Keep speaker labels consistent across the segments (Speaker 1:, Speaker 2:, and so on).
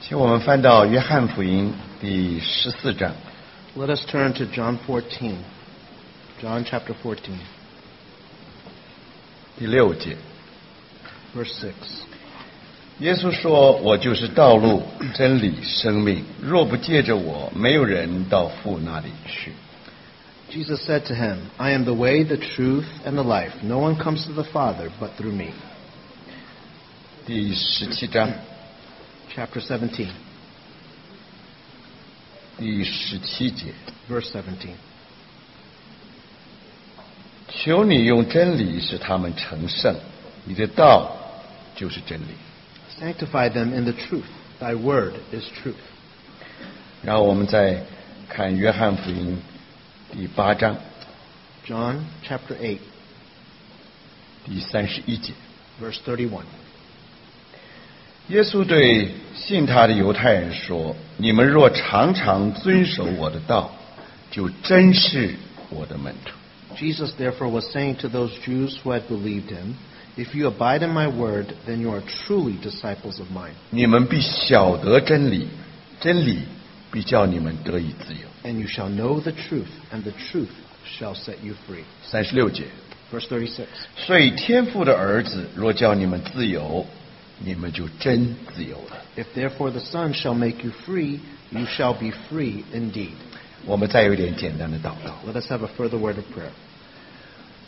Speaker 1: 请我们翻到约翰福音第十四章，
Speaker 2: Let us turn to John 14. John chapter 14,
Speaker 1: 第六节。
Speaker 2: verse 6.
Speaker 1: 耶稣说：“我就是道路、真理、生命。若不借着我，没有人到父那里去。
Speaker 2: Jesus said to him, I am the way, the truth, and the life. No one comes to the Father but through me. ”
Speaker 1: 第十七章，
Speaker 2: Chapter 17,
Speaker 1: 第十七节。
Speaker 2: verse 17.
Speaker 1: 求你用真理使他们成圣，你的道就是真理。
Speaker 2: Sanctify them in the truth. Thy word is truth.
Speaker 1: 然后我们再看约翰福音第八章
Speaker 2: John chapter 8,
Speaker 1: 第三十一节。
Speaker 2: verse 31.
Speaker 1: 耶稣对信他的犹太人说：“你们若常常遵守我的道，就真是我的门徒。
Speaker 2: Jesus therefore was saying to those Jews who had believed him, If you abide in my word, then you are truly disciples of mine,
Speaker 1: 你们必晓得真理，真理必叫你们得以自由。
Speaker 2: and you shall know the truth, and the truth shall set you free. ”
Speaker 1: 三十六节，
Speaker 2: Verse 36.
Speaker 1: 所以天父的儿子若叫你们自由，你们就真自由了。
Speaker 2: If therefore the Son shall make you free, you shall be free indeed.
Speaker 1: 我们再有一点简单的祷告，
Speaker 2: Let us have a further word of prayer.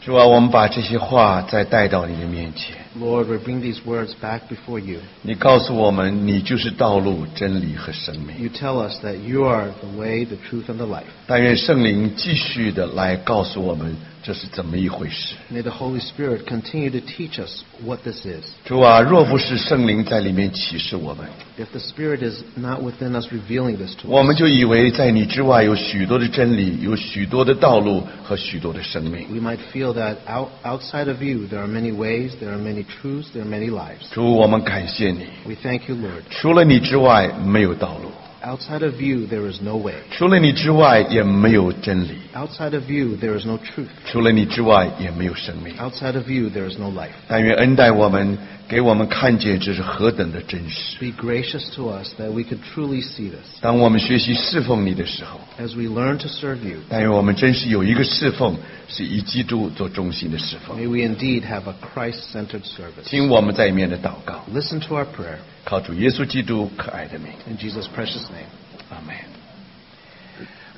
Speaker 1: 主啊，我们把这些话再带到你的面前，
Speaker 2: Lord, we bring these words back before you.
Speaker 1: 你告诉我们，你就是道路、真理和生命。
Speaker 2: You tell us that you are the way, the truth, and the life.
Speaker 1: 但愿圣灵继续的来告诉我们这是怎么一回事。
Speaker 2: May the Holy Spirit continue to teach us what this is.
Speaker 1: 主啊，若不是圣灵在里面启示我们，
Speaker 2: If the Spirit is not within us revealing this to
Speaker 1: 我
Speaker 2: us,
Speaker 1: 们就以为在你之外有许多的真理，有许多的道路和许多的生命。
Speaker 2: we might feel that out, outside of you there are many ways, there are many truths, there are many lives.
Speaker 1: 主，我们感谢你，
Speaker 2: We thank you, Lord.
Speaker 1: 除了你之外没有道路，
Speaker 2: Outside of you there is no way.
Speaker 1: 除了你之外也没有真理，
Speaker 2: Outside of you there is no truth.
Speaker 1: 除了你之外也没有生命。
Speaker 2: Outside of you there is no life.
Speaker 1: 但愿恩待我们，给我们看见这是何等的真实。
Speaker 2: Be gracious to us that we could truly see this.
Speaker 1: 当我们学习侍奉你的时候，
Speaker 2: As we learn to serve you,
Speaker 1: 但愿我们真是有一个侍奉，是以基督做中心的侍奉。
Speaker 2: may we indeed have a Christ centered service.
Speaker 1: 听我们在里面的祷告，
Speaker 2: Listen to our prayer.
Speaker 1: 靠主耶稣基督可爱的名，
Speaker 2: In Jesus' precious name.
Speaker 1: 阿门。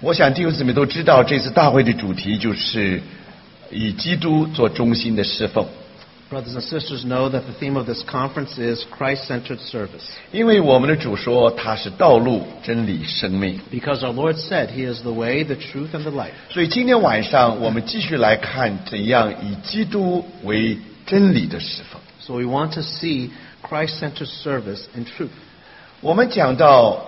Speaker 1: 我想弟兄姊妹都知道，这次大会的主题就是以基督做中心的侍奉，
Speaker 2: Brothers and sisters, know that the theme of this conference is Christ centered service
Speaker 1: 因为我们的主说他是道路、真理、生命。
Speaker 2: because our Lord said He is the way, the truth, and the life.
Speaker 1: 所以今天晚上我们继续来看怎样以基督为真理的侍奉。
Speaker 2: So we want to see Christ centered service in truth.
Speaker 1: 我们讲到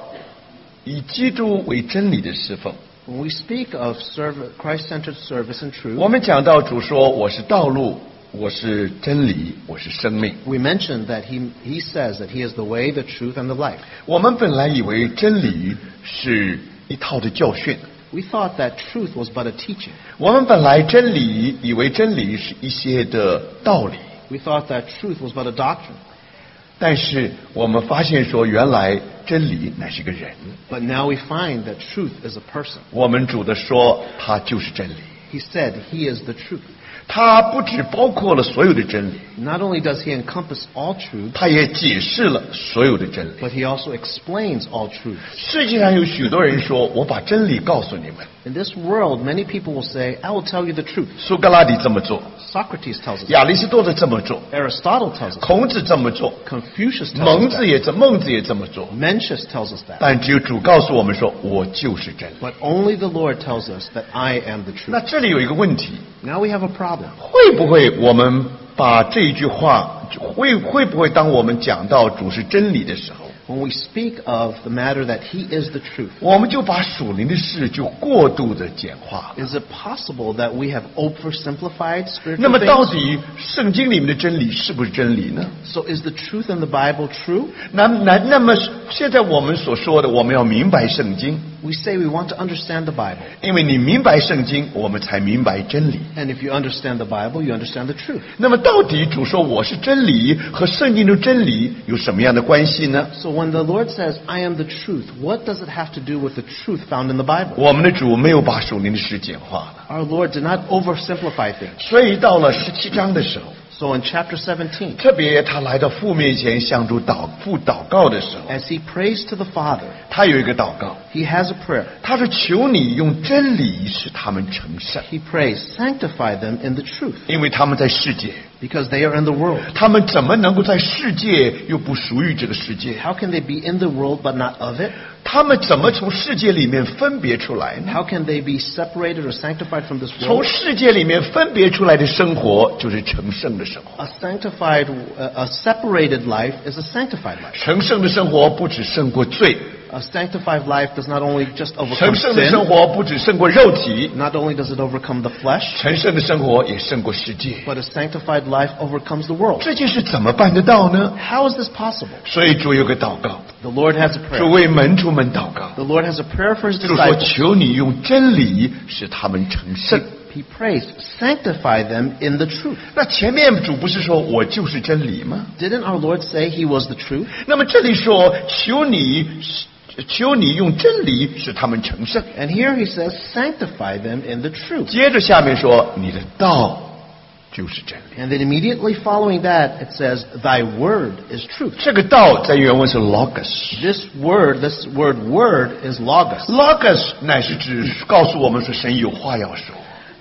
Speaker 1: 以基督为真理的侍奉，
Speaker 2: When we speak of Christ centered service in
Speaker 1: 我
Speaker 2: truth,
Speaker 1: 们讲到主说我是道路，我是真理，我是生命。
Speaker 2: we mentioned that he, he says that He is the way, the truth, and the life.
Speaker 1: 我们本来以为真理是一套的教训，
Speaker 2: We thought that truth was but a teaching.
Speaker 1: 我们本来真理以为真理是一些的道理，
Speaker 2: We thought that truth was but a doctrine.
Speaker 1: 但是我们发现说原来真理乃是个人。
Speaker 2: But now we find that truth is a person.
Speaker 1: 我们主的说他就是真理，
Speaker 2: He said he is the truth.
Speaker 1: 他不只包括了所有的真理，
Speaker 2: Not only does he encompass all truth,
Speaker 1: 他也解释了所有的真理。
Speaker 2: but he also explains all truth.
Speaker 1: 世界上有许多人说我把真理告诉你们，
Speaker 2: In this world, many people will say, I will tell you the truth.
Speaker 1: 苏格拉底这么做，
Speaker 2: Socrates tells us.
Speaker 1: 亚里士多德这么做，
Speaker 2: Aristotle tells us.
Speaker 1: 孔子这么做，
Speaker 2: Confucius tells
Speaker 1: 孟
Speaker 2: us.
Speaker 1: 子
Speaker 2: That.
Speaker 1: 也这孟子也这么做。
Speaker 2: Mencius tells us that.
Speaker 1: 但只有主告诉我们说，我就是真理。
Speaker 2: But only the Lord tells us that I am the
Speaker 1: 那
Speaker 2: truth.
Speaker 1: 这里有一个问题，
Speaker 2: Now we have a problem.
Speaker 1: 会不会我们把这一句话，会会不会当我们讲到主是真理的时候，
Speaker 2: When we speak of the matter that he is the truth,
Speaker 1: 我们就把属灵的事就过度的简化？
Speaker 2: Is it possible that we have oversimplified
Speaker 1: 那
Speaker 2: spiritual
Speaker 1: 么到
Speaker 2: things?
Speaker 1: 底圣经里面的真理是不是真理呢？
Speaker 2: So is the truth in the Bible true?
Speaker 1: 那那那么现在我们所说的，我们要明白圣经，
Speaker 2: We say we want to understand the Bible.
Speaker 1: 因为你明白圣经，我们才明白真理。
Speaker 2: And if you understand the Bible, you understand the truth.
Speaker 1: 那么，到底主说我是真理和圣经的真理有什么样的关系呢？
Speaker 2: So when the Lord says, I am the truth, what does it have to do with the truth found in the Bible?
Speaker 1: 我们的主没有把属灵的事简化了，
Speaker 2: Our Lord did not oversimplify things.
Speaker 1: 所以到了十七章的时候，
Speaker 2: So in chapter 17,
Speaker 1: 特别他来到父面前向主祷父祷告的时候，
Speaker 2: as he prays to the Father,
Speaker 1: 他有一个祷告，
Speaker 2: he has a prayer.
Speaker 1: 他说：“求你用真理使他们成圣，
Speaker 2: He prays, sanctify them in the truth,
Speaker 1: 因为他们在世界，
Speaker 2: because they are in the world.
Speaker 1: 他们怎么能够在世界又不属于这个世界？
Speaker 2: How can they be in the world but not of it?
Speaker 1: 他们怎么从世界里面分别出来呢？
Speaker 2: How can they be separated or sanctified from this
Speaker 1: 从
Speaker 2: world?
Speaker 1: 世界里面分别出来的生活就是成圣的生活。
Speaker 2: A sanctified, a a separated life is a sanctified life.
Speaker 1: 成圣的生活不只胜过罪，
Speaker 2: A sanctified life does not only just overcome
Speaker 1: 成圣的
Speaker 2: sin,
Speaker 1: 生活不只胜过肉体，
Speaker 2: not only does it overcome the flesh,
Speaker 1: 成圣的生活也胜过世界。
Speaker 2: but a sanctified life overcomes the world.
Speaker 1: 这件事怎么办得到呢？
Speaker 2: How is this possible?
Speaker 1: 所以主有个祷告，
Speaker 2: The Lord has a
Speaker 1: 主
Speaker 2: prayer.
Speaker 1: 为门徒们祷告，
Speaker 2: The Lord has a prayer for his
Speaker 1: 主说：“
Speaker 2: disciples.
Speaker 1: 求你用真理使他们成圣。
Speaker 2: He prays, sanctify them in the truth. ”
Speaker 1: 那前面主不是说我就是真理吗？
Speaker 2: Didn't our Lord say he was the truth?
Speaker 1: 那么这里说：“求你使，求你用真理使他们成圣。”
Speaker 2: And here he says, sanctify them in the truth.
Speaker 1: 接着下面说，你的道就是真理。
Speaker 2: And then immediately following that, it says, thy word is truth.
Speaker 1: 这个道在原文是 logos。
Speaker 2: This word, this word word is logos.
Speaker 1: logos 乃是指告诉我们说神有话要说，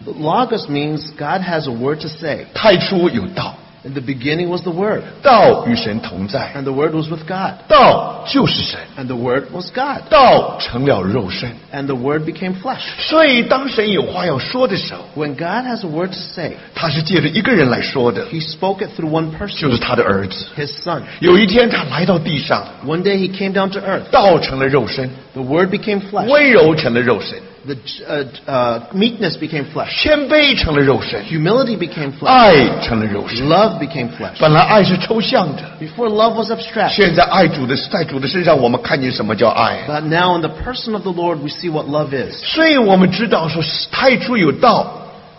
Speaker 2: Logos means God has a word to say.
Speaker 1: 太初有道，
Speaker 2: In the beginning was the word,
Speaker 1: 道与神同在，
Speaker 2: and the word was with God,
Speaker 1: 道就是神，
Speaker 2: and the word was God,
Speaker 1: 道成了肉身。
Speaker 2: and the word became flesh.
Speaker 1: 所以当神有话要说的时候，
Speaker 2: When God has a word to say,
Speaker 1: 他是借着一个人来说的，
Speaker 2: he spoke it through one
Speaker 1: 就
Speaker 2: person,
Speaker 1: 是他的儿子。
Speaker 2: his son.
Speaker 1: 有一天他来到地上，
Speaker 2: One day he came down to earth.
Speaker 1: 道成了肉身，
Speaker 2: The word became flesh.
Speaker 1: 温柔成了肉身，
Speaker 2: The uh, uh, meekness became flesh.
Speaker 1: 谦卑成了肉身，
Speaker 2: Humility became flesh.
Speaker 1: 爱成了肉身。
Speaker 2: Love became flesh.
Speaker 1: 本来爱是抽象的，
Speaker 2: Before love was abstract,
Speaker 1: 现在爱主的在主的身上，我们看见什么叫爱。
Speaker 2: but now in the person of the Lord we see what love is.
Speaker 1: 所以我们知道说，太初有道，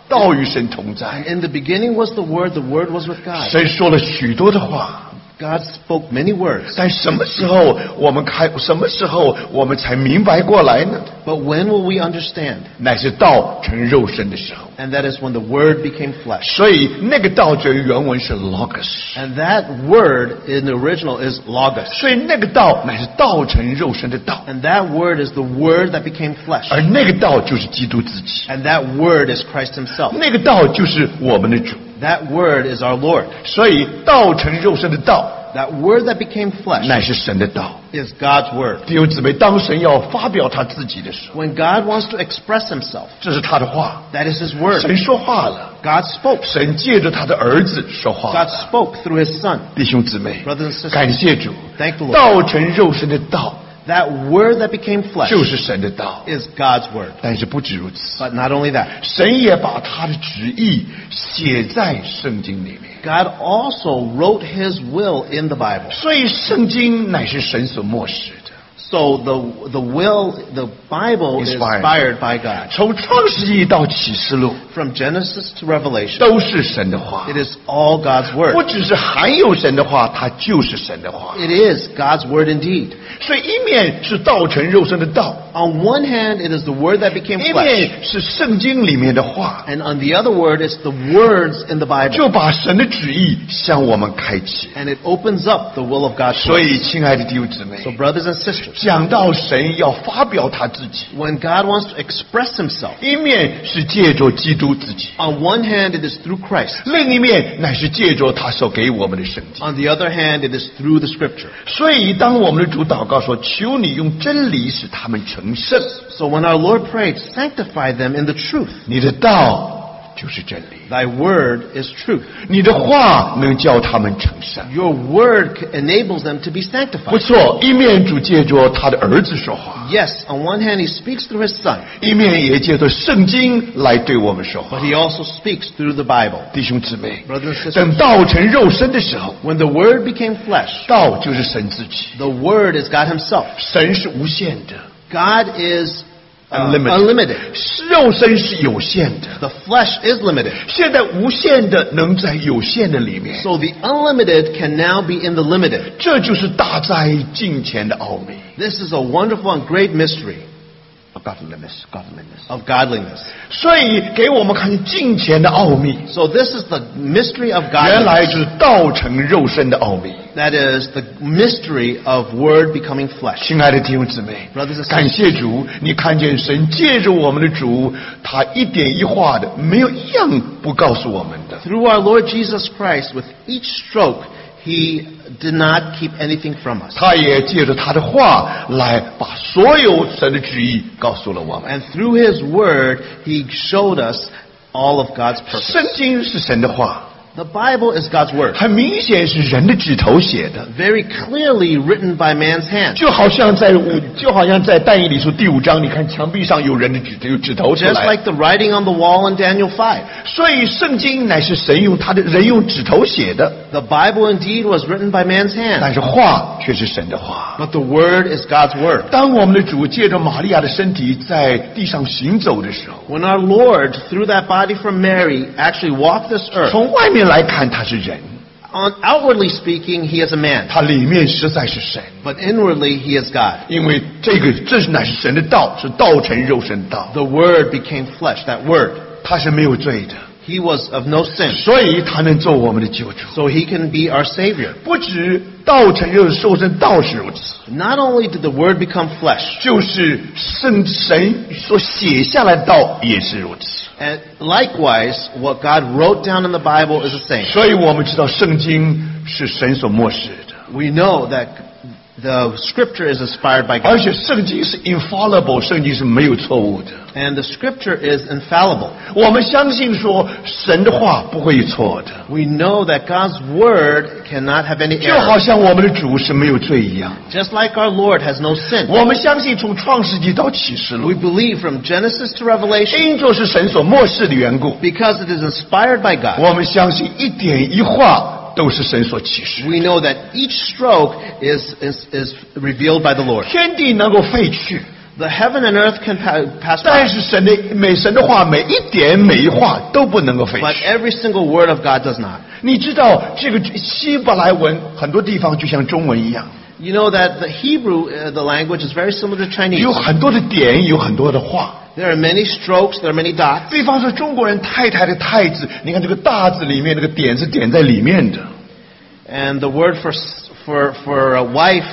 Speaker 1: 道与神同在。
Speaker 2: In the beginning was the word, the word was with God.
Speaker 1: 神说了许多的话，
Speaker 2: God spoke many words.
Speaker 1: 但什么时候我们开，什么时候我们才明白过来呢？
Speaker 2: But when will we understand?
Speaker 1: 乃是道成肉身的时候。
Speaker 2: And that is when the word became flesh.
Speaker 1: 所以那个道这原文是 logos，
Speaker 2: And that word in the original is logos.
Speaker 1: 所以那个道乃是道成肉身的道，
Speaker 2: And that word is the word that became flesh.
Speaker 1: 而那个道就是基督自己，
Speaker 2: And that word is Christ himself.
Speaker 1: 那个道就是我们的主。
Speaker 2: That word is our Lord.
Speaker 1: 所以道成肉身的道
Speaker 2: That word that became flesh
Speaker 1: 乃是神的道。
Speaker 2: is God's word.
Speaker 1: 弟兄姊妹，当神要发表他自己的时候，
Speaker 2: When God wants to express himself,
Speaker 1: 这是他的话。
Speaker 2: that is his word.
Speaker 1: 神说话了，
Speaker 2: God spoke.
Speaker 1: 神借着他的儿子说话
Speaker 2: God
Speaker 1: 了。
Speaker 2: spoke through his son.
Speaker 1: 弟兄姊妹
Speaker 2: Brothers and，sisters
Speaker 1: 感谢主
Speaker 2: Thank the，Lord
Speaker 1: 道成肉身的道
Speaker 2: That word that became flesh
Speaker 1: 就是神的道。
Speaker 2: is God's word.
Speaker 1: 但是不止如此，
Speaker 2: But not only that,
Speaker 1: 神也把他的旨意写在圣经里面。
Speaker 2: God also wrote his will in the Bible.
Speaker 1: 所以圣经乃是神所默示的。
Speaker 2: So the the will, the Bible is
Speaker 1: Inspired.
Speaker 2: inspired by God.
Speaker 1: 从创世纪到启示录，
Speaker 2: From Genesis to Revelation,
Speaker 1: 都是神的话
Speaker 2: it。is all God's word.
Speaker 1: 不只是含有神的话，它就是神的话。
Speaker 2: It is God's word indeed.
Speaker 1: 所以一面是道成肉身的道，
Speaker 2: On one hand, it is the word that became
Speaker 1: 一
Speaker 2: flesh,
Speaker 1: 面是圣经里面的话，
Speaker 2: and on the other word, it's the words in the Bible,
Speaker 1: 就把神的旨意向我们开启。
Speaker 2: and it opens up the will of God. to
Speaker 1: 所
Speaker 2: us.
Speaker 1: 以，亲爱的弟兄姊妹，
Speaker 2: So, brothers and sisters,
Speaker 1: 讲到神要发表他自己，
Speaker 2: when God wants to express Himself,
Speaker 1: 一面是借着基督自己，
Speaker 2: on one hand, it is through Christ.
Speaker 1: 另一面乃是借着他所给我们的圣经。
Speaker 2: On the other hand, it is through the Scripture.
Speaker 1: 所以，当我们的主祷告说：“求你用真理使他们成圣，
Speaker 2: So when our Lord prayed, sanctify them in the truth.
Speaker 1: 你的道就是真理。”
Speaker 2: Thy word is truth.
Speaker 1: 你的话能叫他们成圣。
Speaker 2: Your word c- enables them to
Speaker 1: 不
Speaker 2: be sanctified.
Speaker 1: 错，一面主借着他的儿子说话，
Speaker 2: Yes, on one hand, he speaks through his son,
Speaker 1: 一面也借着圣经来对我们说话
Speaker 2: but。he also speaks through the Bible.
Speaker 1: 弟兄姊妹，
Speaker 2: Brothers and sisters,
Speaker 1: 等道成肉身的时候，
Speaker 2: when the word became flesh,
Speaker 1: 道就是神自己，
Speaker 2: the word is God himself.
Speaker 1: 神是无限的，
Speaker 2: God is uh,
Speaker 1: Unlimited.
Speaker 2: unlimited.
Speaker 1: 肉身是有限的，
Speaker 2: The flesh is limited.
Speaker 1: 现在无限的能在有限的里面，
Speaker 2: So the unlimited can now be in the limited.
Speaker 1: 这就是大灾金钱的奥秘。
Speaker 2: This is a wonderful and great mystery
Speaker 1: Godliness, godliness。
Speaker 2: of godliness.
Speaker 1: 所以给我们看见金钱的奥秘，
Speaker 2: So this is the mystery of
Speaker 1: 原
Speaker 2: godliness.
Speaker 1: 来就是道成肉身的奥秘。
Speaker 2: That is the mystery of word becoming flesh.
Speaker 1: 亲爱的弟兄姊妹
Speaker 2: Brothers and，sisters
Speaker 1: 感谢主，你看见神借着我们的主，他一点一画的，没有一样不告诉我们的。
Speaker 2: Through our Lord Jesus Christ, with each stroke, he did not keep anything from us.
Speaker 1: 他也借着他的话来把所有神的旨意告诉了我们。
Speaker 2: And through his word, he showed us all of God's purpose.
Speaker 1: 圣经是神的话，
Speaker 2: The Bible is God's word,
Speaker 1: 很明显是人的指头写的，
Speaker 2: very clearly written by man's hand.
Speaker 1: 就好像在五，就好像在但以理书第五章，你看墙壁上有人的指头，有指头出
Speaker 2: Just
Speaker 1: 来。
Speaker 2: like the writing on the wall in Daniel 5.
Speaker 1: 所以圣经乃是神用他的人用指头写的，
Speaker 2: The Bible indeed was written by man's
Speaker 1: 但
Speaker 2: hand,
Speaker 1: 是话却是神的话。
Speaker 2: but the word is God's word.
Speaker 1: 当我们的主借着玛利亚的身体在地上行走的时候，
Speaker 2: When our Lord, through that body from Mary, actually walked this earth,
Speaker 1: 从外面来看他是人，
Speaker 2: on outwardly speaking, he is a man,
Speaker 1: 他里面实在是神，
Speaker 2: but inwardly he is God.
Speaker 1: 因为这个这是乃是神的道，是道成肉身的道，
Speaker 2: The word became flesh, that word.
Speaker 1: 他是没有罪的，
Speaker 2: He was of no sin,
Speaker 1: 所以他能做我们的救主。
Speaker 2: so he can be our savior.
Speaker 1: 不止道成肉身，道是如此，
Speaker 2: Not only did the word become flesh,
Speaker 1: 就是圣神所写下来的道也是如此。
Speaker 2: and likewise, what God wrote down in the Bible is the same.
Speaker 1: 所以我们知道圣经是神所漠视的，
Speaker 2: We know that the scripture is inspired by
Speaker 1: 而
Speaker 2: God,
Speaker 1: 且圣经是 infallible，圣经是没有错误的。
Speaker 2: and the scripture is infallible.
Speaker 1: 我们相信说神的话不会错的，
Speaker 2: We know that God's word cannot have any
Speaker 1: 就好
Speaker 2: error.
Speaker 1: 像我们的主是没有罪一样。
Speaker 2: Just like our Lord has no sin.
Speaker 1: 我们相信从创世纪到启示
Speaker 2: We
Speaker 1: 录，
Speaker 2: believe from Genesis to Revelation
Speaker 1: 因着是神所漠视的缘故，
Speaker 2: because it is inspired by God.
Speaker 1: 我们相信一点一画都是神所启示。
Speaker 2: We know that each stroke is, is, is revealed by the Lord.
Speaker 1: 天地能够废去，
Speaker 2: The heaven and earth can pa- pass
Speaker 1: 但
Speaker 2: by,
Speaker 1: 是神的每神的话每一点每一画都不能够废
Speaker 2: but
Speaker 1: 去。
Speaker 2: every single word of God does not.
Speaker 1: 你知道这个希伯来文很多地方就像中文一样，
Speaker 2: You know that the Hebrew, uh, the language, is very similar to Chinese.
Speaker 1: 有很多的点，有很多的画。
Speaker 2: There are many strokes, there are many dots.
Speaker 1: 比方说中国人太太的太字，你看这个大字里面那个点是点在里面的，
Speaker 2: And the word for, s- for, for a wife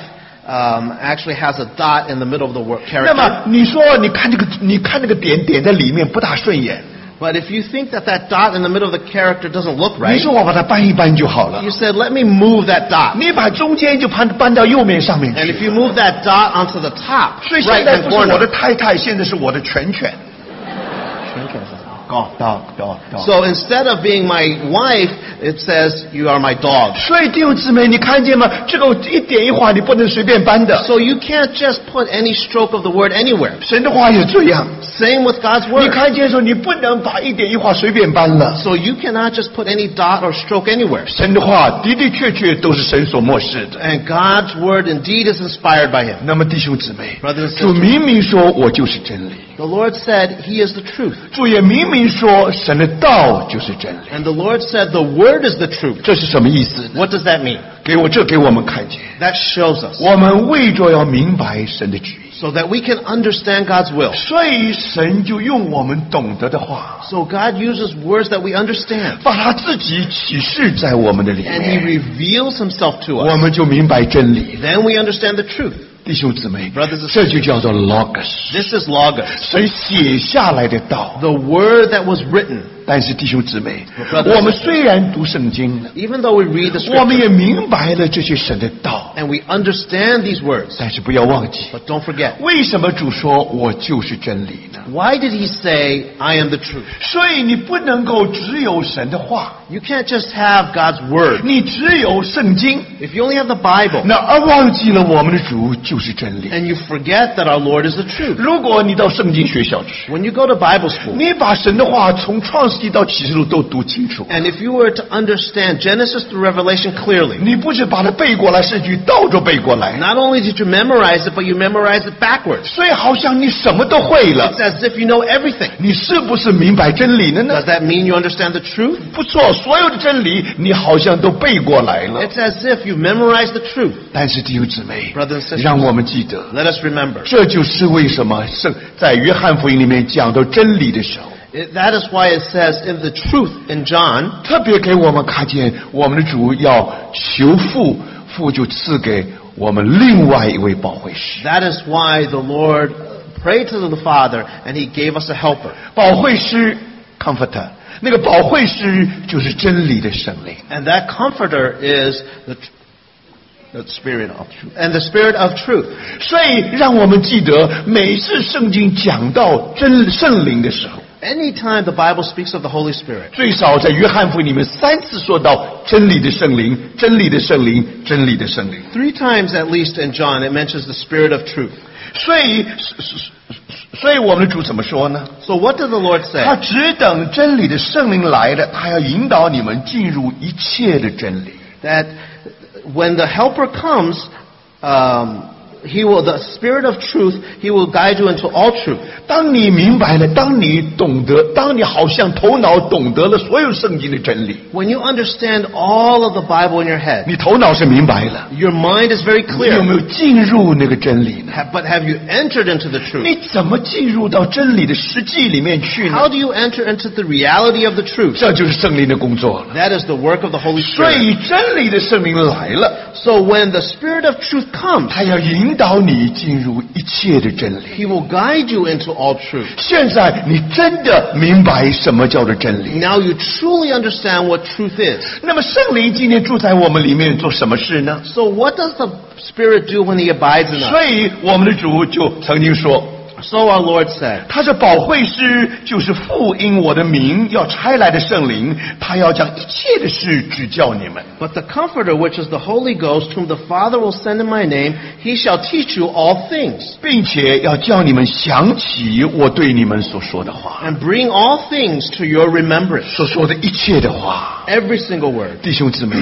Speaker 2: um, actually has a dot in the middle of the word
Speaker 1: 那
Speaker 2: character.
Speaker 1: 么你说你看这个你看这个点点在里面不大顺眼，
Speaker 2: But if you think that that dot in the middle of the character doesn't look
Speaker 1: 你
Speaker 2: right,
Speaker 1: 说我把它搬一搬就好了
Speaker 2: you，said, let me move that dot.
Speaker 1: 你把中间就搬搬到右面上面
Speaker 2: And
Speaker 1: 去
Speaker 2: if。you move that dot onto the top,
Speaker 1: 所以现
Speaker 2: right
Speaker 1: 在不
Speaker 2: hand
Speaker 1: 是我的
Speaker 2: corner.
Speaker 1: 太太，现在是我的全权。高高高高。
Speaker 2: So instead of being my wife, it says, You are my dog.
Speaker 1: 所以弟兄姊妹，你看见吗？这个一点一画你不能随便搬的。
Speaker 2: So you can't just put any stroke of the word anywhere.
Speaker 1: 神的话也这样，
Speaker 2: Same with God's
Speaker 1: 你
Speaker 2: word.
Speaker 1: 看见的时候你不能把一点一画随便搬了。
Speaker 2: So you cannot just put any dot or stroke anywhere.
Speaker 1: 神的话的的确确都是神所漠视的。
Speaker 2: And God's word indeed is inspired by Him.
Speaker 1: 那么弟兄姊妹
Speaker 2: Brothers and，sisters
Speaker 1: 主明明说我就是真理，
Speaker 2: The Lord said, He is the truth.
Speaker 1: 主也明明说神的道就是真理，
Speaker 2: And the Lord said, The word is the truth.
Speaker 1: 这是什么意思呢？
Speaker 2: What does that mean?
Speaker 1: 给我这给我们看见，
Speaker 2: That shows us.
Speaker 1: 我们为着要明白神的旨意，
Speaker 2: So that we can understand God's will.
Speaker 1: 所以神就用我们懂得的话，
Speaker 2: So God uses words that we understand.
Speaker 1: 把他自己启示在我们的里
Speaker 2: and he
Speaker 1: 面，
Speaker 2: reveals himself to
Speaker 1: 我
Speaker 2: us.
Speaker 1: 们就明白真理。
Speaker 2: Then we understand the truth.
Speaker 1: 弟兄姊妹
Speaker 2: Brothers and，sisters
Speaker 1: 这就叫做 logos，
Speaker 2: This is logos,
Speaker 1: 神写下来的道。
Speaker 2: the word that was written.
Speaker 1: 但是弟兄姊妹
Speaker 2: Brothers and，sisters
Speaker 1: 我们虽然读圣经了。
Speaker 2: Even though we read the
Speaker 1: 我们
Speaker 2: scripture
Speaker 1: 也明白了这些神的道，
Speaker 2: and we understand these words,
Speaker 1: 但是不要忘记，
Speaker 2: but don't forget.
Speaker 1: 为什么主说我就是真理呢？
Speaker 2: Why did he say, I am the truth?
Speaker 1: 所以你不能够只有神的话，
Speaker 2: You can't just have God's word.
Speaker 1: 你只有圣经，
Speaker 2: If you only have the Bible
Speaker 1: 那而忘记了我们的主就是真理。
Speaker 2: and you forget that our Lord is the truth.
Speaker 1: 哎如果你到圣经学校去，
Speaker 2: When you go to Bible school,
Speaker 1: 你把神的话从创士记到启示录都读清楚，
Speaker 2: And if you were to understand Genesis through Revelation clearly,
Speaker 1: 你不是把它背过来，是去倒着背过来，
Speaker 2: not only did you memorize it, but you memorize it backwards.
Speaker 1: 所以好像你什么都会了
Speaker 2: It's。as if you know everything.
Speaker 1: 你是不是明白真理了呢
Speaker 2: Does？that mean you understand the truth?
Speaker 1: 不错，所有的真理你好像都背过来了。
Speaker 2: It's as if you memorized the truth.
Speaker 1: 但是弟兄姊妹
Speaker 2: Brothers and，sisters
Speaker 1: 让我们记得，
Speaker 2: Let us remember.
Speaker 1: 这就是为什么圣在约翰福音里面讲到真理的时候，
Speaker 2: It- that is why it says in the truth in John,
Speaker 1: 特别给我们看见我们的主要求父，父就赐给我们另外一位保惠师。
Speaker 2: that is why the Lord prayed to the Father and he gave us a helper.
Speaker 1: 保惠师 （comforter），那个保惠师就是真理的圣灵。
Speaker 2: And that comforter is the, tr- the spirit of truth. And the spirit of truth.
Speaker 1: 所以，让我们记得每次圣经讲到真圣灵的时候，
Speaker 2: Anytime the Bible speaks of the Holy Spirit,
Speaker 1: 最少在约翰福音里面三次说到真理的圣灵，真理的圣灵，真理的圣灵。
Speaker 2: three times at least in John it mentions the spirit of truth.
Speaker 1: 所以，所以我们的主怎么说呢？
Speaker 2: So what did the Lord say?
Speaker 1: 他只等真理的圣灵来了，他要引导你们进入一切的真理。
Speaker 2: that when the helper comes um, he will the spirit of truth he will guide you into all truth
Speaker 1: 当你明白了，当你懂得，当你好像头脑懂得了所有圣经的真理，
Speaker 2: when you understand all of the bible in your head
Speaker 1: 你头脑是明白了，
Speaker 2: your mind is very
Speaker 1: 你有没
Speaker 2: clear
Speaker 1: 有进入那个真理呢？
Speaker 2: Ha- but have you entered into the truth
Speaker 1: 你怎么进入到真理的实际里面去呢
Speaker 2: how？do you enter into the reality of the truth
Speaker 1: 这就是圣灵的工作了。
Speaker 2: that is the work of the holy
Speaker 1: 所
Speaker 2: spirit
Speaker 1: 以，真理的圣灵来了，
Speaker 2: so when the spirit of truth comes
Speaker 1: 他要引导你进入一切的真理。
Speaker 2: he will guide you into all truth
Speaker 1: 现在你真的明白什么叫做真理。
Speaker 2: now you truly understand what truth is
Speaker 1: 那么圣灵今天住在我们里面做什么事呢？
Speaker 2: so what does the spirit do when he abides in us
Speaker 1: 所以我们的主就曾经说，
Speaker 2: so our lord said
Speaker 1: 他是保惠师，就是父因我的名要差来的圣灵，他要将一切的事指教你们。
Speaker 2: But the Comforter, which is the Holy Ghost, whom the Father will send in my name, he shall teach you all things,
Speaker 1: 并且要叫你们想起我对你们所说的话，
Speaker 2: and bring all things to your remembrance.
Speaker 1: 所说的一切的话。
Speaker 2: Every single word.
Speaker 1: 弟兄姊妹，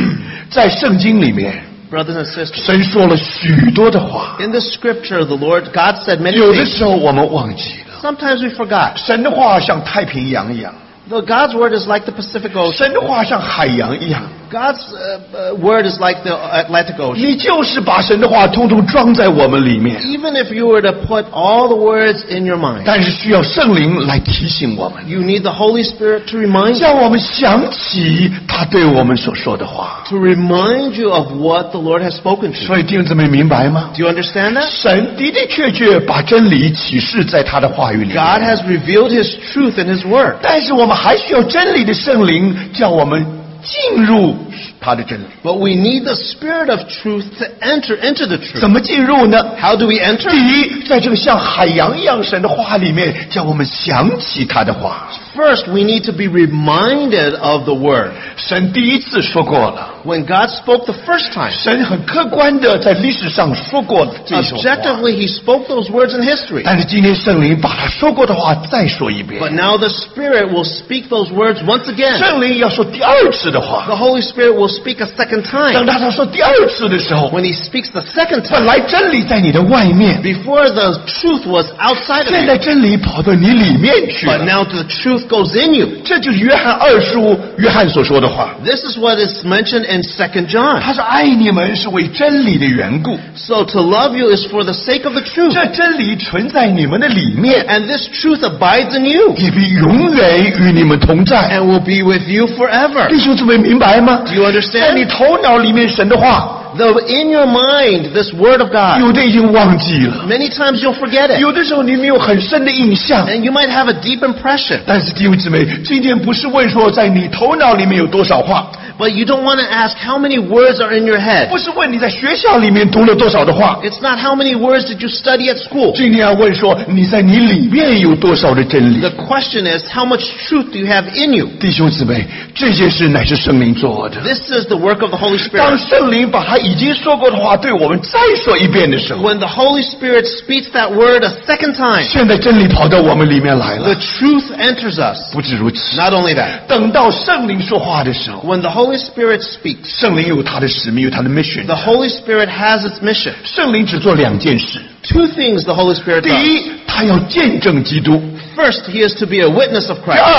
Speaker 1: 在圣经里面，
Speaker 2: Brothers and sisters,
Speaker 1: 神说了许多的话，
Speaker 2: in the scripture, the Lord, God said many
Speaker 1: 有的
Speaker 2: things.
Speaker 1: 时候我们忘记了。
Speaker 2: Sometimes we forgot.
Speaker 1: 神的话像太平洋一样，
Speaker 2: Though God's word is like the Pacific Ocean.
Speaker 1: 神的话像海洋一样，
Speaker 2: God's uh, uh, word is like the Atlantic Ocean.
Speaker 1: 你就是把神的话通通装在我们里面，
Speaker 2: Even if you were to put all the words in your mind,
Speaker 1: 但是需要圣灵来提醒我们，
Speaker 2: you need the Holy Spirit to remind you,
Speaker 1: 叫我们想起他对我们所说的话。
Speaker 2: to remind you of what the Lord has spoken to you.
Speaker 1: 所以弟兄姊妹明白吗？
Speaker 2: Do you understand that?
Speaker 1: 神的的确确把真理启示在他的话语里
Speaker 2: God
Speaker 1: 面，
Speaker 2: has revealed His truth in His Word.
Speaker 1: 但是我们还需要真理的圣灵叫我们进入他的真理。
Speaker 2: But we need the Spirit of truth to enter into the
Speaker 1: 怎
Speaker 2: truth.
Speaker 1: 么进入呢？
Speaker 2: How do we enter?
Speaker 1: 第一，在这个像海洋一样神的话里面，叫我们想起他的话。
Speaker 2: First, we need to be reminded of the Word.
Speaker 1: 神第一次说过了，
Speaker 2: When God spoke the first time,
Speaker 1: 神很客观的在历史上说过这首话。
Speaker 2: objectively, He spoke those words in history.
Speaker 1: 但是今天圣灵把他说过的话再说一遍，
Speaker 2: But now the Spirit will speak those words once again.
Speaker 1: 圣灵要说第二次的话
Speaker 2: The。Holy Spirit will speak a second
Speaker 1: 当
Speaker 2: time.
Speaker 1: 他他说第二次的时候，
Speaker 2: When He speaks the second
Speaker 1: 本
Speaker 2: time,
Speaker 1: 来真理在你的外面，
Speaker 2: before the truth was outside of
Speaker 1: 现在
Speaker 2: you,
Speaker 1: 真理跑到你里面去
Speaker 2: but
Speaker 1: 了。
Speaker 2: now the truth goes in you.
Speaker 1: 这就是约翰二书约翰所说的话。
Speaker 2: This is what is mentioned in 2 John.
Speaker 1: 他说：“爱你们是为真理的缘故，
Speaker 2: So to love you is for the sake of the truth.
Speaker 1: 这真理存在你们的里面，
Speaker 2: And this truth abides in you
Speaker 1: 也必永远与你们同在。”
Speaker 2: and will be with you forever.
Speaker 1: 弟兄姊妹明白吗？
Speaker 2: Do you
Speaker 1: 在你
Speaker 2: understand?
Speaker 1: 头脑里面神的话，
Speaker 2: Though in your mind, this word of God,
Speaker 1: 有的已经忘记了，
Speaker 2: many times you'll forget it.
Speaker 1: 有的时候你没有很深的印象。
Speaker 2: And you might have a deep impression.
Speaker 1: 但是弟兄姊妹，今天不是问说在你头脑里面有多少话，
Speaker 2: But you don't want to ask how many words are in your head.
Speaker 1: 不是问你在学校里面读了多少的话，
Speaker 2: It's not how many words did you study at school.
Speaker 1: 今天要问说你在你里面有多少的真理。
Speaker 2: The question is how much truth do you have in you?
Speaker 1: 弟兄姊妹，这件事乃是圣灵做的。
Speaker 2: This is the work of the Holy
Speaker 1: 当
Speaker 2: Spirit.
Speaker 1: 圣灵把他已经说过的话对我们再说一遍的时候，
Speaker 2: When the Holy Spirit speaks that word a second time,
Speaker 1: 现在真理跑到我们里面来
Speaker 2: the
Speaker 1: 了。
Speaker 2: truth enters us.
Speaker 1: 不止如此，
Speaker 2: Not only that,
Speaker 1: 等到圣灵说话的时候，
Speaker 2: when the Holy Spirit speaks,
Speaker 1: 圣灵有他的使命，有他的 mission
Speaker 2: the。Holy Spirit has its mission.
Speaker 1: 圣灵只做两件事：
Speaker 2: Two things the Holy Spirit
Speaker 1: 第
Speaker 2: does.
Speaker 1: 一，他要见证基督；
Speaker 2: First, he is to be a witness of
Speaker 1: 第
Speaker 2: Christ.
Speaker 1: 二，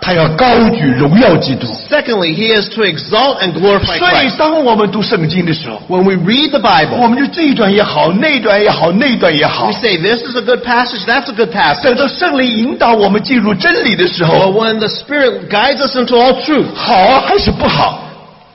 Speaker 1: 他要高举荣耀基督。
Speaker 2: Secondly, he is to exalt and glorify
Speaker 1: 所以，
Speaker 2: Christ.
Speaker 1: 当我们读圣经的时候，
Speaker 2: When we read the
Speaker 1: 我
Speaker 2: Bible,
Speaker 1: 们就这一段也好，那一段也好，那一段也好
Speaker 2: we。say this is a good passage, that's a good passage.
Speaker 1: 等到圣灵引导我们进入真理的时
Speaker 2: But
Speaker 1: 候，
Speaker 2: when the Spirit guides us into all truth,
Speaker 1: 好啊还是不好？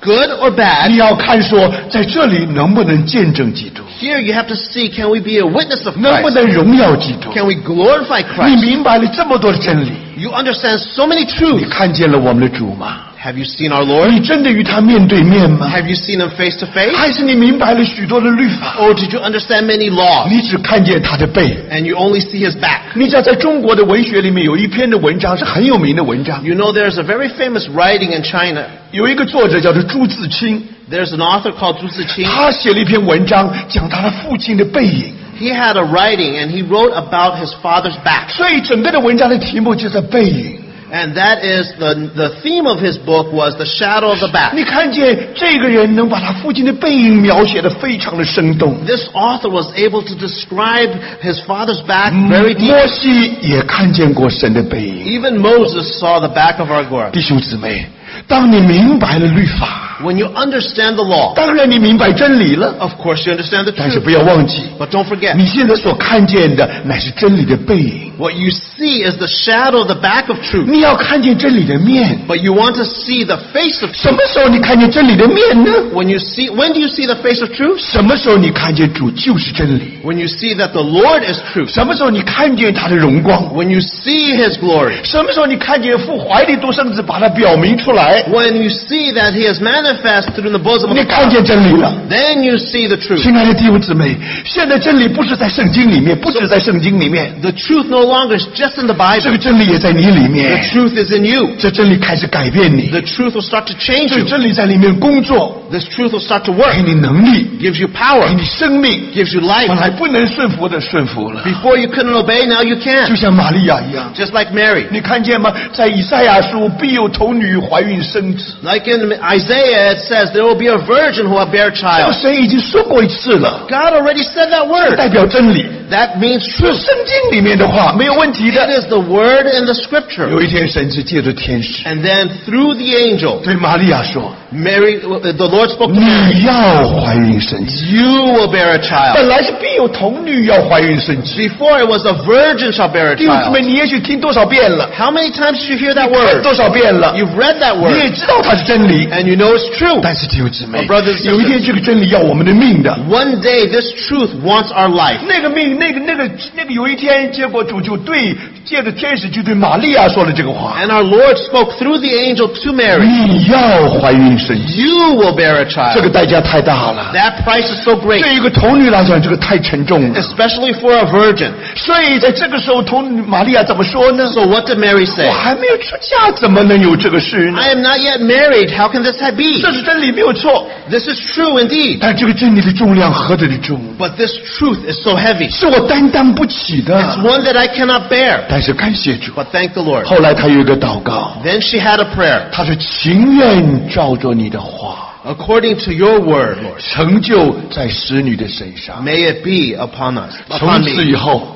Speaker 2: good or
Speaker 1: 你
Speaker 2: bad,
Speaker 1: 要看说，在这里能不能见证基督，
Speaker 2: here you have to see can we be a witness of
Speaker 1: 能不
Speaker 2: Christ?
Speaker 1: 能荣耀基督？
Speaker 2: Can we glorify
Speaker 1: 你
Speaker 2: Christ?
Speaker 1: 明白了这么多的真理，
Speaker 2: You understand so many
Speaker 1: 你
Speaker 2: truths.
Speaker 1: 看见了我们的主吗？
Speaker 2: Have you seen our Lord?
Speaker 1: 你真的与他面对面吗？
Speaker 2: Have you seen him face to face?
Speaker 1: 还是你明白了许多的律法？
Speaker 2: Or did you understand many laws
Speaker 1: 你只看见他的背。
Speaker 2: and you only see his back?
Speaker 1: 你知道，在中国的文学里面有一篇的文章是很有名的文章，
Speaker 2: You know, there's a very famous writing in China.
Speaker 1: 有一个作者叫做朱自清，
Speaker 2: There's an author called Zhu Ziqing.
Speaker 1: 他写了一篇文章讲他的父亲的背影，
Speaker 2: He had a writing and he wrote about his father's back.
Speaker 1: 所以整个的文章的题目就在背影。
Speaker 2: And that is the, the theme of his book was the shadow of the back.
Speaker 1: 你看见这个人能把他父亲的背影描写的非常的生动。
Speaker 2: This author was able to describe his father's back very
Speaker 1: 摩
Speaker 2: deeply.
Speaker 1: 西也看见过神的背影。
Speaker 2: Even Moses saw the back of our God.
Speaker 1: 弟兄姊妹，当你明白了律法，
Speaker 2: When you understand the law,
Speaker 1: 当然你明白真理了，
Speaker 2: of course you understand the
Speaker 1: 但是
Speaker 2: truth.
Speaker 1: 不要忘记，
Speaker 2: But don't forget,
Speaker 1: 你现在所看见的乃是真理的背影。
Speaker 2: what you see is the shadow of the back of truth.
Speaker 1: 你要看见真理的面。
Speaker 2: But you want to see the face of
Speaker 1: 什么时候你看见真理的面呢？
Speaker 2: When you see, when do you see the face of truth?
Speaker 1: 什么时候你看见主就是真理？
Speaker 2: When you see that the Lord is truth.
Speaker 1: 什么时候你看见他的荣光？
Speaker 2: When you see His glory.
Speaker 1: 什么时候你看见父怀里独生子把它表明出来？
Speaker 2: When you see that He is manifest through the bosom of
Speaker 1: 你
Speaker 2: the
Speaker 1: 看
Speaker 2: Father.
Speaker 1: 见真理了。
Speaker 2: Then you see the truth.
Speaker 1: 亲爱的弟兄姊妹，现在真理不是在圣经里面，不止在圣经里面，
Speaker 2: The truth no longer is just in
Speaker 1: 这
Speaker 2: the
Speaker 1: 个
Speaker 2: Bible.
Speaker 1: 真理也在你里
Speaker 2: The
Speaker 1: 面。
Speaker 2: truth is in you.
Speaker 1: 这真理开始改变你，
Speaker 2: The truth will start to change
Speaker 1: 这个
Speaker 2: you.
Speaker 1: 真理在里面工作，
Speaker 2: This truth will start to
Speaker 1: 给
Speaker 2: work.
Speaker 1: 你能力，
Speaker 2: Gives you power.
Speaker 1: 给你生命。
Speaker 2: Gives you
Speaker 1: 本
Speaker 2: life.
Speaker 1: 来不能顺服的顺服了，
Speaker 2: Before you couldn't obey, now you
Speaker 1: 就
Speaker 2: can.
Speaker 1: 像玛利亚一样。
Speaker 2: Just like Mary.
Speaker 1: 你看见吗？在以赛亚书必有童女怀孕生子，
Speaker 2: Like in Isaiah, it says, there will be a virgin who will bear a
Speaker 1: 这个
Speaker 2: child.
Speaker 1: 神已经说过一次了，
Speaker 2: God already said
Speaker 1: 这
Speaker 2: that word.
Speaker 1: 代表真理，
Speaker 2: That means
Speaker 1: 这
Speaker 2: truth.
Speaker 1: 圣经里面的话没有问题
Speaker 2: That
Speaker 1: 的。
Speaker 2: is the word in the scripture.
Speaker 1: 有一天，神是借着天使
Speaker 2: And then through the angel,
Speaker 1: 对玛利亚说
Speaker 2: Mary, the Lord：“ spoke to Mary,
Speaker 1: 你要怀孕生子。”
Speaker 2: you will bear a
Speaker 1: 本
Speaker 2: child.
Speaker 1: 来是必有童女要怀孕生子。
Speaker 2: Before it was a virgin shall bear a
Speaker 1: 弟兄姊
Speaker 2: child.
Speaker 1: 妹，你也许听多少遍了，
Speaker 2: How many times did you hear
Speaker 1: 看
Speaker 2: that word?
Speaker 1: 多少遍了，
Speaker 2: You've read that
Speaker 1: 你也
Speaker 2: word
Speaker 1: 知道它是真理。
Speaker 2: and you know it's true.
Speaker 1: 但是弟兄姊妹
Speaker 2: 哎 My brothers and，sisters
Speaker 1: 有一天这个真理要我们的命的。
Speaker 2: One day this truth wants our life.
Speaker 1: 那个命，那个那个那个，有一天，结果主就对借着天使就对玛利亚说了这个话
Speaker 2: And our Lord spoke through the angel to：“ Mary,
Speaker 1: 你要怀孕生子，
Speaker 2: you will bear a
Speaker 1: 这个
Speaker 2: child.
Speaker 1: 代价太大了。
Speaker 2: That price is so great,
Speaker 1: 对一个童女来讲，这个太沉重了。
Speaker 2: especially for a virgin.
Speaker 1: 所以在这个时候，童女玛利亚怎么说呢？
Speaker 2: So what did Mary
Speaker 1: 我
Speaker 2: say?
Speaker 1: 还没有出嫁，怎么能有这个事呢
Speaker 2: I？am not yet married. How can this be?
Speaker 1: 这是真理，没有错。
Speaker 2: This is true indeed.
Speaker 1: 但这个真理的重量何等的重，
Speaker 2: But this truth is so heavy.
Speaker 1: 是我担当不起
Speaker 2: It's
Speaker 1: 的。
Speaker 2: one that I cannot bear.
Speaker 1: 但是感谢主，
Speaker 2: But thank the Lord.
Speaker 1: 后来他有一个祷告，
Speaker 2: Then she had a prayer.
Speaker 1: 他说：“情愿照着你的话，
Speaker 2: According to your word, Lord,
Speaker 1: 成就在使女的身上。
Speaker 2: may it be upon us, ”
Speaker 1: 从
Speaker 2: upon
Speaker 1: 此
Speaker 2: me.
Speaker 1: 以后，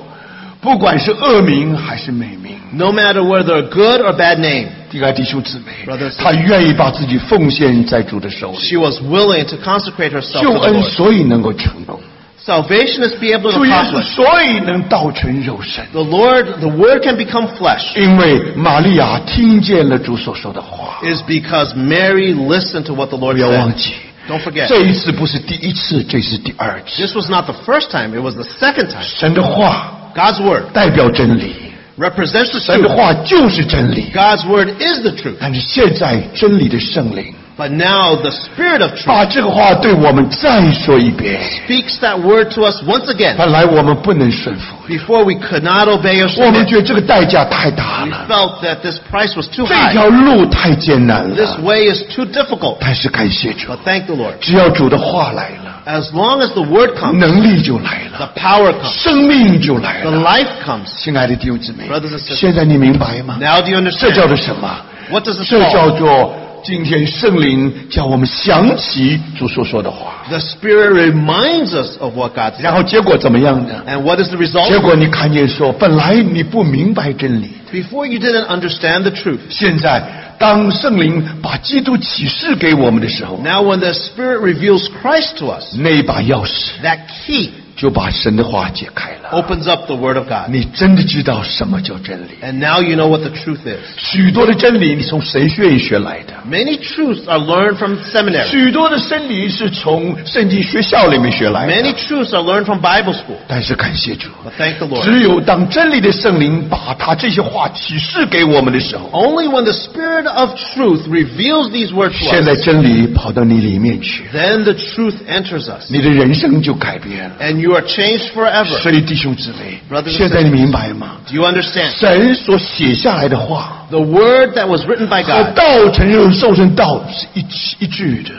Speaker 1: 不管是恶名还是美名，
Speaker 2: No matter whether a good or bad name,
Speaker 1: 弟爱弟兄姊妹
Speaker 2: Brothers and，sisters
Speaker 1: 他愿意把自己奉献在主的手里。
Speaker 2: she was willing to consecrate herself to
Speaker 1: 救
Speaker 2: the
Speaker 1: 恩
Speaker 2: Lord.
Speaker 1: 所以能够成功，
Speaker 2: Salvation is to be able to
Speaker 1: 主耶稣
Speaker 2: accomplish.
Speaker 1: 所以能道成肉身，
Speaker 2: The Lord, the word can become flesh,
Speaker 1: 因为玛利亚听见了主所说的话。
Speaker 2: is because Mary listened to what the
Speaker 1: 不
Speaker 2: Lord
Speaker 1: 要忘
Speaker 2: said.
Speaker 1: 记，
Speaker 2: Don't forget,
Speaker 1: 这一次不是第一次，这是第二次。
Speaker 2: this was not the first time, it was the second time.
Speaker 1: 神的话
Speaker 2: God's word
Speaker 1: 代表真理，
Speaker 2: represents the
Speaker 1: 神的
Speaker 2: truth.
Speaker 1: 话就是真理。
Speaker 2: God's word is the truth.
Speaker 1: 但是现在真理的圣灵
Speaker 2: But now the Spirit of truth
Speaker 1: 把这个话对我们再说一遍。
Speaker 2: speaks that word to us once again.
Speaker 1: 本来我们不能顺服，
Speaker 2: Before we could not obey or
Speaker 1: 我们
Speaker 2: submit,
Speaker 1: 觉得这个代价太大
Speaker 2: we
Speaker 1: 了，
Speaker 2: felt that this price was too
Speaker 1: 这
Speaker 2: high.
Speaker 1: 条路太艰难
Speaker 2: This
Speaker 1: 了。
Speaker 2: way is too difficult.
Speaker 1: 但是感谢主，
Speaker 2: But thank the Lord.
Speaker 1: 只要主的话来了，
Speaker 2: As long as the word comes,
Speaker 1: 能力就来了，
Speaker 2: the power comes,
Speaker 1: 生命就来
Speaker 2: the
Speaker 1: 了。
Speaker 2: life comes.
Speaker 1: 亲爱的弟兄姊妹
Speaker 2: Brothers and，sisters
Speaker 1: 现在你明白吗？
Speaker 2: Now do you
Speaker 1: 这叫
Speaker 2: understand?
Speaker 1: 做什么？
Speaker 2: What does it
Speaker 1: 这叫
Speaker 2: called?
Speaker 1: 做今天圣灵叫我们想起主所说的话，
Speaker 2: The Spirit reminds us of what God said.
Speaker 1: 然后结果怎么样呢？
Speaker 2: And what is the
Speaker 1: 结
Speaker 2: result?
Speaker 1: 果你看见说，本来你不明白真理，
Speaker 2: Before you didn't understand the truth.
Speaker 1: 现在当圣灵把基督启示给我们的时候，
Speaker 2: Now when the Spirit reveals Christ to us,
Speaker 1: 那一把钥匙
Speaker 2: that key
Speaker 1: 就把神的话解开了。
Speaker 2: opens up the Word of God.
Speaker 1: 你真的知道什么叫真理？
Speaker 2: And now you know what the truth is.
Speaker 1: 许多的真理你从神学院学来的，
Speaker 2: Many truths are learned from seminary.
Speaker 1: 许多的真理是从圣经学校里面学来
Speaker 2: Many
Speaker 1: 的。
Speaker 2: truths are learned from Bible school.
Speaker 1: 但是感谢主，
Speaker 2: But thank the Lord.
Speaker 1: 只有当真理的圣灵把他这些话启示给我们的时候，
Speaker 2: Only when the Spirit of truth reveals these words to
Speaker 1: 现在
Speaker 2: us,
Speaker 1: 真理跑到你里面去，
Speaker 2: then the truth enters us.
Speaker 1: 你的人生就改变了。
Speaker 2: And you are changed forever.
Speaker 1: 所以弟兄姊妹
Speaker 2: Brothers，and
Speaker 1: 现在你明白吗？
Speaker 2: Do you understand?
Speaker 1: 神所写下来的话
Speaker 2: The Word that was written by
Speaker 1: 和
Speaker 2: God
Speaker 1: 道成肉、受成道是一起一致的，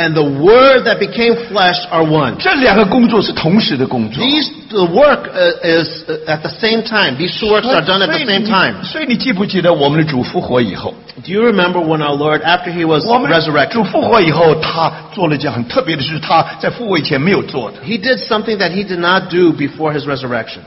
Speaker 2: and the Word that became flesh are one.
Speaker 1: 这两个工作是同时的工作。
Speaker 2: These, the work uh, is uh, at the same time. These two works are done at the same time.
Speaker 1: 所以你记不记得我们的主复活以后，
Speaker 2: Do you remember when our Lord, after He was
Speaker 1: 我们的
Speaker 2: resurrected,
Speaker 1: 主复活以后，他做了一件很特别的事，他在复活以前没有做的。
Speaker 2: He did something that He did not do before His resurrection.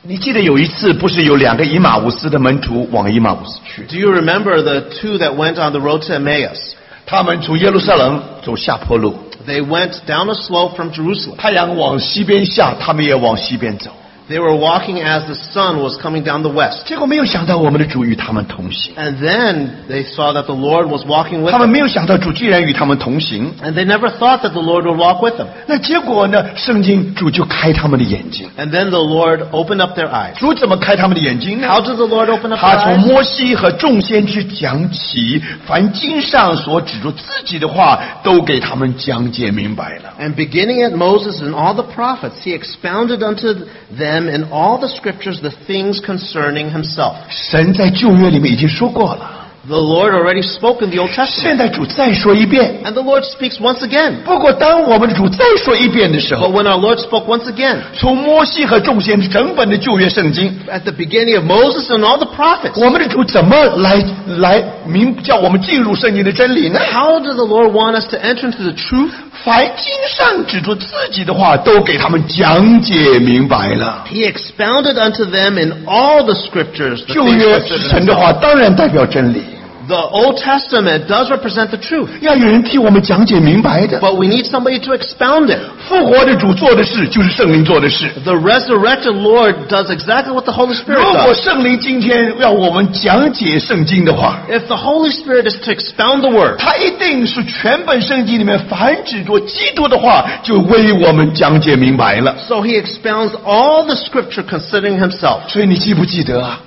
Speaker 1: 你记得有一次，不是有两个以马忤斯的门徒往以马忤斯去，
Speaker 2: Do you remember the two that went on the road to Emmaus?
Speaker 1: 他们从耶路撒冷走下坡路，
Speaker 2: They went down a slope from Jerusalem.
Speaker 1: 太阳往西边下，他们也往西边走。
Speaker 2: They were walking as the sun was coming down the west.
Speaker 1: 结果没有想到，我们的主与他们同行，
Speaker 2: And then they saw that the Lord was walking with
Speaker 1: 他们
Speaker 2: them.
Speaker 1: 没有想到主居然与他们同行。
Speaker 2: And they never thought that the Lord would walk with them.
Speaker 1: 那结果呢？圣经主就开他们的眼睛，
Speaker 2: And then the Lord opened up their eyes.
Speaker 1: 主怎么开他们的眼睛呢？
Speaker 2: How did the Lord open up
Speaker 1: 他
Speaker 2: their
Speaker 1: 从
Speaker 2: eyes?
Speaker 1: 摩西和众先知讲起，凡经上所指着自己的话，都给他们讲解明白了。
Speaker 2: And beginning at Moses and all the prophets, he expounded unto them in all the scriptures the things concerning himself.
Speaker 1: 神在旧约里面已经说过了，
Speaker 2: The Lord already spoke in the Old
Speaker 1: 现
Speaker 2: Testament.
Speaker 1: 在主再说一遍。
Speaker 2: And the Lord speaks once again.
Speaker 1: 不过，当我们的主再说一遍的时候
Speaker 2: But，when our Lord spoke once again,
Speaker 1: 从摩西和众先知整本的旧约圣经，
Speaker 2: at the beginning of Moses and all the prophets,
Speaker 1: 我们的主怎么来来明叫我们进入圣经的真理呢？
Speaker 2: how did the Lord want us to enter into the truth?
Speaker 1: 凡经上指出自己的话，都给他们讲解明白了。
Speaker 2: He expounded unto them in all the scriptures the
Speaker 1: 旧
Speaker 2: things
Speaker 1: 约
Speaker 2: concerning
Speaker 1: 神的
Speaker 2: himself.
Speaker 1: 话当然代表真理，
Speaker 2: The Old Testament does represent the truth,
Speaker 1: 要有人替我们讲解明白的。
Speaker 2: but we need somebody to expound it.
Speaker 1: 复活的主做的事就是圣灵做的事。
Speaker 2: The resurrected Lord does exactly what the Holy
Speaker 1: 如
Speaker 2: Spirit
Speaker 1: 果
Speaker 2: does.
Speaker 1: 圣灵今天要我们讲解圣经的话，
Speaker 2: If the Holy Spirit is to expound the Word,
Speaker 1: 他一定是全本圣经里面凡指着基督的话，就为我们讲解明白了。
Speaker 2: so He expounds all the Scripture concerning Himself.
Speaker 1: 所以你记不记得啊？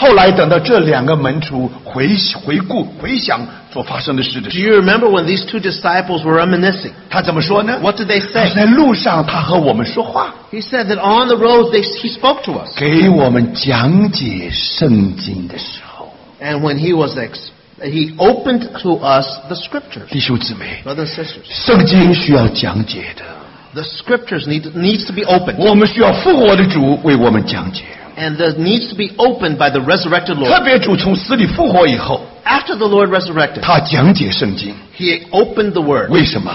Speaker 1: 后来等到这两个门徒回回顾回想所发生的事的
Speaker 2: Do
Speaker 1: 时候，
Speaker 2: you remember when these two disciples were reminiscing?
Speaker 1: 他怎么说呢？
Speaker 2: What did they
Speaker 1: 他
Speaker 2: say?
Speaker 1: 在路上，他和我们说话，
Speaker 2: He said that on the road they, He spoke to us.
Speaker 1: 给我们讲解圣经的时候，
Speaker 2: And when He was ex- He opened to us the Scriptures.
Speaker 1: 弟兄姊妹，
Speaker 2: Brothers and sisters,
Speaker 1: 圣经需要讲解的，
Speaker 2: the Scriptures need, needs to be opened.
Speaker 1: 我们需要复活的主为我们讲解。
Speaker 2: And that needs to be opened by the
Speaker 1: 特
Speaker 2: resurrected Lord.
Speaker 1: 别主从死里复活以后，
Speaker 2: After the Lord resurrected,
Speaker 1: 他讲解圣经，
Speaker 2: He opened the Word.
Speaker 1: 为什么？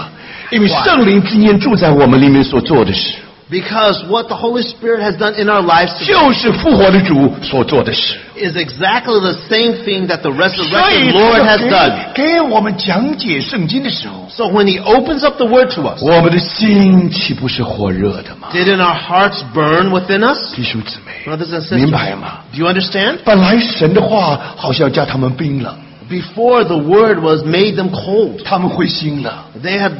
Speaker 1: 因为圣灵今天住在我们里面所做的事，
Speaker 2: Because what the Holy Spirit has done in our lives today
Speaker 1: 就是复活的主所做的事。
Speaker 2: is exactly the same thing that the
Speaker 1: 所以
Speaker 2: resurrected Lord has done.
Speaker 1: 给给我们讲解圣经的时候，
Speaker 2: So when He opens up the Word to us,
Speaker 1: 我们的心岂不是火热的吗？
Speaker 2: didn't our hearts burn within us?
Speaker 1: 弟兄姊妹，
Speaker 2: Brothers and
Speaker 1: 明
Speaker 2: sisters,
Speaker 1: 白吗？
Speaker 2: do you understand?
Speaker 1: 本来神的话好像叫他们冰冷，
Speaker 2: Before the Word was made them cold.
Speaker 1: 他们灰心了，
Speaker 2: They had,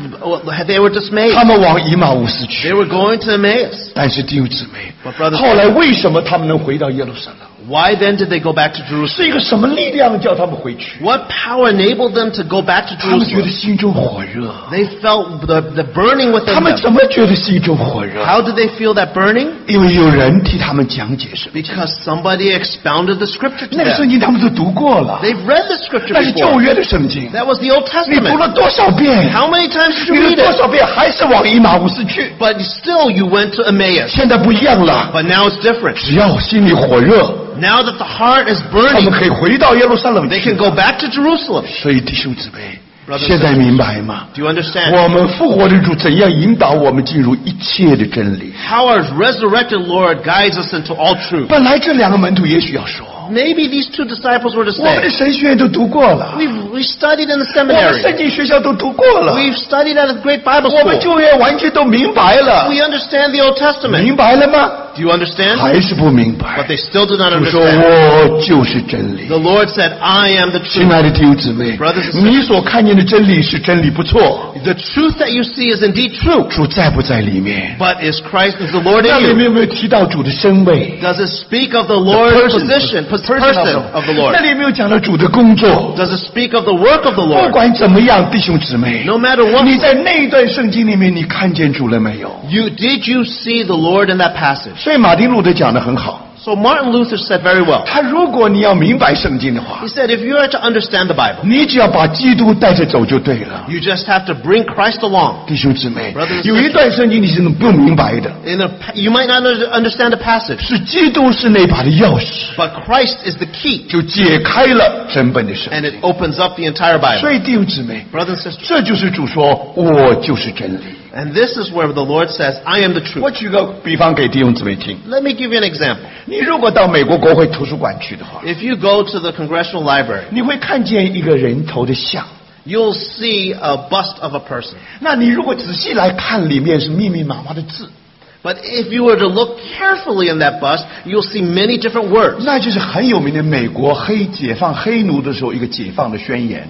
Speaker 2: they were dismayed.
Speaker 1: 他们往以马忤斯
Speaker 2: They
Speaker 1: 去。
Speaker 2: were going to Emmaus.
Speaker 1: 但是弟兄姊妹
Speaker 2: But brothers-
Speaker 1: 后来为什么他们能回到耶路撒冷？
Speaker 2: Why then did they go back to Jerusalem?
Speaker 1: 是一个什么力量叫他们回去？
Speaker 2: What power enabled them to go back to
Speaker 1: 他们觉得
Speaker 2: Jerusalem?
Speaker 1: 心中火热，
Speaker 2: They felt the, the burning within
Speaker 1: 他们
Speaker 2: them.
Speaker 1: 怎么觉得心中火热？
Speaker 2: How did they feel that burning?
Speaker 1: 因为有人替他们讲解神。
Speaker 2: Because somebody expounded the scripture to
Speaker 1: 那个圣
Speaker 2: them.
Speaker 1: 经他们都读过了，
Speaker 2: They've read the scripture
Speaker 1: 那是旧
Speaker 2: before.
Speaker 1: 约的圣经，
Speaker 2: That was the Old
Speaker 1: 你读
Speaker 2: Testament.
Speaker 1: 了多少遍？
Speaker 2: How many times did
Speaker 1: 你
Speaker 2: you
Speaker 1: 读
Speaker 2: read
Speaker 1: 多
Speaker 2: it?
Speaker 1: 少遍还是往以马五斯去？
Speaker 2: But still you went to Emmaus.
Speaker 1: 现在不一样了，
Speaker 2: But now it's different.
Speaker 1: 只要心里火热，
Speaker 2: Now that the heart is
Speaker 1: 他
Speaker 2: burning,
Speaker 1: 们可以回到耶路撒冷
Speaker 2: they
Speaker 1: 去
Speaker 2: can。go back to Jerusalem.
Speaker 1: 所以弟兄姊妹，
Speaker 2: Brothers and
Speaker 1: 现在明白吗？
Speaker 2: Do you understand?
Speaker 1: 我们复活的主怎样引导我们进入一切的真理？
Speaker 2: How our resurrected Lord guides us into all truth.
Speaker 1: 本来这两个门徒也许要说，
Speaker 2: Maybe these two disciples were to
Speaker 1: 我们的神
Speaker 2: say,
Speaker 1: 学院都读过了，
Speaker 2: we've, we studied in the
Speaker 1: 我们
Speaker 2: seminary.
Speaker 1: 圣经学校都读过了，
Speaker 2: We've studied at a great Bible
Speaker 1: 我们
Speaker 2: school.
Speaker 1: 旧约完全都明白了，
Speaker 2: We understand the Old Testament.
Speaker 1: 明白了吗？
Speaker 2: Do you understand?
Speaker 1: 还是不明
Speaker 2: But
Speaker 1: 白。
Speaker 2: they still do not
Speaker 1: 我说
Speaker 2: understand.
Speaker 1: 我就是真理
Speaker 2: The。Lord said, I am the
Speaker 1: 亲
Speaker 2: truth.
Speaker 1: 爱的弟兄姊妹
Speaker 2: Brothers and，sisters
Speaker 1: 你所看见的真理是真理，不错。
Speaker 2: The truth that you see is indeed true.
Speaker 1: 主在不在里面？
Speaker 2: But is Christ, is the Lord
Speaker 1: 那里
Speaker 2: in you?
Speaker 1: 面有没有提到主的身位？
Speaker 2: Does it speak of the Lord's position, pos- person of the Lord?
Speaker 1: 那里有没有讲到主的工作？
Speaker 2: Does it speak of the work of the
Speaker 1: 不
Speaker 2: Lord?
Speaker 1: 管怎么样，弟兄姊妹，
Speaker 2: No matter what.
Speaker 1: 你在那一段圣经里面，你看见主了没有？
Speaker 2: You, did you see the Lord in that passage?
Speaker 1: 所以马丁路德讲的很好，
Speaker 2: So Martin Luther said very well.
Speaker 1: 他如果你要明白圣经的话
Speaker 2: He，said, if you are to understand the Bible,
Speaker 1: 你只要把基督带着走就对了。
Speaker 2: you just have to bring Christ along.
Speaker 1: 弟兄姊妹
Speaker 2: Brothers and，sisters
Speaker 1: 有一段圣经你是不明白的，
Speaker 2: In a, pa- you might not under- understand the passage,
Speaker 1: 是基督是那把的钥匙，
Speaker 2: but Christ is the key,
Speaker 1: 就解开了整本的圣
Speaker 2: and
Speaker 1: 经。
Speaker 2: it opens up the entire
Speaker 1: 所
Speaker 2: Bible.
Speaker 1: 以弟兄姊妹，
Speaker 2: Brothers and sisters,
Speaker 1: 这就是主说我就是真理。
Speaker 2: and this is where the Lord says, I am the
Speaker 1: 我
Speaker 2: truth.
Speaker 1: 举个比方给弟兄姊妹听，
Speaker 2: Let me give you an example.
Speaker 1: 你如果到美国国会图书馆去的话，
Speaker 2: If you go to the Congressional Library,
Speaker 1: 你会看见一个人头的像。
Speaker 2: you'll see a bust of a person.
Speaker 1: 那你如果仔细来看，里面是密密麻麻的字，
Speaker 2: But if you were to look carefully in that bust, you'll see many different words.
Speaker 1: 那就是很有名的美国黑解放黑奴的时候一个解放的宣言。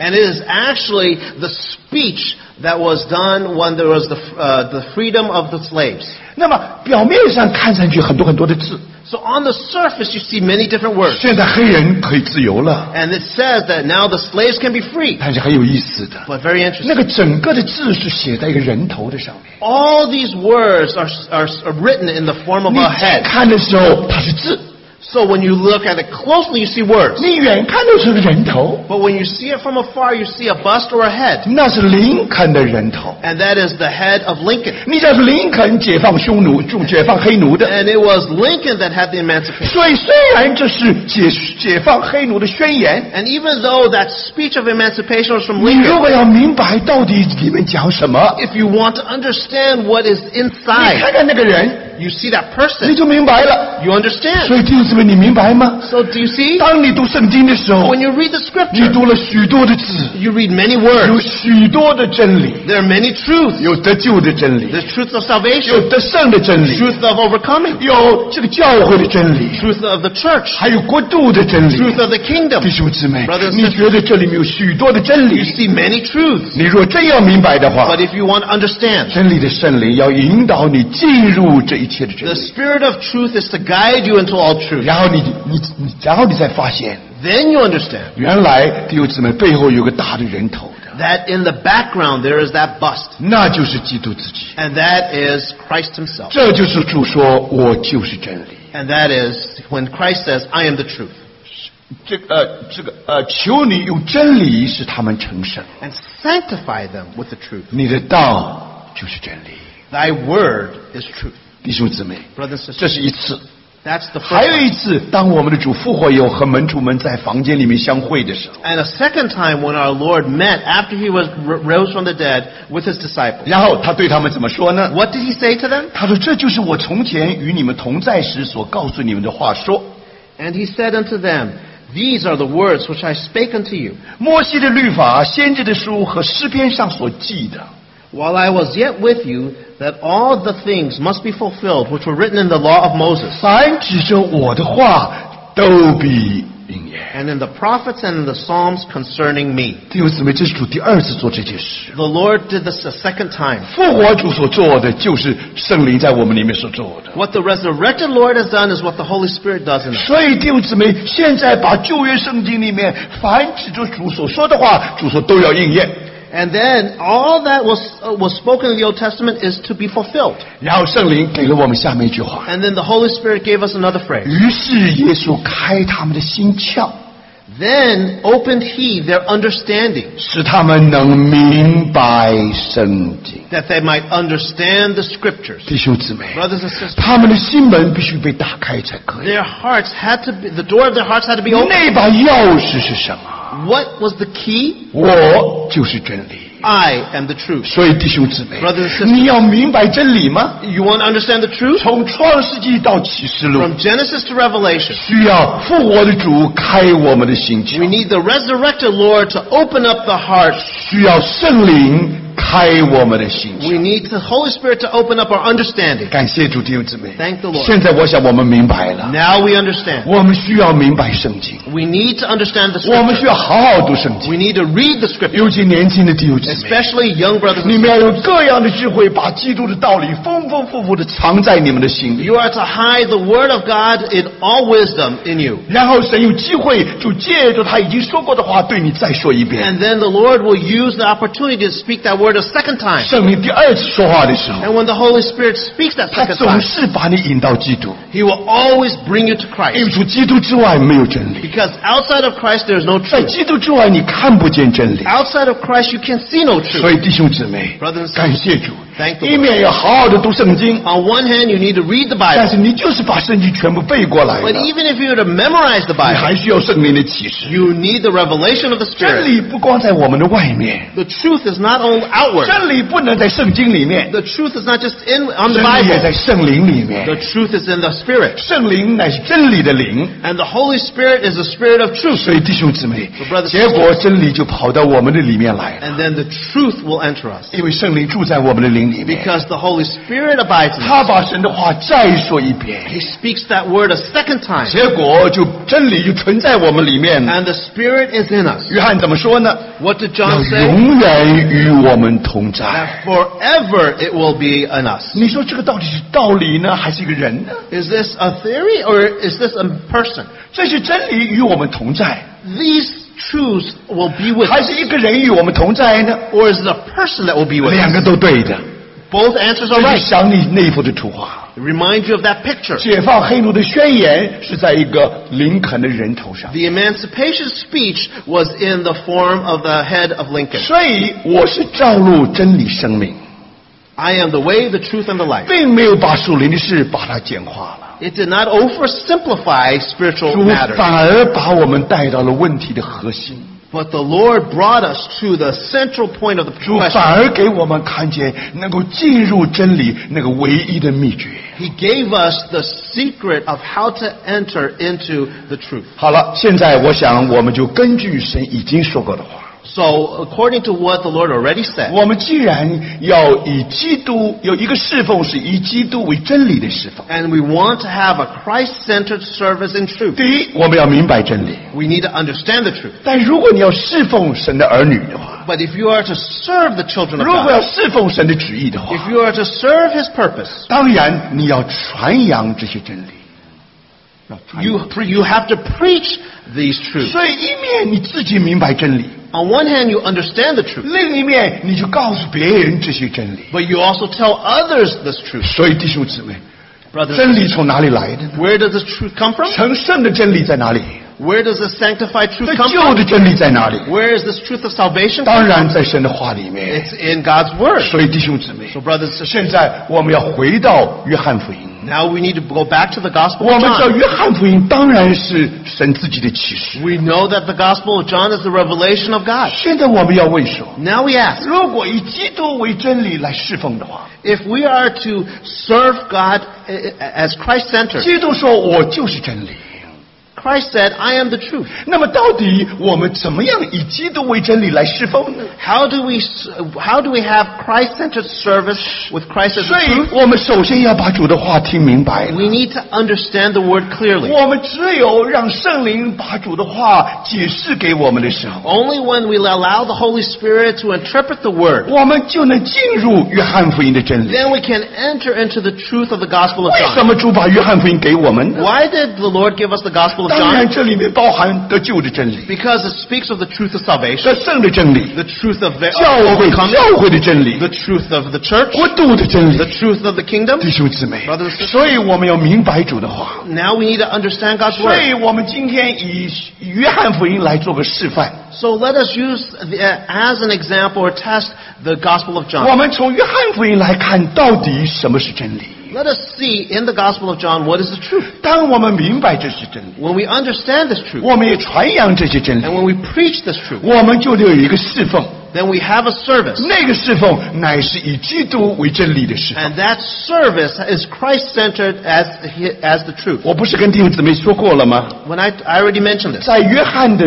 Speaker 2: And it is actually the speech that was done when there was the, uh, the freedom of the slaves.
Speaker 1: 那么表面上看上去很多很多的字，
Speaker 2: So on the surface, you see many different words.
Speaker 1: 现在黑人可以自由了，
Speaker 2: And it says that now the slaves can be free.
Speaker 1: 但是很有意思的，
Speaker 2: But very
Speaker 1: 那
Speaker 2: interesting.
Speaker 1: 个整个的字是写在一个人头的上面。
Speaker 2: All these words are, are, are written in the form of
Speaker 1: 你
Speaker 2: a head.
Speaker 1: 看的时候它是字，
Speaker 2: So when you look at it closely, you see words.
Speaker 1: 你远看的时候是人头，
Speaker 2: But when you see it from afar, you see a bust or a head.
Speaker 1: 那是林肯的人头。
Speaker 2: And that is the head of Lincoln.
Speaker 1: 你讲是林肯解放匈奴，就解放黑奴的，
Speaker 2: And it was Lincoln that had the emancipation.
Speaker 1: 所以虽然这是解解放黑奴的宣言，
Speaker 2: And even though that speech of emancipation was from
Speaker 1: 你如
Speaker 2: Lincoln,
Speaker 1: 果要明白到底里面讲什么，
Speaker 2: if you want to understand what is
Speaker 1: 你看
Speaker 2: inside,
Speaker 1: 看那个人，
Speaker 2: you see that
Speaker 1: 你
Speaker 2: person,
Speaker 1: 就明白了。
Speaker 2: you understand.
Speaker 1: 所以弟兄姊妹，你明白吗？
Speaker 2: So do you see?
Speaker 1: 当你读圣经的时候
Speaker 2: When，you read the
Speaker 1: 你
Speaker 2: scripture,
Speaker 1: 读了许多的字，
Speaker 2: you read many
Speaker 1: 有
Speaker 2: words.
Speaker 1: 许多的真理，
Speaker 2: There are many truths.
Speaker 1: 有得救的真理，
Speaker 2: There's truths
Speaker 1: 有
Speaker 2: of salvation,
Speaker 1: 得胜的真理，
Speaker 2: truth of overcoming,
Speaker 1: 有这个教会的真理，
Speaker 2: truth of the church,
Speaker 1: 还有国度的真理。
Speaker 2: truth of the kingdom.
Speaker 1: 弟兄姊妹
Speaker 2: Brothers，and
Speaker 1: 你觉得这里面有许多的真
Speaker 2: You
Speaker 1: 理？
Speaker 2: see many truths.
Speaker 1: 你若真要明白的话
Speaker 2: But，if you want to understand,
Speaker 1: 真理的圣灵要引导你进入这一切的真
Speaker 2: the
Speaker 1: 理。
Speaker 2: spirit of truth is to guide you into all truth.
Speaker 1: 然后你你你，然后你才发现，
Speaker 2: Then you understand
Speaker 1: 原来弟兄姊妹背后有个大的人头的，
Speaker 2: that in the background there is that bust.
Speaker 1: 那就是基督自己。
Speaker 2: And that is Christ himself.
Speaker 1: 这就是主说：“我就是真理。
Speaker 2: And that is when Christ says, I am the truth. ”
Speaker 1: 这个呃，这个呃，求你用真理使他们成圣，
Speaker 2: And sanctify them with the truth.
Speaker 1: 你的道就是真理。
Speaker 2: Thy word is truth.
Speaker 1: 弟兄姊妹，
Speaker 2: Brothers and
Speaker 1: 这是
Speaker 2: sisters,
Speaker 1: 一次，
Speaker 2: that's the first
Speaker 1: 还有一
Speaker 2: time.
Speaker 1: 次，当我们的主复活以后，和门徒们在房间里面相会的时候，
Speaker 2: And a second time when our Lord met after he was r- rose from the dead with his disciples.
Speaker 1: 然后他对他们怎么说呢？
Speaker 2: What did he say to them?
Speaker 1: 他说：“这就是我从前与你们同在时所告诉你们的话说。
Speaker 2: And he said unto them, These are the words which I spake unto you
Speaker 1: 摩西的律法、先知的书和诗篇上所记的，
Speaker 2: while I was yet with you, that all the things must be fulfilled which were written in the law of Moses.
Speaker 1: 凡指着我的话，都必应验。
Speaker 2: and in the prophets and in the Psalms concerning me.
Speaker 1: 弟兄姊妹，这是主第二次做这件事。
Speaker 2: The Lord did this a second time.
Speaker 1: 复活主所做的，就是圣灵在我们里面所做的。
Speaker 2: What the resurrected Lord has done is what the Holy Spirit does in us.
Speaker 1: 所以弟兄姊妹，现在把旧约圣经里面凡指着主所说的话，主说都要应验。
Speaker 2: And then all that was, uh, was spoken in the Old Testament is to be fulfilled.
Speaker 1: 然后圣灵给了我们下面一句话：
Speaker 2: And then the Holy Spirit gave us another phrase.
Speaker 1: 于是耶稣开他们的心窍，
Speaker 2: Then opened he their understanding,
Speaker 1: 使他们能明白圣经。
Speaker 2: that they might understand the scriptures.
Speaker 1: 弟兄姊妹，
Speaker 2: Brothers and sisters,
Speaker 1: 他们的心门必须被打开才可以。
Speaker 2: their hearts had to be, the door of their hearts had to be opened.
Speaker 1: 那把钥匙是什么？
Speaker 2: What was the key?
Speaker 1: 我就是真理。
Speaker 2: I am the truth.
Speaker 1: 所以弟兄姊妹
Speaker 2: Brothers and sisters
Speaker 1: 你要明白真理吗？
Speaker 2: You want to understand the truth?
Speaker 1: 从创世纪到启示录，
Speaker 2: From Genesis to Revelation,
Speaker 1: 需要复活的主开我们的心窍
Speaker 2: we，need the resurrected Lord to open up the heart.
Speaker 1: 需要圣灵开我们的心
Speaker 2: We
Speaker 1: 窍。
Speaker 2: need the Holy Spirit to open up our understanding.
Speaker 1: 感谢主弟兄姊妹，
Speaker 2: Thank the Lord.
Speaker 1: 现在我想我们明白了，
Speaker 2: Now we understand.
Speaker 1: 我们需要明白圣经，
Speaker 2: We need to understand the
Speaker 1: 我们
Speaker 2: scriptures.
Speaker 1: 需要好好读圣经。
Speaker 2: We need to read the scriptures,
Speaker 1: 尤其年轻的弟兄姊妹，
Speaker 2: especially young brothers and
Speaker 1: 你
Speaker 2: sisters.
Speaker 1: 们要有各样的智慧，把基督的道理丰丰富富的藏在你们的心里。
Speaker 2: You are to hide the word of God in all wisdom in you.
Speaker 1: 然后神有机会就借着他已经说过的话对你再说一遍。
Speaker 2: And then the Lord will use the opportunity to speak that word a second time.
Speaker 1: 圣灵第二次说话的时候，
Speaker 2: And when the Holy Spirit speaks that
Speaker 1: 他
Speaker 2: second
Speaker 1: 总
Speaker 2: time,
Speaker 1: 是把你引到基督，
Speaker 2: He will always bring you to
Speaker 1: 因为
Speaker 2: Christ.
Speaker 1: 除基督之外没有真理，
Speaker 2: Because outside of Christ, there is no
Speaker 1: 在
Speaker 2: truth.
Speaker 1: 基督之外你看不见真理。
Speaker 2: Outside of Christ, you can see no
Speaker 1: 所
Speaker 2: truth.
Speaker 1: 以弟兄姊妹
Speaker 2: Brothers and，sisters
Speaker 1: 感谢主
Speaker 2: Thank，the Lord
Speaker 1: 一面要好好的读圣经，
Speaker 2: On one hand, you need to read the
Speaker 1: 但
Speaker 2: Bible.
Speaker 1: 是你就是把圣经全部背过来了，
Speaker 2: But
Speaker 1: 你
Speaker 2: even if you were to memorize the Bible,
Speaker 1: 还需要圣灵的启示。
Speaker 2: you need the revelation of the
Speaker 1: 真
Speaker 2: Spirit.
Speaker 1: 理不光在我们的外面，
Speaker 2: The truth is not only outward.
Speaker 1: 真理不能在圣经里面，
Speaker 2: The truth is not just in on
Speaker 1: 真
Speaker 2: the
Speaker 1: 理也
Speaker 2: Bible.
Speaker 1: 在圣灵里面。
Speaker 2: The truth is in the Spirit.
Speaker 1: 圣灵乃是真理的灵，
Speaker 2: And the Holy Spirit is the Spirit of truth.
Speaker 1: 所以弟兄姊妹
Speaker 2: So brothers，and
Speaker 1: 结果真理就跑到我们的里面来了，
Speaker 2: And then the truth will enter us.
Speaker 1: 因为圣灵住在我们的灵里面，
Speaker 2: Because the Holy Spirit abides in us.
Speaker 1: 他把神的话再说一遍，
Speaker 2: He speaks that word a second time.
Speaker 1: 结果就真理就存在我们里面。
Speaker 2: And the Spirit is in us.
Speaker 1: 约翰怎么说呢？
Speaker 2: What did
Speaker 1: 要
Speaker 2: John say?
Speaker 1: 永远与我们同在。
Speaker 2: That forever it will be in us.
Speaker 1: 你说这个到底是道理呢，还是一个人呢？
Speaker 2: Is this a theory or is this a person?
Speaker 1: 这是真理与我们同在，
Speaker 2: These truths will be with
Speaker 1: 还
Speaker 2: us.
Speaker 1: 是一个人与我们同在呢？
Speaker 2: Or is it a person that will be with
Speaker 1: 两
Speaker 2: us?
Speaker 1: 个都对的。
Speaker 2: Both answers
Speaker 1: 我
Speaker 2: are
Speaker 1: 就
Speaker 2: right.
Speaker 1: 想你那幅的图画。
Speaker 2: Remind you of that picture.
Speaker 1: 解放黑奴的宣言是在一个林肯的人头上，
Speaker 2: The emancipation speech was in the form of the head of Lincoln.
Speaker 1: 所以我是照露真理生命，
Speaker 2: I am the way, the truth, and the life.
Speaker 1: 并没有把属灵的事把它简化了，
Speaker 2: It did not oversimplify spiritual
Speaker 1: 主
Speaker 2: matters.
Speaker 1: 反而把我们带到了问题的核心，
Speaker 2: But the Lord brought us to the central point of the
Speaker 1: 主
Speaker 2: question.
Speaker 1: 反而给我们看见能够进入真理那个唯一的秘诀。
Speaker 2: He gave us the secret of how to enter into the truth.
Speaker 1: 好了，现在我想我们就根据神已经说过的话。
Speaker 2: So, according to what the Lord already said,
Speaker 1: 我们既然要以基督有一个侍奉是以基督为真理的侍奉，
Speaker 2: and we want to have a Christ centered service in truth,
Speaker 1: 第一，我们要明白真理。
Speaker 2: we need to understand the truth.
Speaker 1: 但如果你要侍奉神的儿女的话，
Speaker 2: But if you are to serve the children
Speaker 1: 如
Speaker 2: of
Speaker 1: 果要
Speaker 2: God,
Speaker 1: 侍奉神的旨意的话，
Speaker 2: if you are to serve His purpose,
Speaker 1: 当然你要传扬这些真理。要传
Speaker 2: you,
Speaker 1: 扬
Speaker 2: pre- you have to preach these truths.
Speaker 1: 所以一面你自己明白真理，
Speaker 2: On one hand, you understand the truth,
Speaker 1: 另一面你就告诉别人这些真理。
Speaker 2: but you also tell others this truth.
Speaker 1: 所以弟兄姊妹，
Speaker 2: Brothers,
Speaker 1: 真理从哪里来的呢？
Speaker 2: where does this truth come from?
Speaker 1: 成圣的真理在哪里？
Speaker 2: Where does this sanctified truth
Speaker 1: 得
Speaker 2: come
Speaker 1: 救
Speaker 2: from?
Speaker 1: 的真理在哪里？
Speaker 2: Where is this truth of salvation?
Speaker 1: 当然在神的话里面。
Speaker 2: It's in God's Word.
Speaker 1: 所以弟兄姊妹，
Speaker 2: So, brothers and sisters,
Speaker 1: 现在我们要回到约翰福音。
Speaker 2: now we need to go back to the Gospel
Speaker 1: 我
Speaker 2: of
Speaker 1: 们知道
Speaker 2: John.
Speaker 1: 约翰福音当然是神自己的启示。
Speaker 2: We know that the Gospel of John is the revelation of God.
Speaker 1: 现在我们要问说，
Speaker 2: Now we ask,
Speaker 1: 如果以基督为真理来侍奉的话，
Speaker 2: if we are to serve God eh, eh, as Christ-centered,
Speaker 1: 基督说我就是真理，
Speaker 2: Christ said, I am the truth.
Speaker 1: 那么，到底我们怎么样以基督为真理来侍奉呢？
Speaker 2: How do we how do we have Christ-centered service with Christ as
Speaker 1: 所
Speaker 2: the
Speaker 1: 以
Speaker 2: truth?
Speaker 1: 我们首先要把主的话听明白了
Speaker 2: We need to understand the word clearly.
Speaker 1: 我们只有让圣灵把主的话解释给我们的时候，
Speaker 2: Only when we allow the Holy Spirit to interpret the word,
Speaker 1: 我们就能进入约翰福音的真理。
Speaker 2: then we can enter into the truth of the Gospel of
Speaker 1: 为什
Speaker 2: John.
Speaker 1: 么主把约翰福音给我们呢？
Speaker 2: Why did the Lord give us the Gospel of
Speaker 1: 当然，
Speaker 2: John?
Speaker 1: 这里面包含得救的真理、
Speaker 2: Because it speaks of the truth of salvation,
Speaker 1: 得胜的真理、
Speaker 2: the truth of the,
Speaker 1: 教会
Speaker 2: overcoming,
Speaker 1: 教会的真理、
Speaker 2: the truth of the church,
Speaker 1: 国度的真理
Speaker 2: the。truth of the kingdom.
Speaker 1: 弟兄姊妹
Speaker 2: Brothers and，sisters
Speaker 1: 所以我们要明白主的话。
Speaker 2: Now we need to understand God's
Speaker 1: 所以
Speaker 2: word.
Speaker 1: 我们今天以约翰福音来做个示范。
Speaker 2: So let us use the, uh, as an example or test the Gospel of
Speaker 1: 我
Speaker 2: John.
Speaker 1: 们从约翰福音来看，到底什么是真理？
Speaker 2: Let us see in the Gospel of John what is the truth.
Speaker 1: 当我们明白这是真理，
Speaker 2: When we understand this truth,
Speaker 1: 我们也传扬这些真理
Speaker 2: and，when we preach this truth,
Speaker 1: 我们就得有一个侍奉，
Speaker 2: then we have a service.
Speaker 1: 那个侍奉乃是以基督为真理的侍奉。
Speaker 2: And that service is Christ-centered as, as the truth.
Speaker 1: 我不是跟弟兄姊妹说过了吗？
Speaker 2: When I, I already mentioned this.
Speaker 1: 在约翰的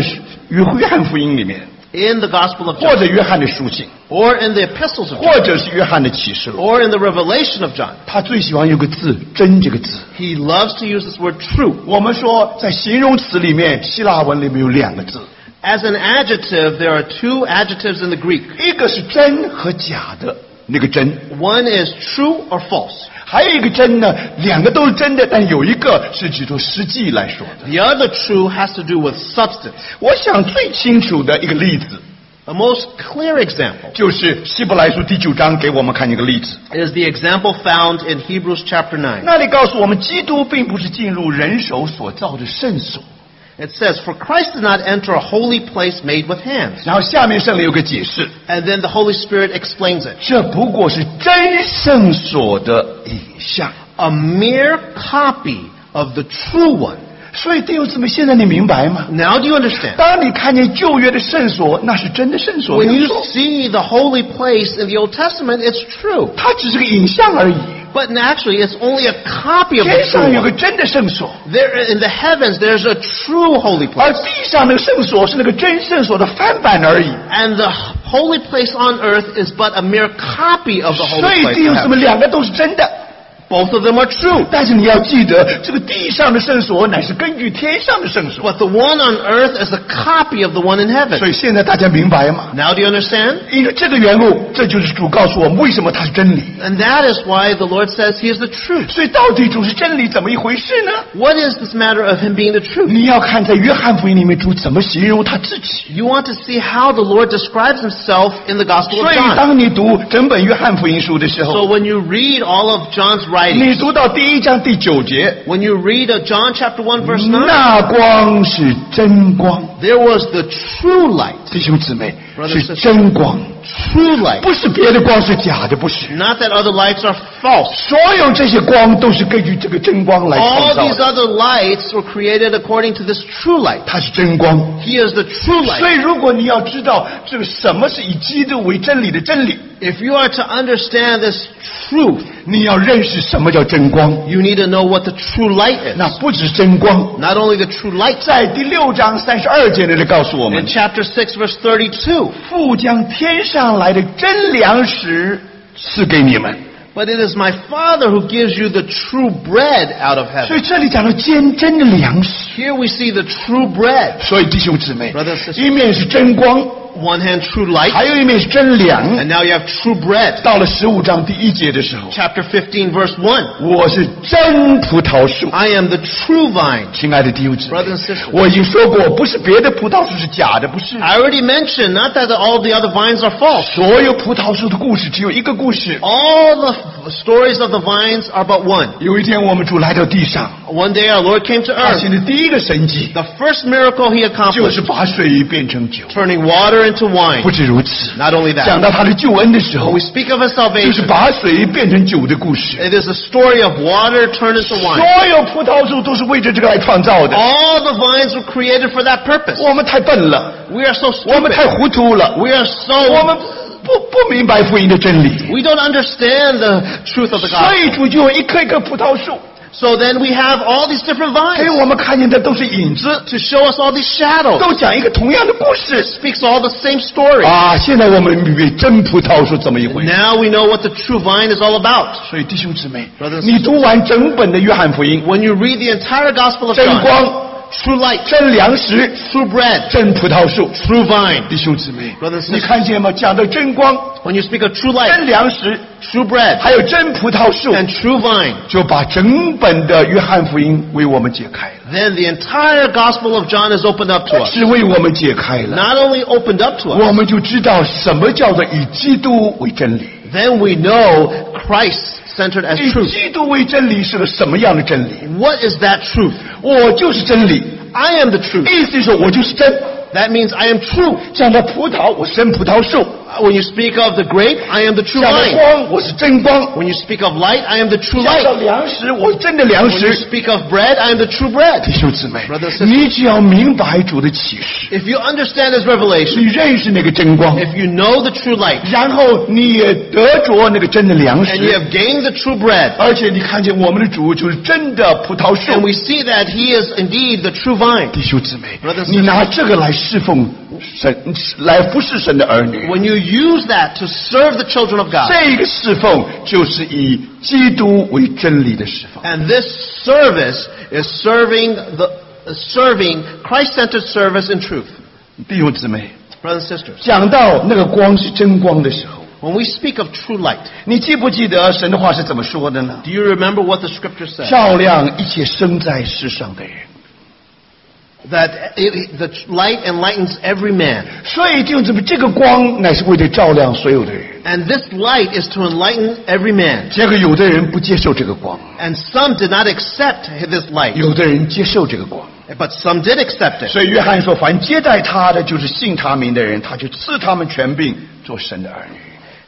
Speaker 1: 约约翰福音里面，
Speaker 2: In the Gospel of
Speaker 1: 或
Speaker 2: John,
Speaker 1: 者约翰的书信，
Speaker 2: or in the epistles of John,
Speaker 1: 或者是约翰的启示录，
Speaker 2: or in the revelation of John,
Speaker 1: 他最喜欢有个字“真”这个字。
Speaker 2: he loves to use this word true.
Speaker 1: 我们说，在形容词里面，希腊文里面有两个字，
Speaker 2: As an adjective, there are two adjectives in the Greek.
Speaker 1: 一个是真和假的那个真，
Speaker 2: One is true or false.
Speaker 1: 还有一个真呢，两个都是真的，但有一个是指出实际来说的。
Speaker 2: The other true has to do with substance.
Speaker 1: 我想最清楚的一个例子，
Speaker 2: The most clear example
Speaker 1: 就是希伯来书第九章给我们看一个例子，
Speaker 2: is the example found in Hebrews chapter 9.
Speaker 1: 那里告诉我们，基督并不是进入人手所造的圣所。
Speaker 2: It says, For Christ did not enter a holy place made with hands.
Speaker 1: 然后下面圣灵有个解释，
Speaker 2: And then the Holy Spirit explains it.
Speaker 1: 这不过是真圣所的影像。
Speaker 2: A mere copy of the true one.
Speaker 1: 所以弟兄姊妹，现在你明白吗？
Speaker 2: Now do you understand?
Speaker 1: 当你看见旧约的圣所，那是真的圣所，
Speaker 2: When
Speaker 1: 没
Speaker 2: you
Speaker 1: 有错，
Speaker 2: see the holy place in the Old Testament, it's true.
Speaker 1: 它只是个影像而已。
Speaker 2: But naturally, it's only a copy of the
Speaker 1: 天
Speaker 2: true
Speaker 1: 上有个
Speaker 2: one.
Speaker 1: 真的圣所，
Speaker 2: There, in the heavens, there's a true holy
Speaker 1: 而
Speaker 2: place.
Speaker 1: 地上那个圣所是那个真圣所的翻版而已。
Speaker 2: And the holy place on earth is but a mere copy of the
Speaker 1: 所
Speaker 2: holy
Speaker 1: 以
Speaker 2: place.
Speaker 1: 弟兄
Speaker 2: in
Speaker 1: 姊妹，
Speaker 2: heaven.
Speaker 1: 两个都是真的，
Speaker 2: Both of them are true.
Speaker 1: 但是你要记得，这个地上的圣所乃是根据天上的圣所。
Speaker 2: But the one on earth is a copy of the one in heaven.
Speaker 1: 所以现在大家明白吗？
Speaker 2: Now do you understand?
Speaker 1: 因为这个缘故，这就是主告诉我们为什么它是真理。
Speaker 2: And that is why the Lord says he is the truth.
Speaker 1: 所以到底主是真理怎么一回事呢？
Speaker 2: What is this matter of him being the truth?
Speaker 1: 你要看在约翰福音里面主怎么形容他自己。
Speaker 2: You want to see how the Lord describes himself in the Gospel
Speaker 1: 所
Speaker 2: of
Speaker 1: 以
Speaker 2: John.
Speaker 1: 当你读整本约翰福音书的时候，
Speaker 2: So when you read all of John's writings,
Speaker 1: 你读到第一章第九节，
Speaker 2: when you read of John chapter 1 verse 9,
Speaker 1: 那光是真光。
Speaker 2: there was the true light.
Speaker 1: 弟兄姊妹，
Speaker 2: Brothers
Speaker 1: 是真光，
Speaker 2: True light.
Speaker 1: 不是别的光是假的，不是。
Speaker 2: Not that other lights are false.
Speaker 1: 所有这些光都是根据这个真光来
Speaker 2: All
Speaker 1: 创造
Speaker 2: these
Speaker 1: 的，
Speaker 2: other lights were created according to this true light.
Speaker 1: 它是真光。
Speaker 2: He is the true
Speaker 1: 所
Speaker 2: light.
Speaker 1: 以，如果你要知道这个什么是以基督为真理的真理，
Speaker 2: If you are to understand this truth,
Speaker 1: 你要认识什么叫真光。
Speaker 2: you need to know what the true light is.
Speaker 1: 那不止真光，
Speaker 2: Not only the true light.
Speaker 1: 在第六章三十二节那里告诉我
Speaker 2: In
Speaker 1: 们，
Speaker 2: chapter 6 verse 32,
Speaker 1: 父将天上来的真粮食赐给你们。
Speaker 2: But it is my Father who gives you the true bread out of
Speaker 1: 所以
Speaker 2: heaven.
Speaker 1: 这里讲到坚真的粮食。
Speaker 2: Here we see the true bread.
Speaker 1: 所以弟兄姊妹
Speaker 2: Brothers and，sisters
Speaker 1: 一面是真光，
Speaker 2: One hand, true light.
Speaker 1: 还有一面是真粮。
Speaker 2: And now you have true bread.
Speaker 1: 到了十五章第一节的时候，
Speaker 2: Chapter 15, verse 1.
Speaker 1: 我是真葡萄树。
Speaker 2: I am the true vine.
Speaker 1: 亲爱的弟兄姊妹
Speaker 2: Brothers and sisters
Speaker 1: 我已经说过，不是别的葡萄树是假的，不是。
Speaker 2: I already mentioned, not that all the other vines are false.
Speaker 1: 所有葡萄树的故事只有一个故事。
Speaker 2: All the f- stories of the vines are but one.
Speaker 1: 有一天，我们主来到地上，
Speaker 2: One day our Lord came to
Speaker 1: 他行
Speaker 2: earth.
Speaker 1: 的第一个神迹
Speaker 2: The first miracle he
Speaker 1: 就
Speaker 2: accomplished,
Speaker 1: 是把水变成酒。
Speaker 2: turning water into wine.
Speaker 1: 不止如此，
Speaker 2: Not only
Speaker 1: 讲
Speaker 2: that,
Speaker 1: 到他的救恩的时
Speaker 2: when
Speaker 1: 候
Speaker 2: we，speak of his
Speaker 1: 就是
Speaker 2: salvation,
Speaker 1: 把水变成酒的故事。
Speaker 2: it is a story of water turned into wine.
Speaker 1: 所有葡萄树都是为着这个来创造的。
Speaker 2: All the vines were created for that purpose.
Speaker 1: 我们太笨了，
Speaker 2: We are so
Speaker 1: 我们
Speaker 2: stupid.
Speaker 1: 太糊涂了，
Speaker 2: We are
Speaker 1: 我们
Speaker 2: so.
Speaker 1: 不不明白福音的真理。
Speaker 2: We don't understand the truth of the
Speaker 1: 所
Speaker 2: gospel.
Speaker 1: 以主就有一棵一棵葡萄树，
Speaker 2: So then we have all these different
Speaker 1: 给
Speaker 2: vines
Speaker 1: 我们看见的都是影子，
Speaker 2: to show us all these shadows.
Speaker 1: 都讲一个同样的故事
Speaker 2: It。speaks all the same story.
Speaker 1: 啊，现在我们明白真葡萄是怎么一回事。
Speaker 2: Now we know what the true vine is all about.
Speaker 1: 所以弟兄姊妹
Speaker 2: Brothers，and
Speaker 1: 你读完整本的约翰福音，
Speaker 2: When you read the entire Gospel of
Speaker 1: 真
Speaker 2: John,
Speaker 1: 光、
Speaker 2: true light,
Speaker 1: 真粮食、
Speaker 2: true bread,
Speaker 1: 真葡萄树，
Speaker 2: true vine.
Speaker 1: 弟兄姊妹
Speaker 2: Brothers，and
Speaker 1: 你看见吗？讲的真光、
Speaker 2: When you speak of true light,
Speaker 1: 真粮食，
Speaker 2: true bread,
Speaker 1: 还有真葡萄树，
Speaker 2: and true vine,
Speaker 1: 就把整本的约翰福音为我们解开了，
Speaker 2: then the entire Gospel of John is opened up to
Speaker 1: 不
Speaker 2: us.
Speaker 1: 是为我们解开了，
Speaker 2: Not only opened up to us,
Speaker 1: 我们就知道什么叫做以基督为真理。
Speaker 2: then we know Christ centered as
Speaker 1: 以
Speaker 2: truth.
Speaker 1: 基督为真理是个什么样的真理？
Speaker 2: What is that truth?
Speaker 1: 我就是真理，
Speaker 2: I am the truth.
Speaker 1: 意思是我就是真。
Speaker 2: That means I am true.
Speaker 1: 讲到葡萄，我是真葡萄树；
Speaker 2: When you speak of the grape, I am the true
Speaker 1: 讲到
Speaker 2: vine.
Speaker 1: 光，我是真光；
Speaker 2: When you speak of light, I am the true
Speaker 1: 讲到
Speaker 2: light.
Speaker 1: 粮食，我是真的粮
Speaker 2: When you
Speaker 1: 食。
Speaker 2: speak of bread, I am the true bread.
Speaker 1: 弟兄姊妹
Speaker 2: Brothers，and sisters
Speaker 1: 你只要明白主的启示，
Speaker 2: If you understand His
Speaker 1: 你
Speaker 2: revelation,
Speaker 1: 认识那个真光，
Speaker 2: if you know the true light,
Speaker 1: 然后你也得着那个真的粮
Speaker 2: and you
Speaker 1: 食，
Speaker 2: have gained the true bread,
Speaker 1: 而且你看见我们的主就是真的葡萄树
Speaker 2: and。we see that He is indeed the true vine.
Speaker 1: 弟兄姊妹
Speaker 2: Brothers，and sisters
Speaker 1: 你拿这个来侍奉神，来服侍神的儿女。
Speaker 2: When you use that to serve the children of God,
Speaker 1: 这个侍奉就是以基督为真理的侍奉。
Speaker 2: and this service is serving the serving Christ-centered service in truth.
Speaker 1: 弟兄姊妹，
Speaker 2: Brothers and sisters,
Speaker 1: 讲到那个光是真光的时候，
Speaker 2: when we speak of true light,
Speaker 1: 你记不记得神的话是怎么说的呢？
Speaker 2: do you remember what the scripture says?
Speaker 1: 照亮一切生在世上的人。
Speaker 2: That it, the light enlightens every man.
Speaker 1: 所以弟兄姊妹，这个光乃是为了照亮所有的人。
Speaker 2: And this light is to enlighten every man.
Speaker 1: 结果有的人不接受这个光，
Speaker 2: And some did not accept this light,
Speaker 1: 有的人接受这个光。
Speaker 2: but some did accept it.
Speaker 1: 所以约翰说：“凡接待他的，就是信他名的人，他就赐他们权柄，做神的儿女。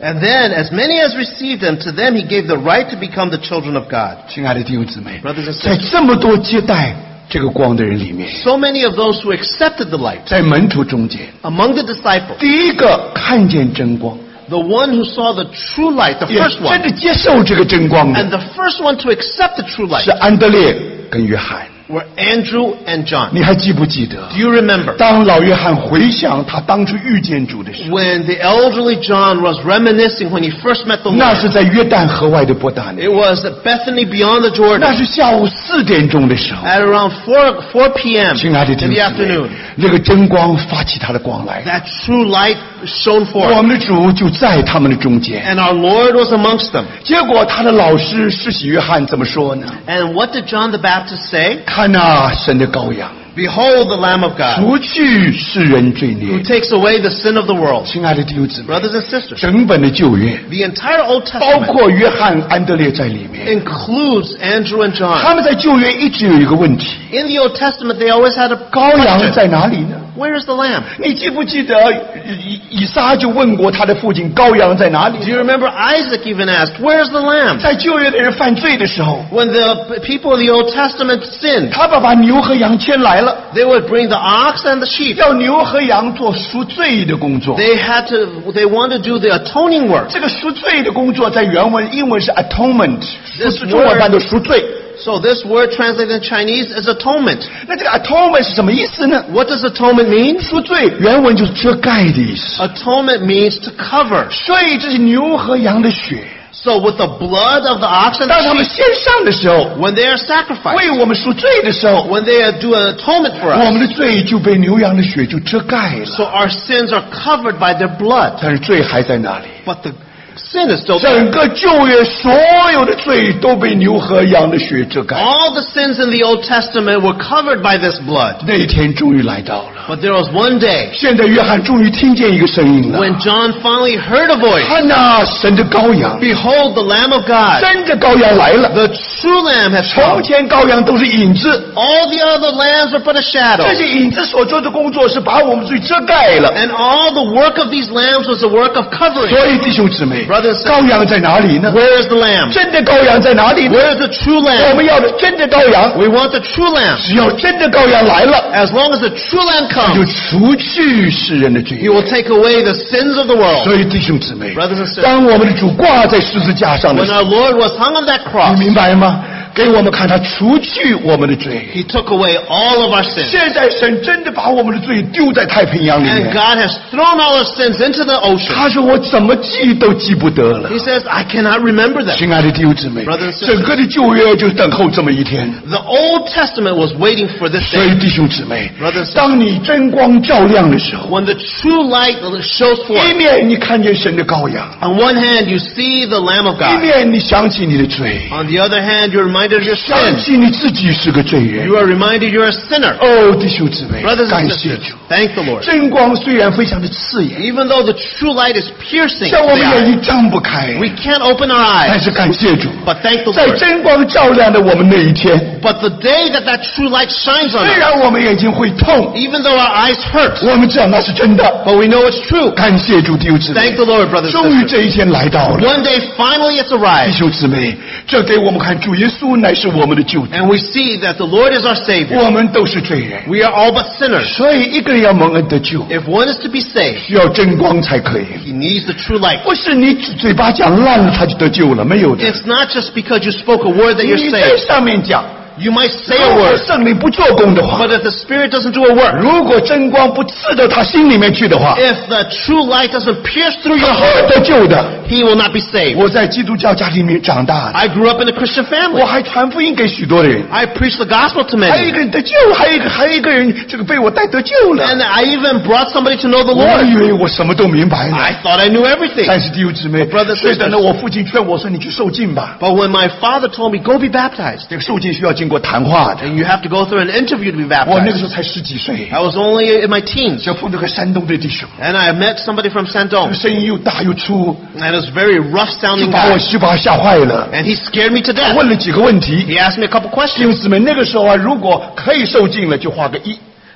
Speaker 2: And then, as many as received him, to them he gave the right to become the children of God. ”
Speaker 1: 亲爱的弟兄姊妹，
Speaker 2: Brothers and
Speaker 1: 在
Speaker 2: sisters,
Speaker 1: 这么多接待这个光的人里面，
Speaker 2: so many of those who accepted the light,
Speaker 1: 在门徒中间，
Speaker 2: among the disciples,
Speaker 1: 第一个看见真光，
Speaker 2: the one who saw the true light, the
Speaker 1: 也
Speaker 2: first
Speaker 1: 真
Speaker 2: one,
Speaker 1: 的接受这个真光
Speaker 2: and
Speaker 1: 的，
Speaker 2: the first one to accept the true light
Speaker 1: 是安德烈跟约翰。
Speaker 2: were Andrew and John.
Speaker 1: 你还记不记得
Speaker 2: Do？you remember
Speaker 1: 当老约翰回想他当初遇见主的时
Speaker 2: when the elderly John was reminiscing when he first met the
Speaker 1: 候，那
Speaker 2: Lord?
Speaker 1: 是在约旦河外的伯大尼
Speaker 2: It，was at Bethany beyond the
Speaker 1: 那
Speaker 2: Jordan
Speaker 1: 是下午四点钟的时候。
Speaker 2: at around 4, 4 p.m.
Speaker 1: 亲爱的弟兄
Speaker 2: in the
Speaker 1: 姊妹
Speaker 2: afternoon.，
Speaker 1: 那个真光发起它的光来，
Speaker 2: That true light shone
Speaker 1: 我
Speaker 2: forth,
Speaker 1: 们的主就在他们的中间。
Speaker 2: and our Lord was amongst them.
Speaker 1: 结果他的老师施洗约翰怎么说呢？
Speaker 2: And what did John the Baptist say?
Speaker 1: 看呐、神的羔羊，
Speaker 2: Behold the Lamb of God
Speaker 1: 除去世人罪孽
Speaker 2: who。takes away the sin of the world.
Speaker 1: 亲爱的弟兄姊妹，
Speaker 2: Brothers and sisters,
Speaker 1: 整本的旧约，
Speaker 2: the entire Old
Speaker 1: 包
Speaker 2: Testament
Speaker 1: 括约翰、安德烈在里面，
Speaker 2: includes Andrew and
Speaker 1: 他
Speaker 2: John.
Speaker 1: 们在旧约一直有一个问题：
Speaker 2: In the Old Testament, they always had a
Speaker 1: 羔羊
Speaker 2: question.
Speaker 1: 在哪里呢？
Speaker 2: Where is the Lamb?
Speaker 1: 你记不记得以以以撒就问过他的父亲羔羊在哪
Speaker 2: Do
Speaker 1: 里？
Speaker 2: you remember Isaac even asked, Where is the Lamb?
Speaker 1: 在旧约的人犯罪的时候，
Speaker 2: When the p- people of the Old Testament sinned,
Speaker 1: 他爸把牛和羊牵来了。
Speaker 2: they would bring the ox and the sheep.
Speaker 1: 要牛和羊做赎罪的工作。
Speaker 2: They had to, they wanted to do the atoning work.
Speaker 1: 这个赎罪的工作在原文英文是 atonement，
Speaker 2: This
Speaker 1: 是中文翻的赎罪。
Speaker 2: So this word translated in Chinese is atonement.
Speaker 1: 那这个 atonement 是什么意思呢？
Speaker 2: What does atonement mean?
Speaker 1: 赎罪原文就是遮盖的意思。
Speaker 2: Atonement means to cover.
Speaker 1: 所以啊这是牛和羊的血，
Speaker 2: So with the blood of the ox and
Speaker 1: 当他
Speaker 2: the
Speaker 1: 们献上的时候，
Speaker 2: sheep, when they are sacrificed,
Speaker 1: 为我们赎罪的时候，
Speaker 2: when they are- do an atonement for
Speaker 1: 我
Speaker 2: us,
Speaker 1: 们的罪就被牛羊的血就遮盖
Speaker 2: so
Speaker 1: 了。
Speaker 2: our sins are covered by their blood.
Speaker 1: 但是罪还在那里。
Speaker 2: But the sin is still
Speaker 1: 整
Speaker 2: there.
Speaker 1: 个旧约所有的罪都被牛和羊的血遮盖。
Speaker 2: All the sins in the Old Testament were covered by this blood.
Speaker 1: 那一天终于来到了。
Speaker 2: But there was one day
Speaker 1: 现在约翰终于听见一个声音了。
Speaker 2: when John finally heard a voice,
Speaker 1: 看呐、神的羔羊，
Speaker 2: Behold the Lamb of God,
Speaker 1: 真的羔羊来了。
Speaker 2: the true Lamb has
Speaker 1: 从
Speaker 2: come.
Speaker 1: 前羔羊都是影子，
Speaker 2: All the other lambs are but a shadow.
Speaker 1: 这些影子所做的工作是把我们罪遮盖了。
Speaker 2: And all the work of these lambs was the work of covering.
Speaker 1: 所以弟兄姊妹，
Speaker 2: Brothers and
Speaker 1: 羔羊在哪里呢？
Speaker 2: Where is the lamb?
Speaker 1: 真的羔羊在哪里呢？
Speaker 2: Where is the true
Speaker 1: 我
Speaker 2: lamb?
Speaker 1: 们要的真的羔羊，
Speaker 2: We want the true lamb.
Speaker 1: 只要真的羔羊来了，
Speaker 2: As long as the true lamb
Speaker 1: 就
Speaker 2: comes,
Speaker 1: 除去世人的罪
Speaker 2: he。will take away the sins of the
Speaker 1: 所
Speaker 2: world.
Speaker 1: 以弟兄姊妹
Speaker 2: Brothers and，sisters
Speaker 1: 当我们的主挂在十字架上的
Speaker 2: When
Speaker 1: 时候，
Speaker 2: our Lord was hung on that cross,
Speaker 1: 你明白吗？给我们看他除去我们的罪。
Speaker 2: He took away all of our sins.
Speaker 1: 现在神真的把我们的罪丢在太平洋里
Speaker 2: And
Speaker 1: 面。
Speaker 2: God has thrown all our sins into the ocean.
Speaker 1: 他说我怎么记都记不得了
Speaker 2: He。says, I cannot remember them.
Speaker 1: 亲爱的弟兄姊妹
Speaker 2: Brothers and，sisters
Speaker 1: 整个的旧约就等候这么一天。
Speaker 2: The Old Testament was waiting for this
Speaker 1: 所
Speaker 2: day.
Speaker 1: 以弟兄姊妹
Speaker 2: Brothers and sisters，
Speaker 1: 当你真光照亮的时候，
Speaker 2: When the true light shows
Speaker 1: 一
Speaker 2: forth,
Speaker 1: 面你看见神的羔羊，
Speaker 2: on one hand you see the Lamb of
Speaker 1: 一
Speaker 2: God.
Speaker 1: 面你想起你的罪，
Speaker 2: On the other hand, you're reminded of your
Speaker 1: 想
Speaker 2: sin.
Speaker 1: 起你自己是个罪人
Speaker 2: You。are reminded you're a sinner.
Speaker 1: 哦，弟兄姊妹
Speaker 2: Brothers，
Speaker 1: 感
Speaker 2: and
Speaker 1: 谢
Speaker 2: sisters,
Speaker 1: 主。
Speaker 2: thank the Lord.
Speaker 1: 真光虽然非常的刺眼，
Speaker 2: Even though the true light is piercing
Speaker 1: 但
Speaker 2: to
Speaker 1: 我
Speaker 2: the
Speaker 1: 们眼
Speaker 2: eye,
Speaker 1: 睛张不开，
Speaker 2: we can't open our
Speaker 1: 但
Speaker 2: eyes.
Speaker 1: 是感谢主，
Speaker 2: But thank the
Speaker 1: 在
Speaker 2: Lord.
Speaker 1: 真光照亮的我们那一天，
Speaker 2: But the day that that true light shines on
Speaker 1: 虽
Speaker 2: us,
Speaker 1: 然我们眼睛会痛，
Speaker 2: even though our eyes hurt,
Speaker 1: 我们知道那是真的。
Speaker 2: but we know it's true.
Speaker 1: 感谢主，弟兄姊妹
Speaker 2: Thank，the Lord, brothers
Speaker 1: 终于
Speaker 2: and sisters.
Speaker 1: 这一天来到了。
Speaker 2: One day finally it's
Speaker 1: 弟
Speaker 2: arrived,
Speaker 1: 兄姊妹，这给我们看，主耶稣乃是我们的救主，
Speaker 2: and we see that the Lord is our Savior.
Speaker 1: 我们都是罪人，
Speaker 2: We are all but sinners.
Speaker 1: 所以一个人要蒙恩得救，
Speaker 2: If one is to be saved,
Speaker 1: 需要真光才可以。
Speaker 2: he needs the true light.
Speaker 1: 不是你嘴巴讲烂了他就得救了，没有的。
Speaker 2: It's not just because you spoke a word that you're
Speaker 1: 你在
Speaker 2: saved.
Speaker 1: 上面讲，
Speaker 2: You might say
Speaker 1: 如
Speaker 2: a
Speaker 1: 果
Speaker 2: word,
Speaker 1: 圣灵不做工的话
Speaker 2: but，if the Spirit doesn't do a work,
Speaker 1: 如果真光不刺到他心里面去的话，
Speaker 2: if the true light doesn't pierce through
Speaker 1: 他
Speaker 2: your
Speaker 1: 会
Speaker 2: heart,
Speaker 1: 得救的。
Speaker 2: he will not be saved.
Speaker 1: 我在基督教家庭里面长大的，
Speaker 2: I grew up in a Christian family.
Speaker 1: 我还传福音给许多的人，
Speaker 2: I preached the gospel to
Speaker 1: 还有一
Speaker 2: many.
Speaker 1: 个人得救，还有一个还有一个人这个被我带得救了。
Speaker 2: And I even brought somebody to know the
Speaker 1: 我
Speaker 2: Lord.
Speaker 1: 以为我什么都明白了。
Speaker 2: I thought I knew everything.
Speaker 1: 但是弟兄姊妹
Speaker 2: brothers，
Speaker 1: 所以
Speaker 2: sisters
Speaker 1: 等到我父亲劝我说：“你去受浸吧。
Speaker 2: But when my father told me, go be baptized, ”
Speaker 1: 这个受浸需要经过谈话的。
Speaker 2: and you have to go through an interview to be
Speaker 1: 我那个
Speaker 2: baptized.
Speaker 1: 时候才十几岁，
Speaker 2: I was only in my teens,
Speaker 1: 就碰到个山东的弟兄，
Speaker 2: and I met somebody from Sandong,
Speaker 1: 声音又大又粗，
Speaker 2: and it's a very rough
Speaker 1: 就
Speaker 2: sounding
Speaker 1: 把我
Speaker 2: guy.
Speaker 1: 就把我吓坏了。
Speaker 2: And he scared me to
Speaker 1: 我
Speaker 2: death.
Speaker 1: 问了几个问题，
Speaker 2: He asked me a
Speaker 1: 弟
Speaker 2: couple
Speaker 1: 兄
Speaker 2: questions.
Speaker 1: 姊妹，那个时候啊，如果可以受浸了，就画个一；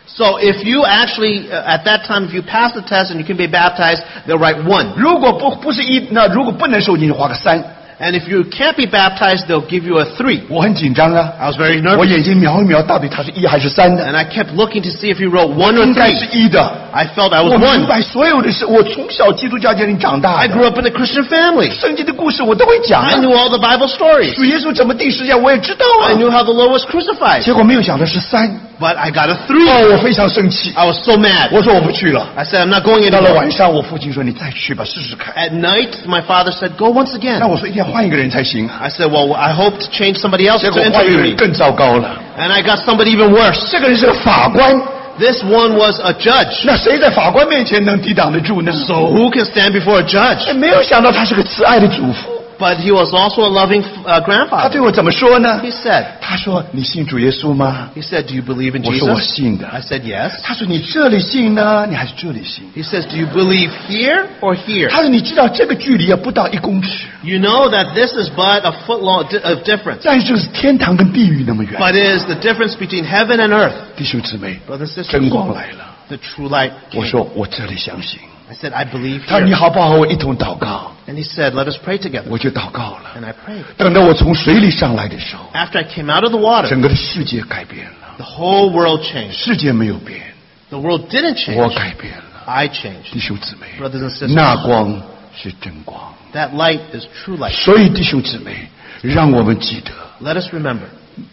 Speaker 2: So if you actually, uh, at that time, if you pass the test and you can be baptized, they'll write one.
Speaker 1: 如果不不是一，那如果不能受浸就画个三。
Speaker 2: And if you can't be baptized, they'll give you a three.
Speaker 1: 我很紧张啊，
Speaker 2: I was very
Speaker 1: 我
Speaker 2: nervous,
Speaker 1: 眼睛瞄一瞄，到底他是一还是三呢？
Speaker 2: and I kept looking to see if he wrote one or
Speaker 1: 应该
Speaker 2: three.
Speaker 1: 是一的。
Speaker 2: I felt I 呃 was
Speaker 1: 我明
Speaker 2: one.
Speaker 1: 白所有的事，我从小基督教家庭长大
Speaker 2: I
Speaker 1: 的，
Speaker 2: grew up in a Christian family.
Speaker 1: 圣经的故事我都会讲啊、
Speaker 2: I knew all the Bible stories.
Speaker 1: 主耶稣怎么第十架我也知道
Speaker 2: I
Speaker 1: 啊。
Speaker 2: knew how the Lord was crucified.
Speaker 1: 结果没有想到是三，
Speaker 2: But I got a three.
Speaker 1: 哦，我非常生气，
Speaker 2: I was so mad.
Speaker 1: 我说我不去了。
Speaker 2: I said, I'm not going
Speaker 1: 到了
Speaker 2: anymore.
Speaker 1: 晚上，我父亲说你再去吧，试试看。
Speaker 2: At night, my father said, go once again.
Speaker 1: 那我说一定要换一个人才行啊。
Speaker 2: I said, well, I hope to change somebody else
Speaker 1: 结
Speaker 2: to
Speaker 1: 果换一
Speaker 2: interview
Speaker 1: 个人
Speaker 2: me.
Speaker 1: 更糟糕了，
Speaker 2: And I got somebody even worse.
Speaker 1: 这个人是个法官，
Speaker 2: This one was a judge.
Speaker 1: 那谁在法官面前能抵挡得住呢？
Speaker 2: So who can stand before a judge?
Speaker 1: 没有想到他是个慈爱的祖父，
Speaker 2: But he was also a loving uh,
Speaker 1: 他对
Speaker 2: grandfather.
Speaker 1: 我怎么说呢
Speaker 2: He？said,
Speaker 1: 他说你信主耶稣吗？
Speaker 2: he said, do you believe in
Speaker 1: 我说我
Speaker 2: Jesus?
Speaker 1: 信的。
Speaker 2: I said, yes.
Speaker 1: 他说你这里信呢，你还是这里信？
Speaker 2: He says, do you believe here or here?
Speaker 1: 他说你知道这个距离啊不到一公尺，
Speaker 2: You know that this is but a foot long di- of difference.
Speaker 1: 但是就是天堂跟地狱那么远。
Speaker 2: But it is the difference between heaven and earth.
Speaker 1: 弟兄姊妹，
Speaker 2: Brothers and
Speaker 1: 真
Speaker 2: sisters,
Speaker 1: 光来了。
Speaker 2: the true light
Speaker 1: 我
Speaker 2: came.
Speaker 1: 说我这里相信。
Speaker 2: I said, I believe
Speaker 1: 他说你
Speaker 2: here.
Speaker 1: 好不好？我一同祷告，
Speaker 2: And he said, let us pray together.
Speaker 1: 我就祷告了。
Speaker 2: And I prayed.
Speaker 1: 等到我从水里上来的时候，
Speaker 2: After I came out of the water,
Speaker 1: 整个的世界改变了，
Speaker 2: the whole world changed.
Speaker 1: 世界没有变，
Speaker 2: The world didn't
Speaker 1: 我
Speaker 2: change.
Speaker 1: 改变了。
Speaker 2: I changed.
Speaker 1: 弟兄姊妹
Speaker 2: Brothers and，sisters
Speaker 1: 那光是真光，
Speaker 2: That light is true light.
Speaker 1: 所以弟兄姊妹，让我们记得，
Speaker 2: Let us remember.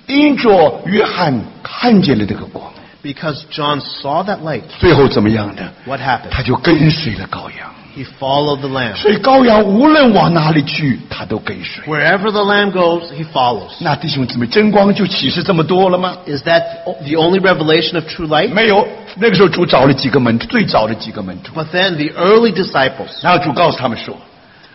Speaker 1: 因着约翰看见了这个光，
Speaker 2: Because John saw that light,
Speaker 1: 最后怎么样呢？
Speaker 2: what happened?
Speaker 1: 他就跟随了羔羊，
Speaker 2: He followed the Lamb.
Speaker 1: 所以羔羊无论往哪里去，他都跟随。
Speaker 2: Wherever the Lamb goes, he follows.
Speaker 1: 那弟兄姊妹，真光就启示这么多了吗？
Speaker 2: Is that the only revelation of true light?
Speaker 1: 没有，那个时候主找了几个门徒，最早的几个门徒，
Speaker 2: But then the early disciples,
Speaker 1: 然后主告诉他们说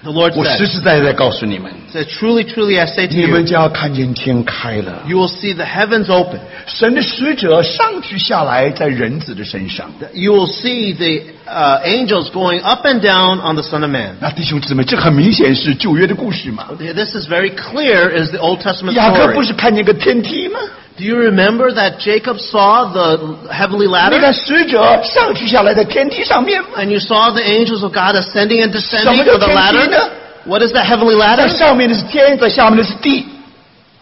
Speaker 2: the Lord：“
Speaker 1: 我实
Speaker 2: said,
Speaker 1: 实在在告诉你们，
Speaker 2: said, Truly, truly, I say to
Speaker 1: 你们
Speaker 2: you,
Speaker 1: 将要看见天开了，
Speaker 2: you will see the heavens open.
Speaker 1: 神的使者上去下来在人子的身上。
Speaker 2: You will see the uh, angels going up and down on the Son of Man. ”
Speaker 1: 那弟兄姊妹，这很明显是旧约的故事嘛。
Speaker 2: This is very clear is the Old Testament
Speaker 1: 雅各不
Speaker 2: story.
Speaker 1: 是看见个天梯吗？
Speaker 2: Do you remember that Jacob saw the heavenly
Speaker 1: 那
Speaker 2: ladder?
Speaker 1: 个使者上去下来在天梯上面吗，
Speaker 2: And you saw the angels of God ascending and descending
Speaker 1: Some of the
Speaker 2: with the ladder?
Speaker 1: Cantina.
Speaker 2: What is that heavenly
Speaker 1: 在
Speaker 2: ladder?
Speaker 1: 上面的是天，在下面的是地。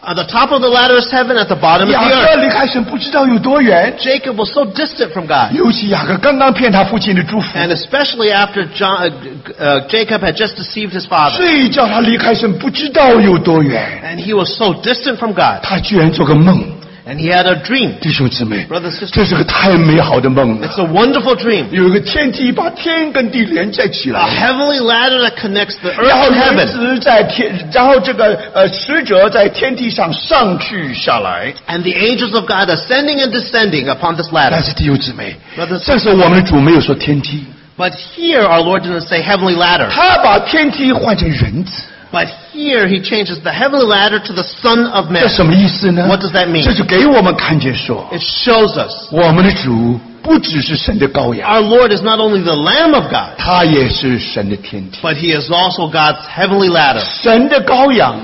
Speaker 2: At the top of the ladder is heaven, at the bottom is
Speaker 1: 雅
Speaker 2: the
Speaker 1: 各
Speaker 2: earth.
Speaker 1: 离开神不知道有多远，
Speaker 2: Jacob was so distant from God.
Speaker 1: 尤其雅各刚刚骗他父亲的祝福，
Speaker 2: And especially after John, uh, uh, Jacob had just deceived his father.
Speaker 1: 所以叫他离开神不知道有多远。
Speaker 2: And he was so distant from God.
Speaker 1: 他居然做个梦，
Speaker 2: And he had a dream.
Speaker 1: 弟兄姊妹，
Speaker 2: Brothers, sisters.
Speaker 1: 这是个太美好的梦了。
Speaker 2: It's a wonderful dream.
Speaker 1: 有一个天梯把天跟地连接起
Speaker 2: A
Speaker 1: 来，
Speaker 2: heavenly ladder that connects the 啊 earth
Speaker 1: 然后
Speaker 2: and
Speaker 1: 人
Speaker 2: heaven.
Speaker 1: 子在天，然后这个呃使者在天梯上上去下来。
Speaker 2: And the angels of God ascending and descending upon this
Speaker 1: 但
Speaker 2: ladder.
Speaker 1: 是弟兄姊妹
Speaker 2: Brothers,，
Speaker 1: 这是我们的主没有说天梯，
Speaker 2: But here our Lord didn't say heavenly ladder.
Speaker 1: 他把天梯换成人子，
Speaker 2: But here he changes the heavenly ladder to the Son of Man.
Speaker 1: 这什么意思呢
Speaker 2: What does that mean?
Speaker 1: 这就给我们看见说，
Speaker 2: It shows us
Speaker 1: 我们的主不只是神的羔羊，
Speaker 2: our Lord is not only the Lamb of God,
Speaker 1: 他也是神的天梯。
Speaker 2: but he is also God's heavenly ladder.
Speaker 1: 神的羔羊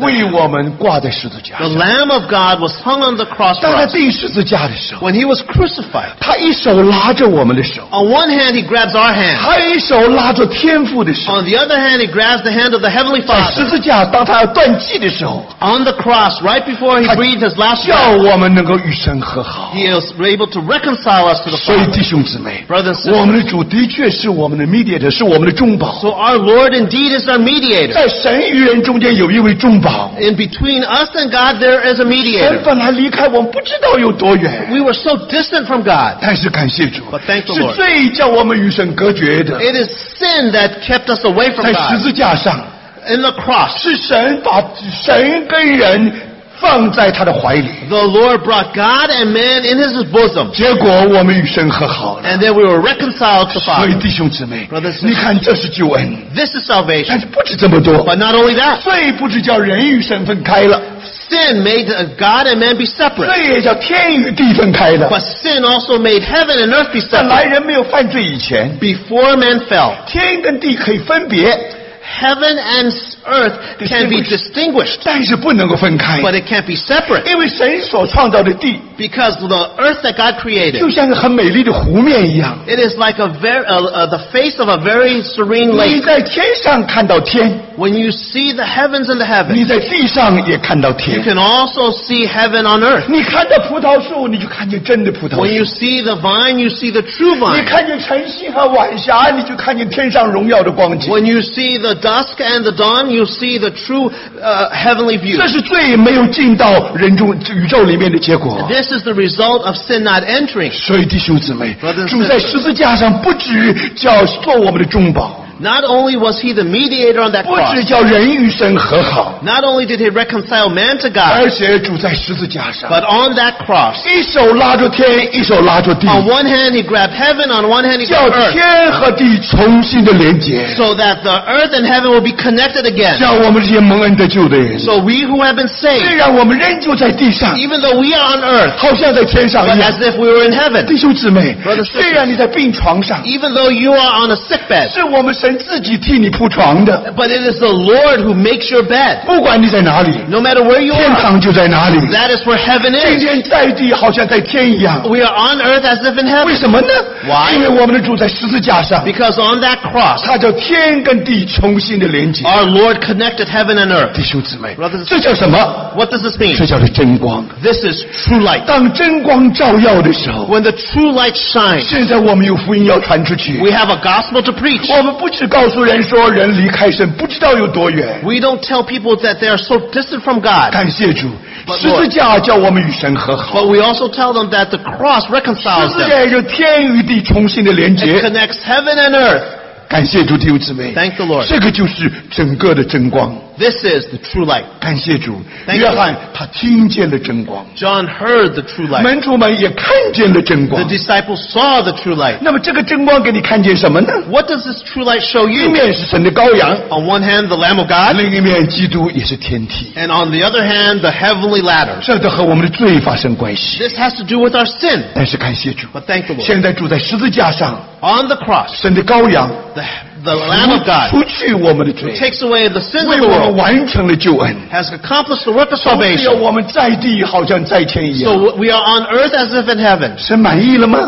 Speaker 1: 为我们挂在十字架
Speaker 2: The
Speaker 1: 上。
Speaker 2: Lamb of God was hung on the cross for
Speaker 1: 当他
Speaker 2: us.
Speaker 1: 钉十字架的时候，
Speaker 2: When he was crucified,
Speaker 1: 他一手拉着我们的手，
Speaker 2: on one hand he grabs our hand.
Speaker 1: 他一手拉着天父的手。
Speaker 2: On the other hand, he grabs the hand of the Heavenly
Speaker 1: 在十
Speaker 2: Father.
Speaker 1: 字架，当他要断气的时候，
Speaker 2: On the cross, right before he breathed his last
Speaker 1: 叫
Speaker 2: breath,
Speaker 1: 我们能够与神和好。
Speaker 2: he is able to reconcile us to the
Speaker 1: 所以，
Speaker 2: Father.
Speaker 1: 弟兄姊妹，
Speaker 2: Brothers and sisters
Speaker 1: 我们的主的确是我们的 mediator，是我们的中保。
Speaker 2: So our Lord indeed is our mediator.
Speaker 1: 在神与人中间有一位中保，
Speaker 2: In between us and God, there is a
Speaker 1: 神
Speaker 2: mediator.
Speaker 1: 本来离开我们不知道有多远，
Speaker 2: We were so distant from God.
Speaker 1: 但是感谢主
Speaker 2: But thank，the
Speaker 1: 是
Speaker 2: Lord
Speaker 1: 罪叫我们与神隔绝的。
Speaker 2: It is sin that kept us away from
Speaker 1: 在十
Speaker 2: God.
Speaker 1: 字架上，
Speaker 2: In the cross,
Speaker 1: 是神把神跟人放在他的怀里，
Speaker 2: the Lord brought God and man in his bosom.
Speaker 1: 结果我们与神和好了。
Speaker 2: And then we were reconciled to
Speaker 1: 所以
Speaker 2: Father.
Speaker 1: 弟兄姊妹
Speaker 2: Brothers，and
Speaker 1: 你看这是救恩，
Speaker 2: This is
Speaker 1: 但
Speaker 2: salvation.
Speaker 1: 是不止这么多，
Speaker 2: But not only that,
Speaker 1: 罪不止叫人与神分开了，
Speaker 2: sin made uh, God and man be separate.
Speaker 1: 罪也叫天与地分开了。
Speaker 2: But sin also made heaven and earth be
Speaker 1: 本来
Speaker 2: separate.
Speaker 1: 人没有犯罪以前，
Speaker 2: Before man fell,
Speaker 1: 天跟地可以分别，
Speaker 2: heaven and s- earth can be distinguished,
Speaker 1: 但是不能够分开，
Speaker 2: but it can't be separate.
Speaker 1: 因为神所创造的地
Speaker 2: Because the earth that God created,
Speaker 1: 就像个很美丽的湖面一样，
Speaker 2: it is like a ver- uh, uh, the face of a very serene
Speaker 1: 你
Speaker 2: lake.
Speaker 1: 在天上看到天。
Speaker 2: When you see the heavens and the
Speaker 1: 你
Speaker 2: heavens,
Speaker 1: 在地上也看到
Speaker 2: you
Speaker 1: 天，
Speaker 2: can also see heaven on earth.
Speaker 1: 你看到葡萄树，你就看见真的葡萄
Speaker 2: When you
Speaker 1: 树；
Speaker 2: see the vine, you see the true
Speaker 1: 你
Speaker 2: vine.
Speaker 1: 看见晨曦和晚霞，你就看见天上荣耀的光景。
Speaker 2: When you see the dusk and the dawn, you see the true uh, heavenly view.
Speaker 1: 这是最没有进到人中宇宙里面的结果。
Speaker 2: This is the result of sin not entering.
Speaker 1: 所以弟兄姊妹
Speaker 2: Brothers and，
Speaker 1: 主在十字架上不只叫做我们的中保，
Speaker 2: Not only was he the mediator on that
Speaker 1: 不只
Speaker 2: cross,
Speaker 1: 叫人与神和好，
Speaker 2: not only did he reconcile man to
Speaker 1: 而
Speaker 2: God,
Speaker 1: 且主在十字架上
Speaker 2: but on that cross,
Speaker 1: 一手拉住天，一手拉住地，
Speaker 2: on one hand he grabbed heaven, on one hand he
Speaker 1: 叫
Speaker 2: grabbed earth,
Speaker 1: 天和地重新的连接，
Speaker 2: so that the earth and heaven will be connected again.
Speaker 1: 叫我们这些蒙恩得救的人。
Speaker 2: So we who have been
Speaker 1: 虽
Speaker 2: saved,
Speaker 1: 然我们仍旧在地上，
Speaker 2: even though we are on earth,
Speaker 1: 好像在天上
Speaker 2: but
Speaker 1: 一
Speaker 2: as
Speaker 1: 样。
Speaker 2: if we were in heaven,
Speaker 1: 弟兄姊妹
Speaker 2: Brothers，
Speaker 1: 虽然你在病床上，
Speaker 2: even though you are on a sick bed,
Speaker 1: 是我们神自己替你铺床的。
Speaker 2: but it is the Lord who makes your bed,
Speaker 1: 不管你在哪里，
Speaker 2: no 啊 matter where you
Speaker 1: 天
Speaker 2: are.
Speaker 1: 堂就在哪里。
Speaker 2: That is where heaven
Speaker 1: 今
Speaker 2: is.
Speaker 1: 天在地好像在天一样，
Speaker 2: We are on earth as if in
Speaker 1: 为
Speaker 2: heaven.
Speaker 1: 什么呢
Speaker 2: Why？
Speaker 1: 因为我们的主在十字架上，
Speaker 2: Because on that cross,
Speaker 1: 他叫天跟地重新的连接。
Speaker 2: our Lord connected heaven and earth.
Speaker 1: 弟兄姊妹
Speaker 2: Brothers and，sisters
Speaker 1: 这叫什么？
Speaker 2: What does this mean?
Speaker 1: 这叫做真光。
Speaker 2: This is true light.
Speaker 1: 当真光照耀的时候，
Speaker 2: When the true light shines,
Speaker 1: 现在我们有福音要传出去。
Speaker 2: we have a gospel to preach.
Speaker 1: 我们不只告诉人说人离开神不知道有多远。
Speaker 2: We don't tell people that they are so distant from God,
Speaker 1: 感谢主，
Speaker 2: But
Speaker 1: 十
Speaker 2: Lord-
Speaker 1: 字架叫我们与神和好。
Speaker 2: but we also tell them that the cross
Speaker 1: 十
Speaker 2: reconciles
Speaker 1: 字架
Speaker 2: them.
Speaker 1: 也就天与地重新的连
Speaker 2: It
Speaker 1: 接。
Speaker 2: connects heaven and earth.
Speaker 1: 感谢主，弟兄姊妹，
Speaker 2: Thank the Lord.
Speaker 1: 这个就是整个的真光。
Speaker 2: This is the true light.
Speaker 1: 感谢主，
Speaker 2: Thank
Speaker 1: 约翰他听见了真光，
Speaker 2: John heard the true light.
Speaker 1: 门徒们也看见了真
Speaker 2: The
Speaker 1: 光。
Speaker 2: disciples saw the true light.
Speaker 1: 那么这个真光给你看见什么呢？
Speaker 2: What does this true light show
Speaker 1: 一
Speaker 2: you?
Speaker 1: 面是神的羔羊，
Speaker 2: On one hand, the Lamb of God.
Speaker 1: 另一面基督也是天梯，
Speaker 2: And on the other hand, the heavenly ladder.
Speaker 1: 这都和我们的罪发生关系。
Speaker 2: This has to do with our sin.
Speaker 1: 但是感谢主，
Speaker 2: But thank the Lord.
Speaker 1: 现在住在十字架上，
Speaker 2: On the cross,
Speaker 1: 神的羔羊
Speaker 2: the, the Lamb of God
Speaker 1: 除去我们的罪，
Speaker 2: takes away the sins of
Speaker 1: 为
Speaker 2: the
Speaker 1: 我们
Speaker 2: world,
Speaker 1: 完成了救恩。
Speaker 2: has accomplished the work of
Speaker 1: 只有
Speaker 2: salvation.
Speaker 1: 我们在地好像在天一样，
Speaker 2: So we are on earth as if in heaven.
Speaker 1: 神满意了吗？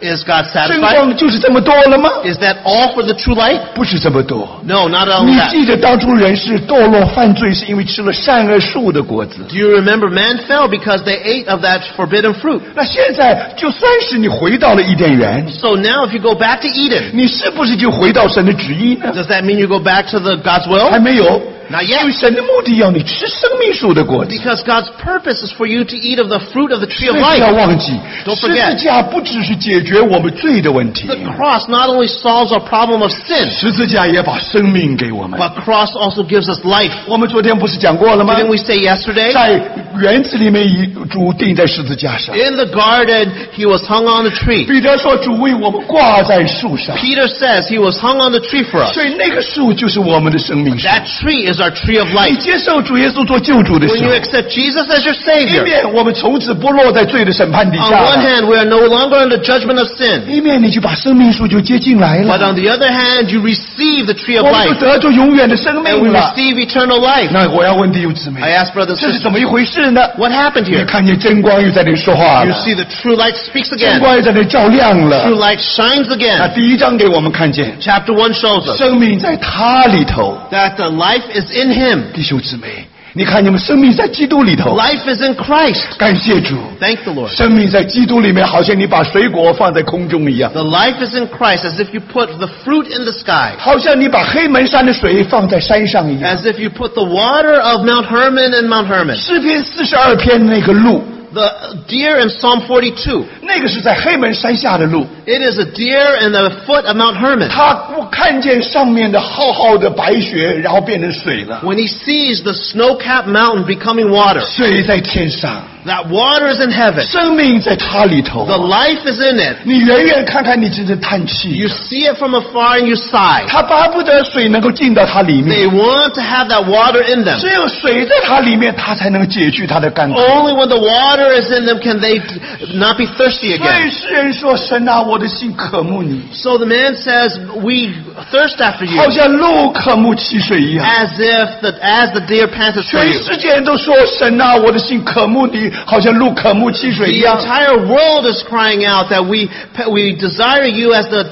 Speaker 2: Is God
Speaker 1: 真
Speaker 2: satisfied?
Speaker 1: 光就是这么多了吗？
Speaker 2: Is that all for the true light?
Speaker 1: 不是这么多。
Speaker 2: No, not all
Speaker 1: 你
Speaker 2: that.
Speaker 1: 记得当初人是堕落犯罪，是因为吃了善恶树的果子。
Speaker 2: Do you remember man fell because they ate of that forbidden fruit?
Speaker 1: 那现在就算是你回到了伊甸园，
Speaker 2: So now if you go back to Eden,
Speaker 1: 你是不是就回到神的旨意呢？
Speaker 2: does that mean you go back to the God's will?
Speaker 1: 还没有，
Speaker 2: Not
Speaker 1: 因为
Speaker 2: yet.
Speaker 1: 神的目的要你吃生命树的果子。
Speaker 2: Because God's purpose is for you to eat of the fruit of the tree
Speaker 1: 所
Speaker 2: of
Speaker 1: 以不要
Speaker 2: life.
Speaker 1: 忘记，
Speaker 2: Don't
Speaker 1: 十字
Speaker 2: forget
Speaker 1: 架不只是解决我们罪的问题，
Speaker 2: The cross not only solves our problem of sin,
Speaker 1: 十字架也把生命给我们。
Speaker 2: but cross also gives us life.
Speaker 1: 我们昨天不是讲过了吗？
Speaker 2: Didn't we say yesterday?
Speaker 1: 在园子里面，以主钉在十字架上。
Speaker 2: In the garden, he was hung on the tree.
Speaker 1: 彼得说：“主为我们挂在树上。
Speaker 2: Peter says he was hung on the tree for ” us.
Speaker 1: 所以那个树就是我们的生命树。
Speaker 2: That tree is our tree of
Speaker 1: 你
Speaker 2: life.
Speaker 1: 接受主耶稣做救主的时
Speaker 2: When you
Speaker 1: 候，
Speaker 2: accept Jesus as your
Speaker 1: 一
Speaker 2: Savior,
Speaker 1: 面我们从此不落在罪的审判底
Speaker 2: on
Speaker 1: 下
Speaker 2: one
Speaker 1: 了，
Speaker 2: hand, we are no longer under judgment of sin.
Speaker 1: 一面你就把生命树就接进来
Speaker 2: But
Speaker 1: 了，
Speaker 2: on the other hand, you receive the tree of
Speaker 1: 我们就
Speaker 2: life.
Speaker 1: 得着永远的生
Speaker 2: And we
Speaker 1: 命了。
Speaker 2: receive eternal life.
Speaker 1: 那我要问弟兄姊妹
Speaker 2: I，ask brothers
Speaker 1: 这
Speaker 2: and
Speaker 1: 是
Speaker 2: sisters,
Speaker 1: 怎么一回事呢？
Speaker 2: what happened
Speaker 1: 你
Speaker 2: here?
Speaker 1: 看见真光又在那里说话
Speaker 2: You
Speaker 1: 了，
Speaker 2: see the true light speaks
Speaker 1: 真
Speaker 2: again.
Speaker 1: 光又在那里照亮
Speaker 2: True
Speaker 1: 了。
Speaker 2: light shines
Speaker 1: 那
Speaker 2: again.
Speaker 1: 第一章给我们看见，
Speaker 2: Chapter 1 shows us
Speaker 1: 生命在他里头，
Speaker 2: that the life is in him.
Speaker 1: 弟兄姊妹，你看你们生命在基督里头，
Speaker 2: Life is in Christ.
Speaker 1: 感谢主。
Speaker 2: Thank the Lord.
Speaker 1: 生命在基督里面，好像你把水果放在空中一样，
Speaker 2: The life is in Christ as if you put the fruit in the sky.
Speaker 1: 好像你把黑门山的水放在山上一样。
Speaker 2: As if you put the water of Mount Hermon in Mount Hermon.
Speaker 1: 诗篇四十二篇那个路，
Speaker 2: The deer in Psalm 42.
Speaker 1: 那个是在黑门山下的路，
Speaker 2: It is a deer in the foot of Mount Hermon.
Speaker 1: 他不看见上面的浩浩的白雪，然后变成水了，
Speaker 2: When he sees the snow-capped mountain becoming water,
Speaker 1: 水在天上，
Speaker 2: that water is in heaven.
Speaker 1: 生命在它里头
Speaker 2: The。life is in it.
Speaker 1: 你远远看看，你只是叹
Speaker 2: You
Speaker 1: 气。
Speaker 2: see it from afar and you sigh.
Speaker 1: 他巴不得水能够进到它里面，
Speaker 2: They want to have that water in them.
Speaker 1: 只有水在它里面，它才能解去它的干渴。
Speaker 2: Only when the water is in them can they not be thirsty
Speaker 1: 所以
Speaker 2: again.
Speaker 1: 诗人说：“神啊，我的心渴慕你，
Speaker 2: So the man says, "We thirst after you,"
Speaker 1: 好像鹿渴慕汽水一样。
Speaker 2: as if the as the deer panteth for
Speaker 1: 全
Speaker 2: you.
Speaker 1: 世界人都说：“神啊，我的心渴慕你，好像鹿渴慕汽水一
Speaker 2: The
Speaker 1: 样。”
Speaker 2: entire world is crying out that we we desire you as the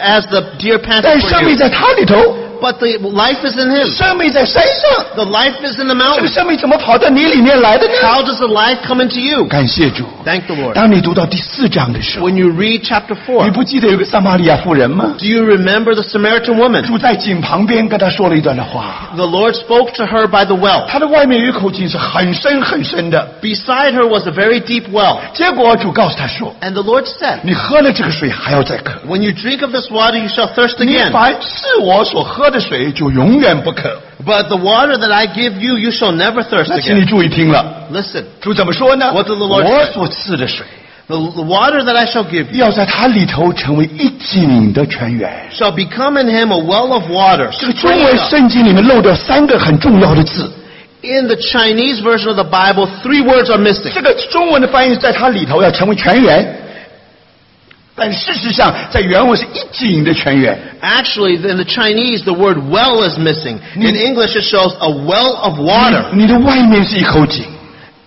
Speaker 2: as the deer
Speaker 1: 但
Speaker 2: panteth
Speaker 1: 生
Speaker 2: for
Speaker 1: 命
Speaker 2: you.
Speaker 1: 在它里头，
Speaker 2: But the life is in him.
Speaker 1: 生命在山上，
Speaker 2: The life is in
Speaker 1: 这个
Speaker 2: the mountain.
Speaker 1: 生命怎么跑到你里面来的呢？
Speaker 2: How does the life come into you?
Speaker 1: 感谢主。
Speaker 2: Thank the Lord.
Speaker 1: 当你读到第四章的时候，
Speaker 2: When you read chapter 4,
Speaker 1: 你不记得有个撒玛利亚妇人吗？
Speaker 2: do you remember the Samaritan woman?
Speaker 1: 主在井旁边跟他说了一段的话。
Speaker 2: The Lord spoke to her by the well.
Speaker 1: 他的外面有一口井是很深很深的，
Speaker 2: Beside her was a very deep well.
Speaker 1: 结果主告诉他说
Speaker 2: And the Lord said,：“
Speaker 1: 你喝了这个水还要再渴，
Speaker 2: When you drink of this water, you shall thirst
Speaker 1: 你
Speaker 2: again.
Speaker 1: 凡是我所喝的水就永远不渴。
Speaker 2: But the water that I give you, you shall never thirst ”
Speaker 1: 那请你
Speaker 2: again.
Speaker 1: 注意听了，
Speaker 2: Listen,
Speaker 1: 主怎么说呢？
Speaker 2: What did the Lord say？
Speaker 1: 我所赐的水
Speaker 2: the, the water that I shall give you
Speaker 1: 要在它里头成为一井的泉源。
Speaker 2: shall become in him a well of water.
Speaker 1: 这个中
Speaker 2: springing
Speaker 1: 文
Speaker 2: up.
Speaker 1: 圣经里面漏掉三个很重要的字，
Speaker 2: In the Chinese version of the Bible, three words are missing.
Speaker 1: 这个中文的翻译在它里头要成为全员，但事实上在原文是一井的全员。
Speaker 2: Actually, in the Chinese, the word well is missing. In English, it shows a well of water.
Speaker 1: 你的外面是一口井，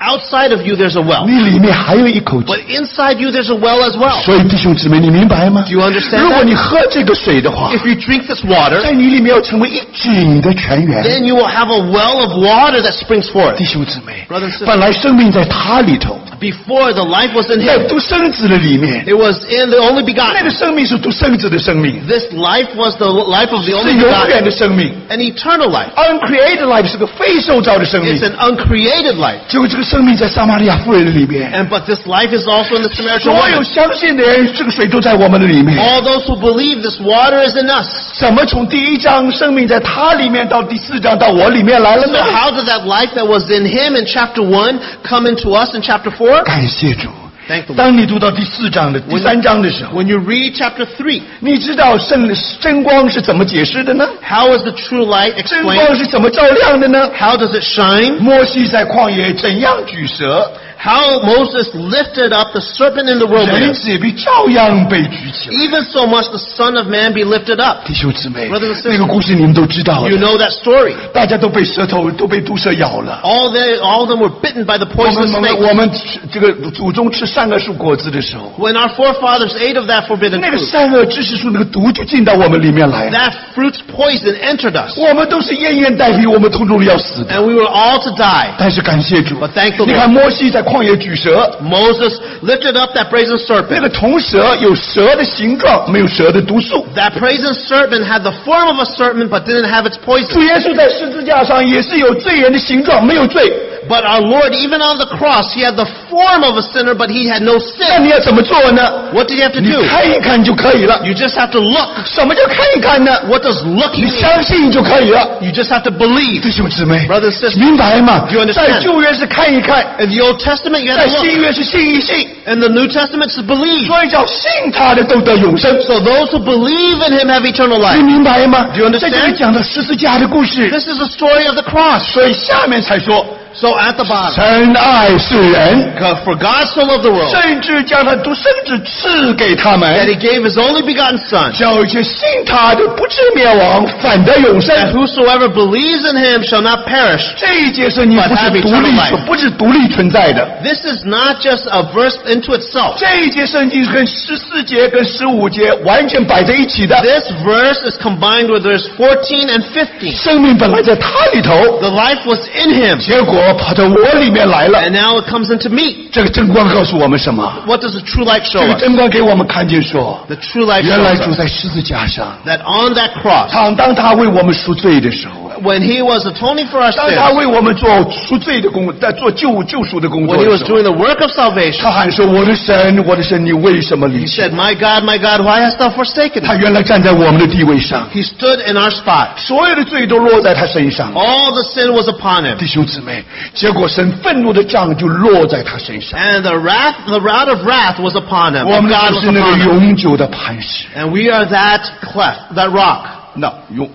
Speaker 2: Outside of you, there's a well.
Speaker 1: 你里面还有一口井。
Speaker 2: But inside you, there's a well as well.
Speaker 1: 所以弟兄姊妹，你明白吗
Speaker 2: Do you understand that?
Speaker 1: 如果你喝这个水的话，
Speaker 2: If you drink this water,
Speaker 1: 在你里面要成为一井的泉源。
Speaker 2: then you will have a well of water that springs forth.
Speaker 1: 弟兄姊妹
Speaker 2: Brother and sister.，
Speaker 1: 本来生命在它里头，
Speaker 2: Before the life was in
Speaker 1: 在
Speaker 2: him,
Speaker 1: 独生子的里面，
Speaker 2: it was in the only
Speaker 1: 那
Speaker 2: begotten.
Speaker 1: 个生命是独生子的生命，
Speaker 2: This life was the life of the
Speaker 1: 是
Speaker 2: only
Speaker 1: 永远
Speaker 2: begotten,
Speaker 1: 的生命。
Speaker 2: an eternal life.
Speaker 1: uncreated life 是个非受造的生命
Speaker 2: It's，an uncreated life.
Speaker 1: 结果这个生命在撒玛利亚妇人的里面，
Speaker 2: And but this life is also in the Samaritan
Speaker 1: 所有
Speaker 2: woman.
Speaker 1: 相信的人，这个水都在我们的里面。
Speaker 2: All those who believe this water is in us.
Speaker 1: 怎么从第一章生命在他里面到第四章到我里面来了
Speaker 2: So
Speaker 1: 呢？
Speaker 2: how did that life that was in him in chapter 1 come into us in chapter 4?
Speaker 1: 感谢主。
Speaker 2: Thank the Lord.
Speaker 1: 当你读到第四章的第三章的时候，
Speaker 2: When you read chapter 3,
Speaker 1: 你知道圣真光是怎么解释的呢？
Speaker 2: how is the true light
Speaker 1: 真
Speaker 2: explained?
Speaker 1: 光是怎么照亮的呢？
Speaker 2: How does it shine?
Speaker 1: 摩西在旷野怎样举蛇？
Speaker 2: how Moses lifted up the serpent in the
Speaker 1: 人
Speaker 2: wilderness,
Speaker 1: 子必照样被举起来。
Speaker 2: even so much the Son of Man be lifted up.
Speaker 1: 弟兄姊妹，
Speaker 2: Brothers and sisters
Speaker 1: 那个故事你们都知道
Speaker 2: You
Speaker 1: 的，
Speaker 2: know that story.
Speaker 1: 大家都被舌头都被毒蛇咬了。
Speaker 2: All they, all of them were bitten by the
Speaker 1: 我们
Speaker 2: poisonous
Speaker 1: 我们
Speaker 2: snake.
Speaker 1: 我们吃这个祖宗吃善恶树果子的时候，
Speaker 2: When our forefathers ate of that forbidden
Speaker 1: 那个
Speaker 2: fruit,
Speaker 1: 善恶知识树那个毒就进到我们里面来了。
Speaker 2: that fruit's poison entered us,
Speaker 1: 我们都是奄奄待毙，我们通通要死的。
Speaker 2: and we were all to die.
Speaker 1: 但是感谢主
Speaker 2: But thank the，Lord
Speaker 1: 你看摩西在旷野举蛇，
Speaker 2: Moses lifted up that brazen
Speaker 1: 那
Speaker 2: serpent.
Speaker 1: 个铜蛇有蛇的形状，没有蛇的毒素。
Speaker 2: That brazen serpent had the form of a serpent but didn't have its poison.
Speaker 1: 主耶稣在十字架上也是有罪人的形状，没有罪。
Speaker 2: But our Lord, even on the cross, he had the form of a sinner, but he had no
Speaker 1: 那
Speaker 2: sin.
Speaker 1: 你要怎么做呢？
Speaker 2: What did he have to
Speaker 1: 你
Speaker 2: do?
Speaker 1: 看一看就可以了。
Speaker 2: You just have to look.
Speaker 1: 什么叫看一看呢？
Speaker 2: What does looking
Speaker 1: 你
Speaker 2: mean?
Speaker 1: 相信就可以了。
Speaker 2: You just have to believe.
Speaker 1: 弟兄姊妹，
Speaker 2: Brothers and sisters,
Speaker 1: 明白吗
Speaker 2: Do you？understand?
Speaker 1: 在旧约是看一看，
Speaker 2: in the Old Testament, you
Speaker 1: 在
Speaker 2: have to
Speaker 1: 新
Speaker 2: look.
Speaker 1: 约是信一信，
Speaker 2: In the New Testament, it's believe.
Speaker 1: 所以叫信他的都得永生。
Speaker 2: So those who believe in him have eternal
Speaker 1: 你
Speaker 2: life.
Speaker 1: 明白吗
Speaker 2: Do you？understand?
Speaker 1: 在这里讲的十字架的故事，
Speaker 2: This is the story of the cross.
Speaker 1: 所以下面才说
Speaker 2: So at the bottom,
Speaker 1: 神爱世人，
Speaker 2: God- for God so loved the world
Speaker 1: 甚至将他独生子赐给他
Speaker 2: that
Speaker 1: 们
Speaker 2: he，gave his only begotten Son,
Speaker 1: 叫一些信他的不至灭亡，反得永生。
Speaker 2: that whosoever believes in him shall not perish.
Speaker 1: 这一节圣经不是独立存，不是独立存在的。
Speaker 2: This is not just a verse into itself.
Speaker 1: 这一节圣经是跟十四节跟十五节完全摆在一起的。
Speaker 2: This verse is combined with verse 14 and 15.
Speaker 1: 生命本来在他里头，
Speaker 2: The life was in him,
Speaker 1: 结果跑到我里面来了
Speaker 2: and。now it comes into me.
Speaker 1: 这个真光告诉我们什么？
Speaker 2: What does the true life show
Speaker 1: 这个
Speaker 2: us?
Speaker 1: 真光给我们看见说，
Speaker 2: The true life
Speaker 1: 原来
Speaker 2: shows
Speaker 1: 主
Speaker 2: us
Speaker 1: 在十字架上，
Speaker 2: that on that cross,
Speaker 1: 倘当他为我们赎罪的时候，啊
Speaker 2: when he was atoning for our
Speaker 1: 当他
Speaker 2: sins,
Speaker 1: 为我们做赎罪的工，在做救救赎的工
Speaker 2: when
Speaker 1: 作
Speaker 2: he
Speaker 1: 的
Speaker 2: was
Speaker 1: 时候，
Speaker 2: doing the work of salvation,
Speaker 1: 他喊说：“我的神，我的神，你为什么离
Speaker 2: he
Speaker 1: 弃
Speaker 2: said, My God, my God, why hast thou forsaken？” me?
Speaker 1: 他原来站在我们的地位上，
Speaker 2: He stood in our spot.
Speaker 1: 所有的罪都落在他身上。
Speaker 2: All the sin was upon him.
Speaker 1: 弟兄姊妹，结果神愤怒的杖就落在他身上，
Speaker 2: And the wrath, the rod of wrath was upon him.
Speaker 1: 我
Speaker 2: And
Speaker 1: 们
Speaker 2: God
Speaker 1: 就
Speaker 2: was
Speaker 1: 是那
Speaker 2: upon
Speaker 1: 个
Speaker 2: him.
Speaker 1: 永久的磐石。
Speaker 2: And we are that cleft, that rock.
Speaker 1: 那永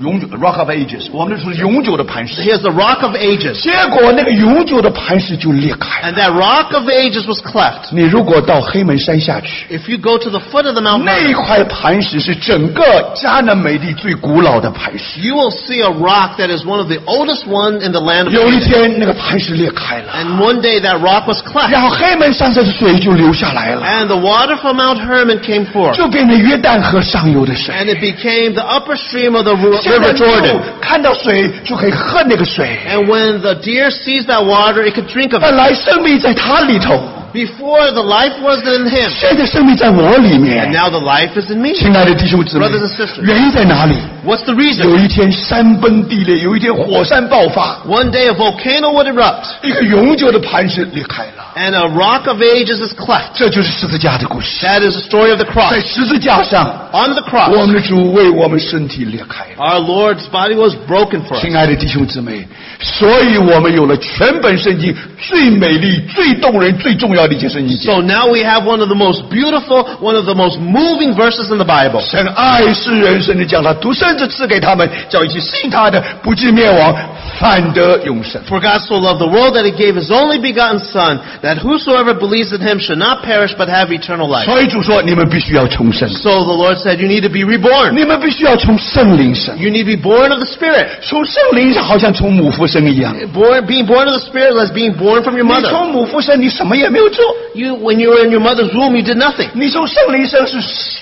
Speaker 1: 永久 rock of ages，我们就是永久的磐石。
Speaker 2: He is the rock of ages.
Speaker 1: 结果那个永久的磐石就裂开了。
Speaker 2: And that rock of ages was cleft.
Speaker 1: 你如果到黑门山下去，
Speaker 2: If you go to the foot of the Mount
Speaker 1: 那
Speaker 2: Hermon,
Speaker 1: 一块磐石是整个迦南美地最古老的磐石。
Speaker 2: you will see a rock that is one of the oldest one in the land of
Speaker 1: 有一
Speaker 2: Canaan.
Speaker 1: 天那个磐石裂开了，
Speaker 2: And one day that rock was cleft,
Speaker 1: 然后黑门山上的水就流下来了，
Speaker 2: and the water from Mount Hermon came forth,
Speaker 1: 就变成约旦河上游的水。
Speaker 2: and it became the upper stream of the Ru-
Speaker 1: 现在
Speaker 2: River
Speaker 1: 就
Speaker 2: Jordan.
Speaker 1: 看到水就可以喝那个水。
Speaker 2: And when the deer sees that water, it could drink of
Speaker 1: 本
Speaker 2: it.
Speaker 1: 来生命在他里头，
Speaker 2: Before the life was in him,
Speaker 1: 现在生命在我里
Speaker 2: and
Speaker 1: 面。
Speaker 2: now the life is in me.
Speaker 1: 亲爱的弟兄姊妹
Speaker 2: Brothers and sisters.，
Speaker 1: 原因在哪里？
Speaker 2: What's the
Speaker 1: 有
Speaker 2: reason?
Speaker 1: 一天山崩地裂，有一天火山爆发，
Speaker 2: One day a volcano would erupt,
Speaker 1: 一个永久的磐石裂开了。
Speaker 2: and a rock of ages is cleft.
Speaker 1: 这就是十字架的故事。
Speaker 2: That is the story of the
Speaker 1: 在
Speaker 2: cross.
Speaker 1: 十字架上，
Speaker 2: On the
Speaker 1: 我
Speaker 2: cross,
Speaker 1: 们的主为我们身体裂开了。
Speaker 2: Our Lord's body was broken for us.
Speaker 1: 亲爱的弟兄姊妹，所以我们有了全本圣经最美丽、最动人、最重要的一节圣经节。
Speaker 2: So now we have one of the most beautiful, one of the most moving verses in the Bible.
Speaker 1: 神爱世人，甚至将他独生子赐给他们，叫一切信他的不至灭亡，反得永生。
Speaker 2: For God so loved the world that he gave his only begotten Son, that whosoever believes in him should not perish but have eternal life.
Speaker 1: 所以主说，你们必须要重生，
Speaker 2: So the Lord said, You need to be reborn.
Speaker 1: 你们必须要从圣灵生。
Speaker 2: You need to be born of the Spirit.
Speaker 1: 从圣灵上好像从母腹生一样。
Speaker 2: Born, being born of the Spirit is being born from your
Speaker 1: 你
Speaker 2: mother.
Speaker 1: 从母腹生，你什么也没有做；
Speaker 2: You, when you were in your mother's womb, you did nothing.
Speaker 1: 你从圣灵生是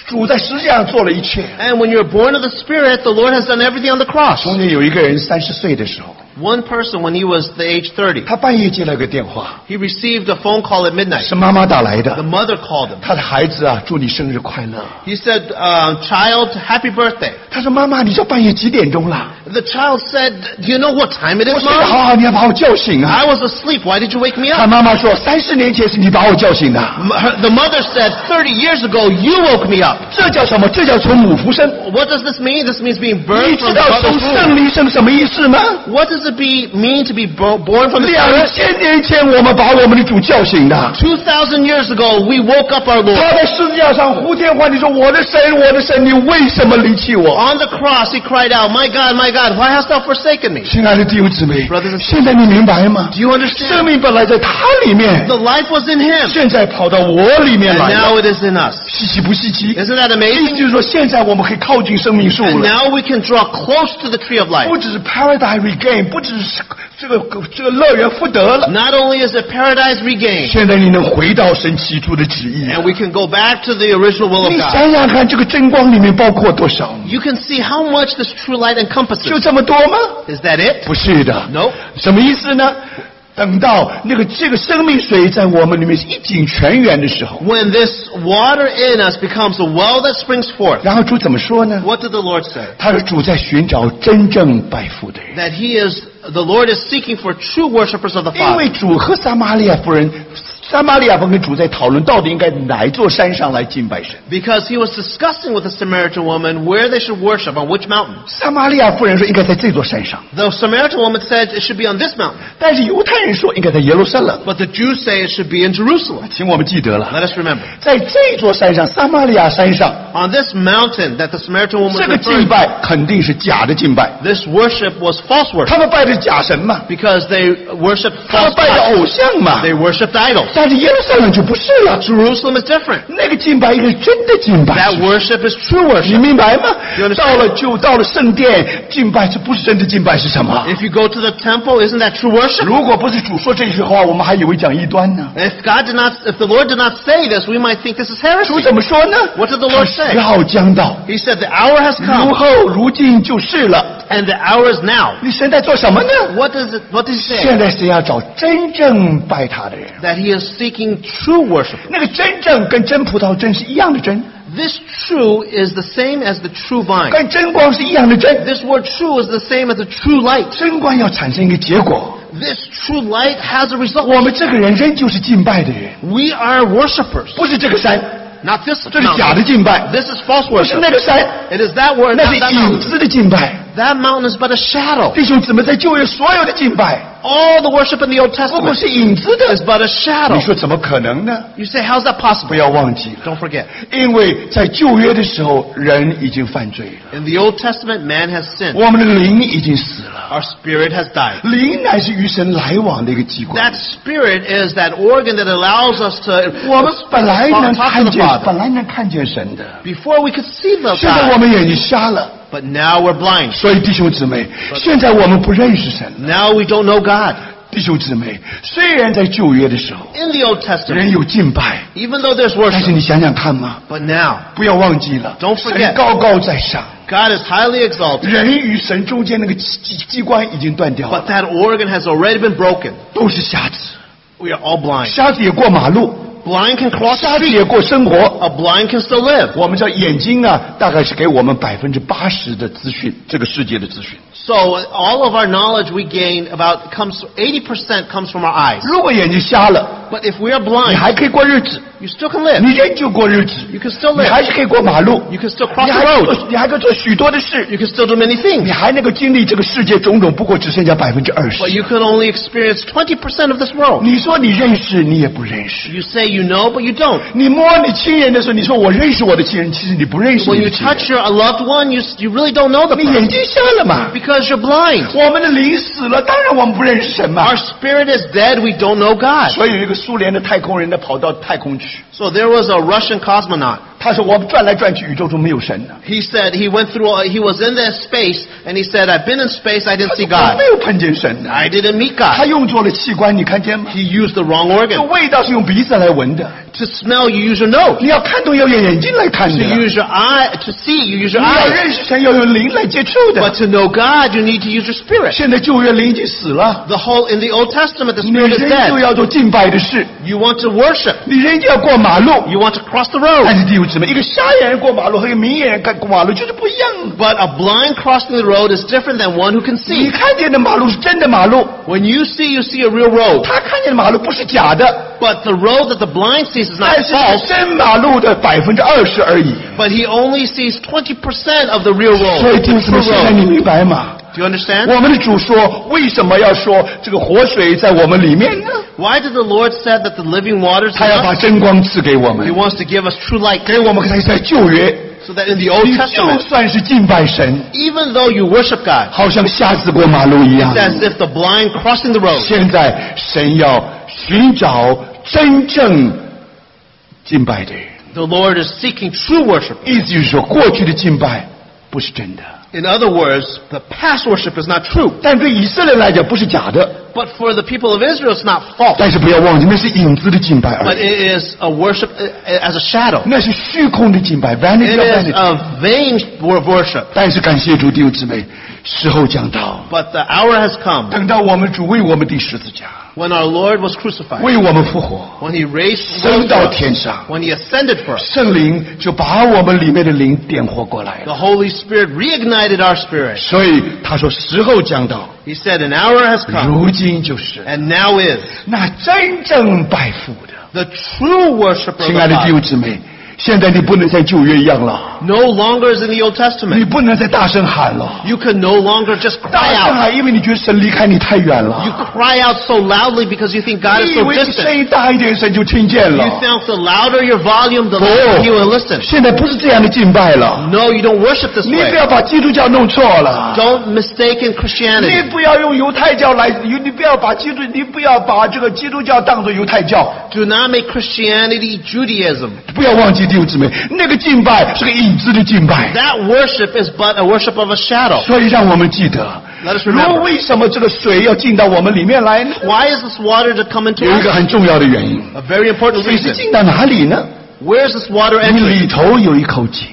Speaker 1: 主在十字架上做了一切。
Speaker 2: And when you're born of the Spirit, the Lord has done everything on the cross.
Speaker 1: 中间有一个人三十岁的时候，
Speaker 2: One person, when he was the age 30,
Speaker 1: 他半夜接了个电话，
Speaker 2: he received a phone call at midnight.
Speaker 1: 是妈妈打来
Speaker 2: The
Speaker 1: 的，
Speaker 2: mother called him.
Speaker 1: 他的孩子啊，祝你生日快乐。
Speaker 2: He said, uh, child, happy birthday.
Speaker 1: 他说：“妈妈，你知道半夜几点钟了？
Speaker 2: The child said, do you know what time it
Speaker 1: 我
Speaker 2: is,
Speaker 1: 睡得
Speaker 2: mom?
Speaker 1: 好好，你要把我叫醒啊
Speaker 2: I was asleep. Why did you wake me！”
Speaker 1: 他
Speaker 2: up?
Speaker 1: 妈妈说：“三十年前是你把我叫醒的，
Speaker 2: M- her- The mother said, 30 years ago, you woke me up.
Speaker 1: 这叫什么？这叫从母腹生。
Speaker 2: What does this mean? This means being
Speaker 1: 你
Speaker 2: birthed
Speaker 1: 知
Speaker 2: from
Speaker 1: 道
Speaker 2: the
Speaker 1: 从
Speaker 2: mother's
Speaker 1: 圣
Speaker 2: womb.
Speaker 1: 灵生什么意思吗？
Speaker 2: What does it be, mean to be bo- born from the
Speaker 1: 两
Speaker 2: Spirit?
Speaker 1: 千年前我们把我们的主叫醒的。”
Speaker 2: 2,000 years ago, we woke up our Lord.
Speaker 1: 他在十字架上呼天唤地说：“我的神，我的神，你为什么离弃我
Speaker 2: On On the cross, he cried out, My God, my God, why hast thou forsaken me?
Speaker 1: 亲爱的弟兄姊妹
Speaker 2: Brothers and，sisters
Speaker 1: 现在你明白吗
Speaker 2: Do？you
Speaker 1: 生
Speaker 2: understand?
Speaker 1: 命本来在他里面
Speaker 2: The，life was in him,
Speaker 1: 现在跑到我里面
Speaker 2: and
Speaker 1: 来
Speaker 2: now
Speaker 1: 了，
Speaker 2: it is in us.
Speaker 1: 稀奇不稀奇？
Speaker 2: Isn't that
Speaker 1: 意
Speaker 2: amazing?
Speaker 1: 思就是说，现在我们可以靠近生命树
Speaker 2: And
Speaker 1: 了。
Speaker 2: now we can draw close to the tree of life.
Speaker 1: 不只是 paradise regain，不只是这个这个乐园复得了，
Speaker 2: Not only is it paradise regained,
Speaker 1: 现在你能回到神起初的旨意。
Speaker 2: and we can go back to the original will of
Speaker 1: 你
Speaker 2: God.
Speaker 1: 想想看，这个真光里面包括多少？
Speaker 2: You can see how much this true light encompasses.
Speaker 1: 就这么多吗？
Speaker 2: Is that it?
Speaker 1: 不是的。
Speaker 2: No.
Speaker 1: 什么意思呢？等到那个这个生命水在我们里面一井泉源的时候，
Speaker 2: When this water in us becomes a well that springs forth,
Speaker 1: 然后主怎么说呢？
Speaker 2: what did the Lord say?
Speaker 1: 他说主在寻找真正拜父的人，
Speaker 2: That He is, the Lord is seeking for true worshippers of the
Speaker 1: 因为
Speaker 2: Father.
Speaker 1: 主和撒玛利亚夫人，撒玛利亚夫人跟主在讨论到底应该哪一座山上来敬拜神。
Speaker 2: Because He was discussing with the Samaritan woman where they should worship, on which mountain.
Speaker 1: 撒玛利亚夫人说应该在这座山上，
Speaker 2: The Samaritan woman said it should be on this mountain,
Speaker 1: 但是犹太人说应该在耶路撒冷。
Speaker 2: but the Jews say it should be in Jerusalem.
Speaker 1: 请我们记得了，
Speaker 2: Let us remember.
Speaker 1: 在这座山上，撒玛利亚山上，
Speaker 2: On this mountain that the Samaritan woman
Speaker 1: 这个
Speaker 2: referred
Speaker 1: 敬
Speaker 2: to,
Speaker 1: 拜肯定是假的敬拜，
Speaker 2: this worship was false worship.
Speaker 1: 他们拜的是假神嘛，
Speaker 2: Because they worship
Speaker 1: 他们
Speaker 2: false
Speaker 1: 拜的
Speaker 2: gods.
Speaker 1: 偶像嘛。
Speaker 2: They worship idols.
Speaker 1: 但是耶路撒冷就不是了，
Speaker 2: Jerusalem is different.
Speaker 1: 那个敬拜一个是真的敬拜。
Speaker 2: That worship is true
Speaker 1: 你
Speaker 2: worship.
Speaker 1: 明白吗
Speaker 2: You？understand?
Speaker 1: 到了就到了圣殿敬拜，这不是真的敬拜是什么？
Speaker 2: If you go to the temple, isn't that true worship?
Speaker 1: 如果不是主说这句话，我们还以为讲异端 呢。
Speaker 2: If God did not, if the Lord did not say this, we might think this is
Speaker 1: 主
Speaker 2: heresy.
Speaker 1: 怎么说呢？
Speaker 2: What did the
Speaker 1: 他
Speaker 2: Lord
Speaker 1: 时
Speaker 2: say?
Speaker 1: 候将到，
Speaker 2: He said, "The hour has
Speaker 1: 如
Speaker 2: come,
Speaker 1: 后如今就是了。
Speaker 2: and the hour is now."
Speaker 1: 你现在做什么呢？
Speaker 2: What does it? What does he
Speaker 1: 现
Speaker 2: say?
Speaker 1: 在是要找真正拜他的人，
Speaker 2: That he is seeking true worship.
Speaker 1: 那个真正跟真葡萄真是一样的真，
Speaker 2: This true is the same as the true vine.
Speaker 1: 跟真光是一样的真。
Speaker 2: This word "true" is the same as the true light.
Speaker 1: 真光要产生一个结果，
Speaker 2: This true light has a
Speaker 1: 我
Speaker 2: result.
Speaker 1: 们这个人仍旧是敬拜的人，
Speaker 2: We are worshippers,
Speaker 1: 不是这个山，
Speaker 2: not this
Speaker 1: 这是假
Speaker 2: mountain.
Speaker 1: 的敬拜，
Speaker 2: This is false
Speaker 1: 不是
Speaker 2: worship.
Speaker 1: 那个山，
Speaker 2: It is that word,
Speaker 1: 那
Speaker 2: not
Speaker 1: 是
Speaker 2: that
Speaker 1: 影
Speaker 2: mountain.
Speaker 1: 子的敬拜。
Speaker 2: That mountain is but a shadow.
Speaker 1: 弟兄姊妹，在旧约所有的敬拜，
Speaker 2: All the worship in the Old
Speaker 1: 不过
Speaker 2: Testament
Speaker 1: 是影子的
Speaker 2: is。but a shadow.
Speaker 1: 你说怎么可能呢？
Speaker 2: You say, how's that
Speaker 1: 不
Speaker 2: possible?
Speaker 1: 要忘记了，
Speaker 2: Don't forget.
Speaker 1: 因为在旧约的时候，人已经犯罪了，
Speaker 2: In the Old Testament, man has sinned.
Speaker 1: 我们的灵已经死了，
Speaker 2: Our spirit has died.
Speaker 1: 灵乃是与神来往的一个机关
Speaker 2: That。spirit is that organ that allows us to.
Speaker 1: 我们本来能
Speaker 2: Talk
Speaker 1: 看
Speaker 2: to the
Speaker 1: 见
Speaker 2: Father.，
Speaker 1: 本来能看见神的，
Speaker 2: Before we could see the
Speaker 1: 现在我
Speaker 2: God,
Speaker 1: 们眼睛瞎了。
Speaker 2: but now we're blind.
Speaker 1: 所以弟兄姊妹，现在我们不认识神了。
Speaker 2: Now we don't know God.
Speaker 1: 弟兄姊妹，虽然在旧约的时候，
Speaker 2: In the Old
Speaker 1: 人
Speaker 2: Testament,
Speaker 1: 有敬拜，
Speaker 2: even though there's
Speaker 1: 但是
Speaker 2: worship,
Speaker 1: 你想想看嘛，
Speaker 2: but now
Speaker 1: 不要忘记了，
Speaker 2: Don't forget
Speaker 1: 神高高在上，
Speaker 2: God is highly exalted,
Speaker 1: 人与神中间那个机机机关已经断掉了
Speaker 2: but，that organ has already been broken.
Speaker 1: 都是瞎子，
Speaker 2: We are all blind.
Speaker 1: 瞎子也过马路，
Speaker 2: Blind can cross the
Speaker 1: 瞎
Speaker 2: street.
Speaker 1: 子哦也过生活。哦
Speaker 2: A blind can still live.
Speaker 1: 我们知道眼睛啊，大概是给我们百分之八十的资讯，这个世界的资讯。
Speaker 2: So all of our knowledge we gain about comes 80% comes from our eyes.
Speaker 1: 如果眼睛瞎了，
Speaker 2: But if we are
Speaker 1: 你
Speaker 2: blind,
Speaker 1: 还可以过日子，
Speaker 2: you still can live.
Speaker 1: 你仍旧过日子，
Speaker 2: You can still
Speaker 1: 你
Speaker 2: live.
Speaker 1: 还是可以过马路，
Speaker 2: You can still cross
Speaker 1: 你
Speaker 2: the
Speaker 1: 还可以
Speaker 2: road.
Speaker 1: 做，你还可以做许多的事。
Speaker 2: You can still do many things.
Speaker 1: 你还能够经历这个世界种种，不过只剩下百分之二十
Speaker 2: But。you can only experience 20% of this world.
Speaker 1: 你说你认识，你也不认识。
Speaker 2: You say you know, but you don't.
Speaker 1: 你摸你亲人的时候，你说我认识我的亲人，其实你不认识
Speaker 2: When
Speaker 1: 你
Speaker 2: you
Speaker 1: 的亲人
Speaker 2: touch。your a loved one, you, you really don't know the
Speaker 1: 你眼
Speaker 2: person
Speaker 1: 睛瞎了嘛？
Speaker 2: because you're blind.
Speaker 1: 我们的灵死了，当然我们不认识神嘛
Speaker 2: Our。spirit is dead. We don't know God.
Speaker 1: 所以有一个苏联的太空人呢，跑到太空去，
Speaker 2: So there was a Russian cosmonaut
Speaker 1: 他说我们转来转去，宇宙中没有神的，
Speaker 2: He said he went through. all- He was in that space, and he said, "I've been in space. I didn't see
Speaker 1: 我
Speaker 2: God.
Speaker 1: 没有碰见神的。
Speaker 2: I didn't meet
Speaker 1: 他
Speaker 2: God."
Speaker 1: 用错了器官，你看见吗
Speaker 2: He？used the wrong
Speaker 1: 这
Speaker 2: organ.
Speaker 1: 味道是用鼻子来闻的，
Speaker 2: To smell, you use your nose.
Speaker 1: 你要看懂要用眼睛来看
Speaker 2: To
Speaker 1: 的，你
Speaker 2: use your eye. To see, you use your
Speaker 1: 要
Speaker 2: eyes.
Speaker 1: 认识神要用灵来接触的。
Speaker 2: But to know God, you need to use your spirit.
Speaker 1: 现在旧约灵已经死了，
Speaker 2: The whole in the Old Testament, the
Speaker 1: 你
Speaker 2: spirit is
Speaker 1: 仍旧
Speaker 2: dead.
Speaker 1: 要做敬拜的事，
Speaker 2: You want to worship.
Speaker 1: 你仍旧要过马路。
Speaker 2: You want to cross the
Speaker 1: 但
Speaker 2: road.
Speaker 1: 是弟兄姊妹，一个瞎眼人过马路和一个明眼人看过马路就是不一样的。
Speaker 2: But a blind crossing the road is different than one who can
Speaker 1: 你
Speaker 2: see.
Speaker 1: 看见的马路是真的马路，
Speaker 2: When you see, you see a real road.
Speaker 1: 他看见的马路不是假的，
Speaker 2: But the road that the blind sees is
Speaker 1: 但
Speaker 2: not
Speaker 1: 是是
Speaker 2: false.
Speaker 1: 真马路的百分之二十而已。
Speaker 2: But he only sees 20% of the real
Speaker 1: 所
Speaker 2: road.
Speaker 1: 以弟兄
Speaker 2: the
Speaker 1: 姊妹，
Speaker 2: true
Speaker 1: 现在
Speaker 2: road.
Speaker 1: 你明白吗？
Speaker 2: Do you understand?
Speaker 1: 我们的主说，为什么要说这个活水在我们里面呢？
Speaker 2: Why did the Lord said that the living waters in
Speaker 1: 他要把
Speaker 2: us?
Speaker 1: 真光赐给我
Speaker 2: He
Speaker 1: 们，
Speaker 2: wants to give us true light.
Speaker 1: 给我们才在旧约
Speaker 2: So that in the Old
Speaker 1: 你就
Speaker 2: Testament,
Speaker 1: 算是敬拜神，
Speaker 2: even though you worship God,
Speaker 1: 好像瞎子过马路一样
Speaker 2: it's。as if the blind crossing the road.
Speaker 1: 现在神要寻找真正敬拜的人，
Speaker 2: The Lord is seeking true worship.
Speaker 1: 意思就是说，过去的敬拜不是真的，
Speaker 2: In other words, the past worship is not true.
Speaker 1: 但对以色列来讲不是假的。
Speaker 2: But for the people of Israel, it's not false.
Speaker 1: 但是不要忘记，那是影子的敬拜而
Speaker 2: But
Speaker 1: 已，
Speaker 2: it is a worship uh, as a shadow.
Speaker 1: 那是虚空的敬拜
Speaker 2: It
Speaker 1: （vanity of vanity）。
Speaker 2: is a vain wor- worship.
Speaker 1: 但是感谢主，弟兄姊妹，时候将到，
Speaker 2: But the hour has come
Speaker 1: 等到我们主为我们钉十字架，
Speaker 2: when our Lord was crucified,
Speaker 1: 为我们复活，
Speaker 2: when He raised,
Speaker 1: 升到天上，
Speaker 2: when He ascended for us.
Speaker 1: 圣灵就把我们里面的灵点活过来了。
Speaker 2: The Holy Spirit reignited our spirit.
Speaker 1: 所以他说，时候将到，
Speaker 2: He said, "An hour has come,
Speaker 1: 如今就是。
Speaker 2: and now is
Speaker 1: 那真正拜父的。
Speaker 2: the true worship of
Speaker 1: 亲爱的弟兄
Speaker 2: God."
Speaker 1: 姊妹，现在你不能像旧约一样了，
Speaker 2: No longer is in the Old
Speaker 1: 你
Speaker 2: Testament.
Speaker 1: 不能再大声喊了，
Speaker 2: You can no longer just
Speaker 1: 大
Speaker 2: cry
Speaker 1: 声
Speaker 2: out.
Speaker 1: 喊，因为你觉得神离开你太远
Speaker 2: 哎 You
Speaker 1: 了。
Speaker 2: cry out so loudly because you think God
Speaker 1: 你
Speaker 2: is
Speaker 1: 以
Speaker 2: so
Speaker 1: 为你声
Speaker 2: distant.
Speaker 1: 音大一点，神就听见
Speaker 2: You
Speaker 1: 了。
Speaker 2: think the louder your volume, the louder you will
Speaker 1: 不
Speaker 2: listen.，
Speaker 1: 现在不是这样的敬拜了。
Speaker 2: No, you don't worship this
Speaker 1: 你不
Speaker 2: way.
Speaker 1: 要把基督教弄错了。
Speaker 2: Don't mistake in
Speaker 1: 你
Speaker 2: Christianity.
Speaker 1: 不要用犹太教来，你你不要把基督，你不要把这个基督教当做犹太教。
Speaker 2: Do not make Christianity Judaism.
Speaker 1: 不要忘记弟兄姊妹，那个敬拜是个影子的敬拜。
Speaker 2: That worship is but a worship of a shadow.
Speaker 1: 所以让我们记得，
Speaker 2: Let us
Speaker 1: 如
Speaker 2: remember.
Speaker 1: 为什么这个水要进到我们里面来呢？
Speaker 2: Why is this water to come into
Speaker 1: 有一个
Speaker 2: us?
Speaker 1: 很重要的原因，
Speaker 2: A very important
Speaker 1: 水是
Speaker 2: reason.
Speaker 1: 进到哪里呢？
Speaker 2: Where is this water
Speaker 1: 你
Speaker 2: entering?
Speaker 1: 里头有一口井，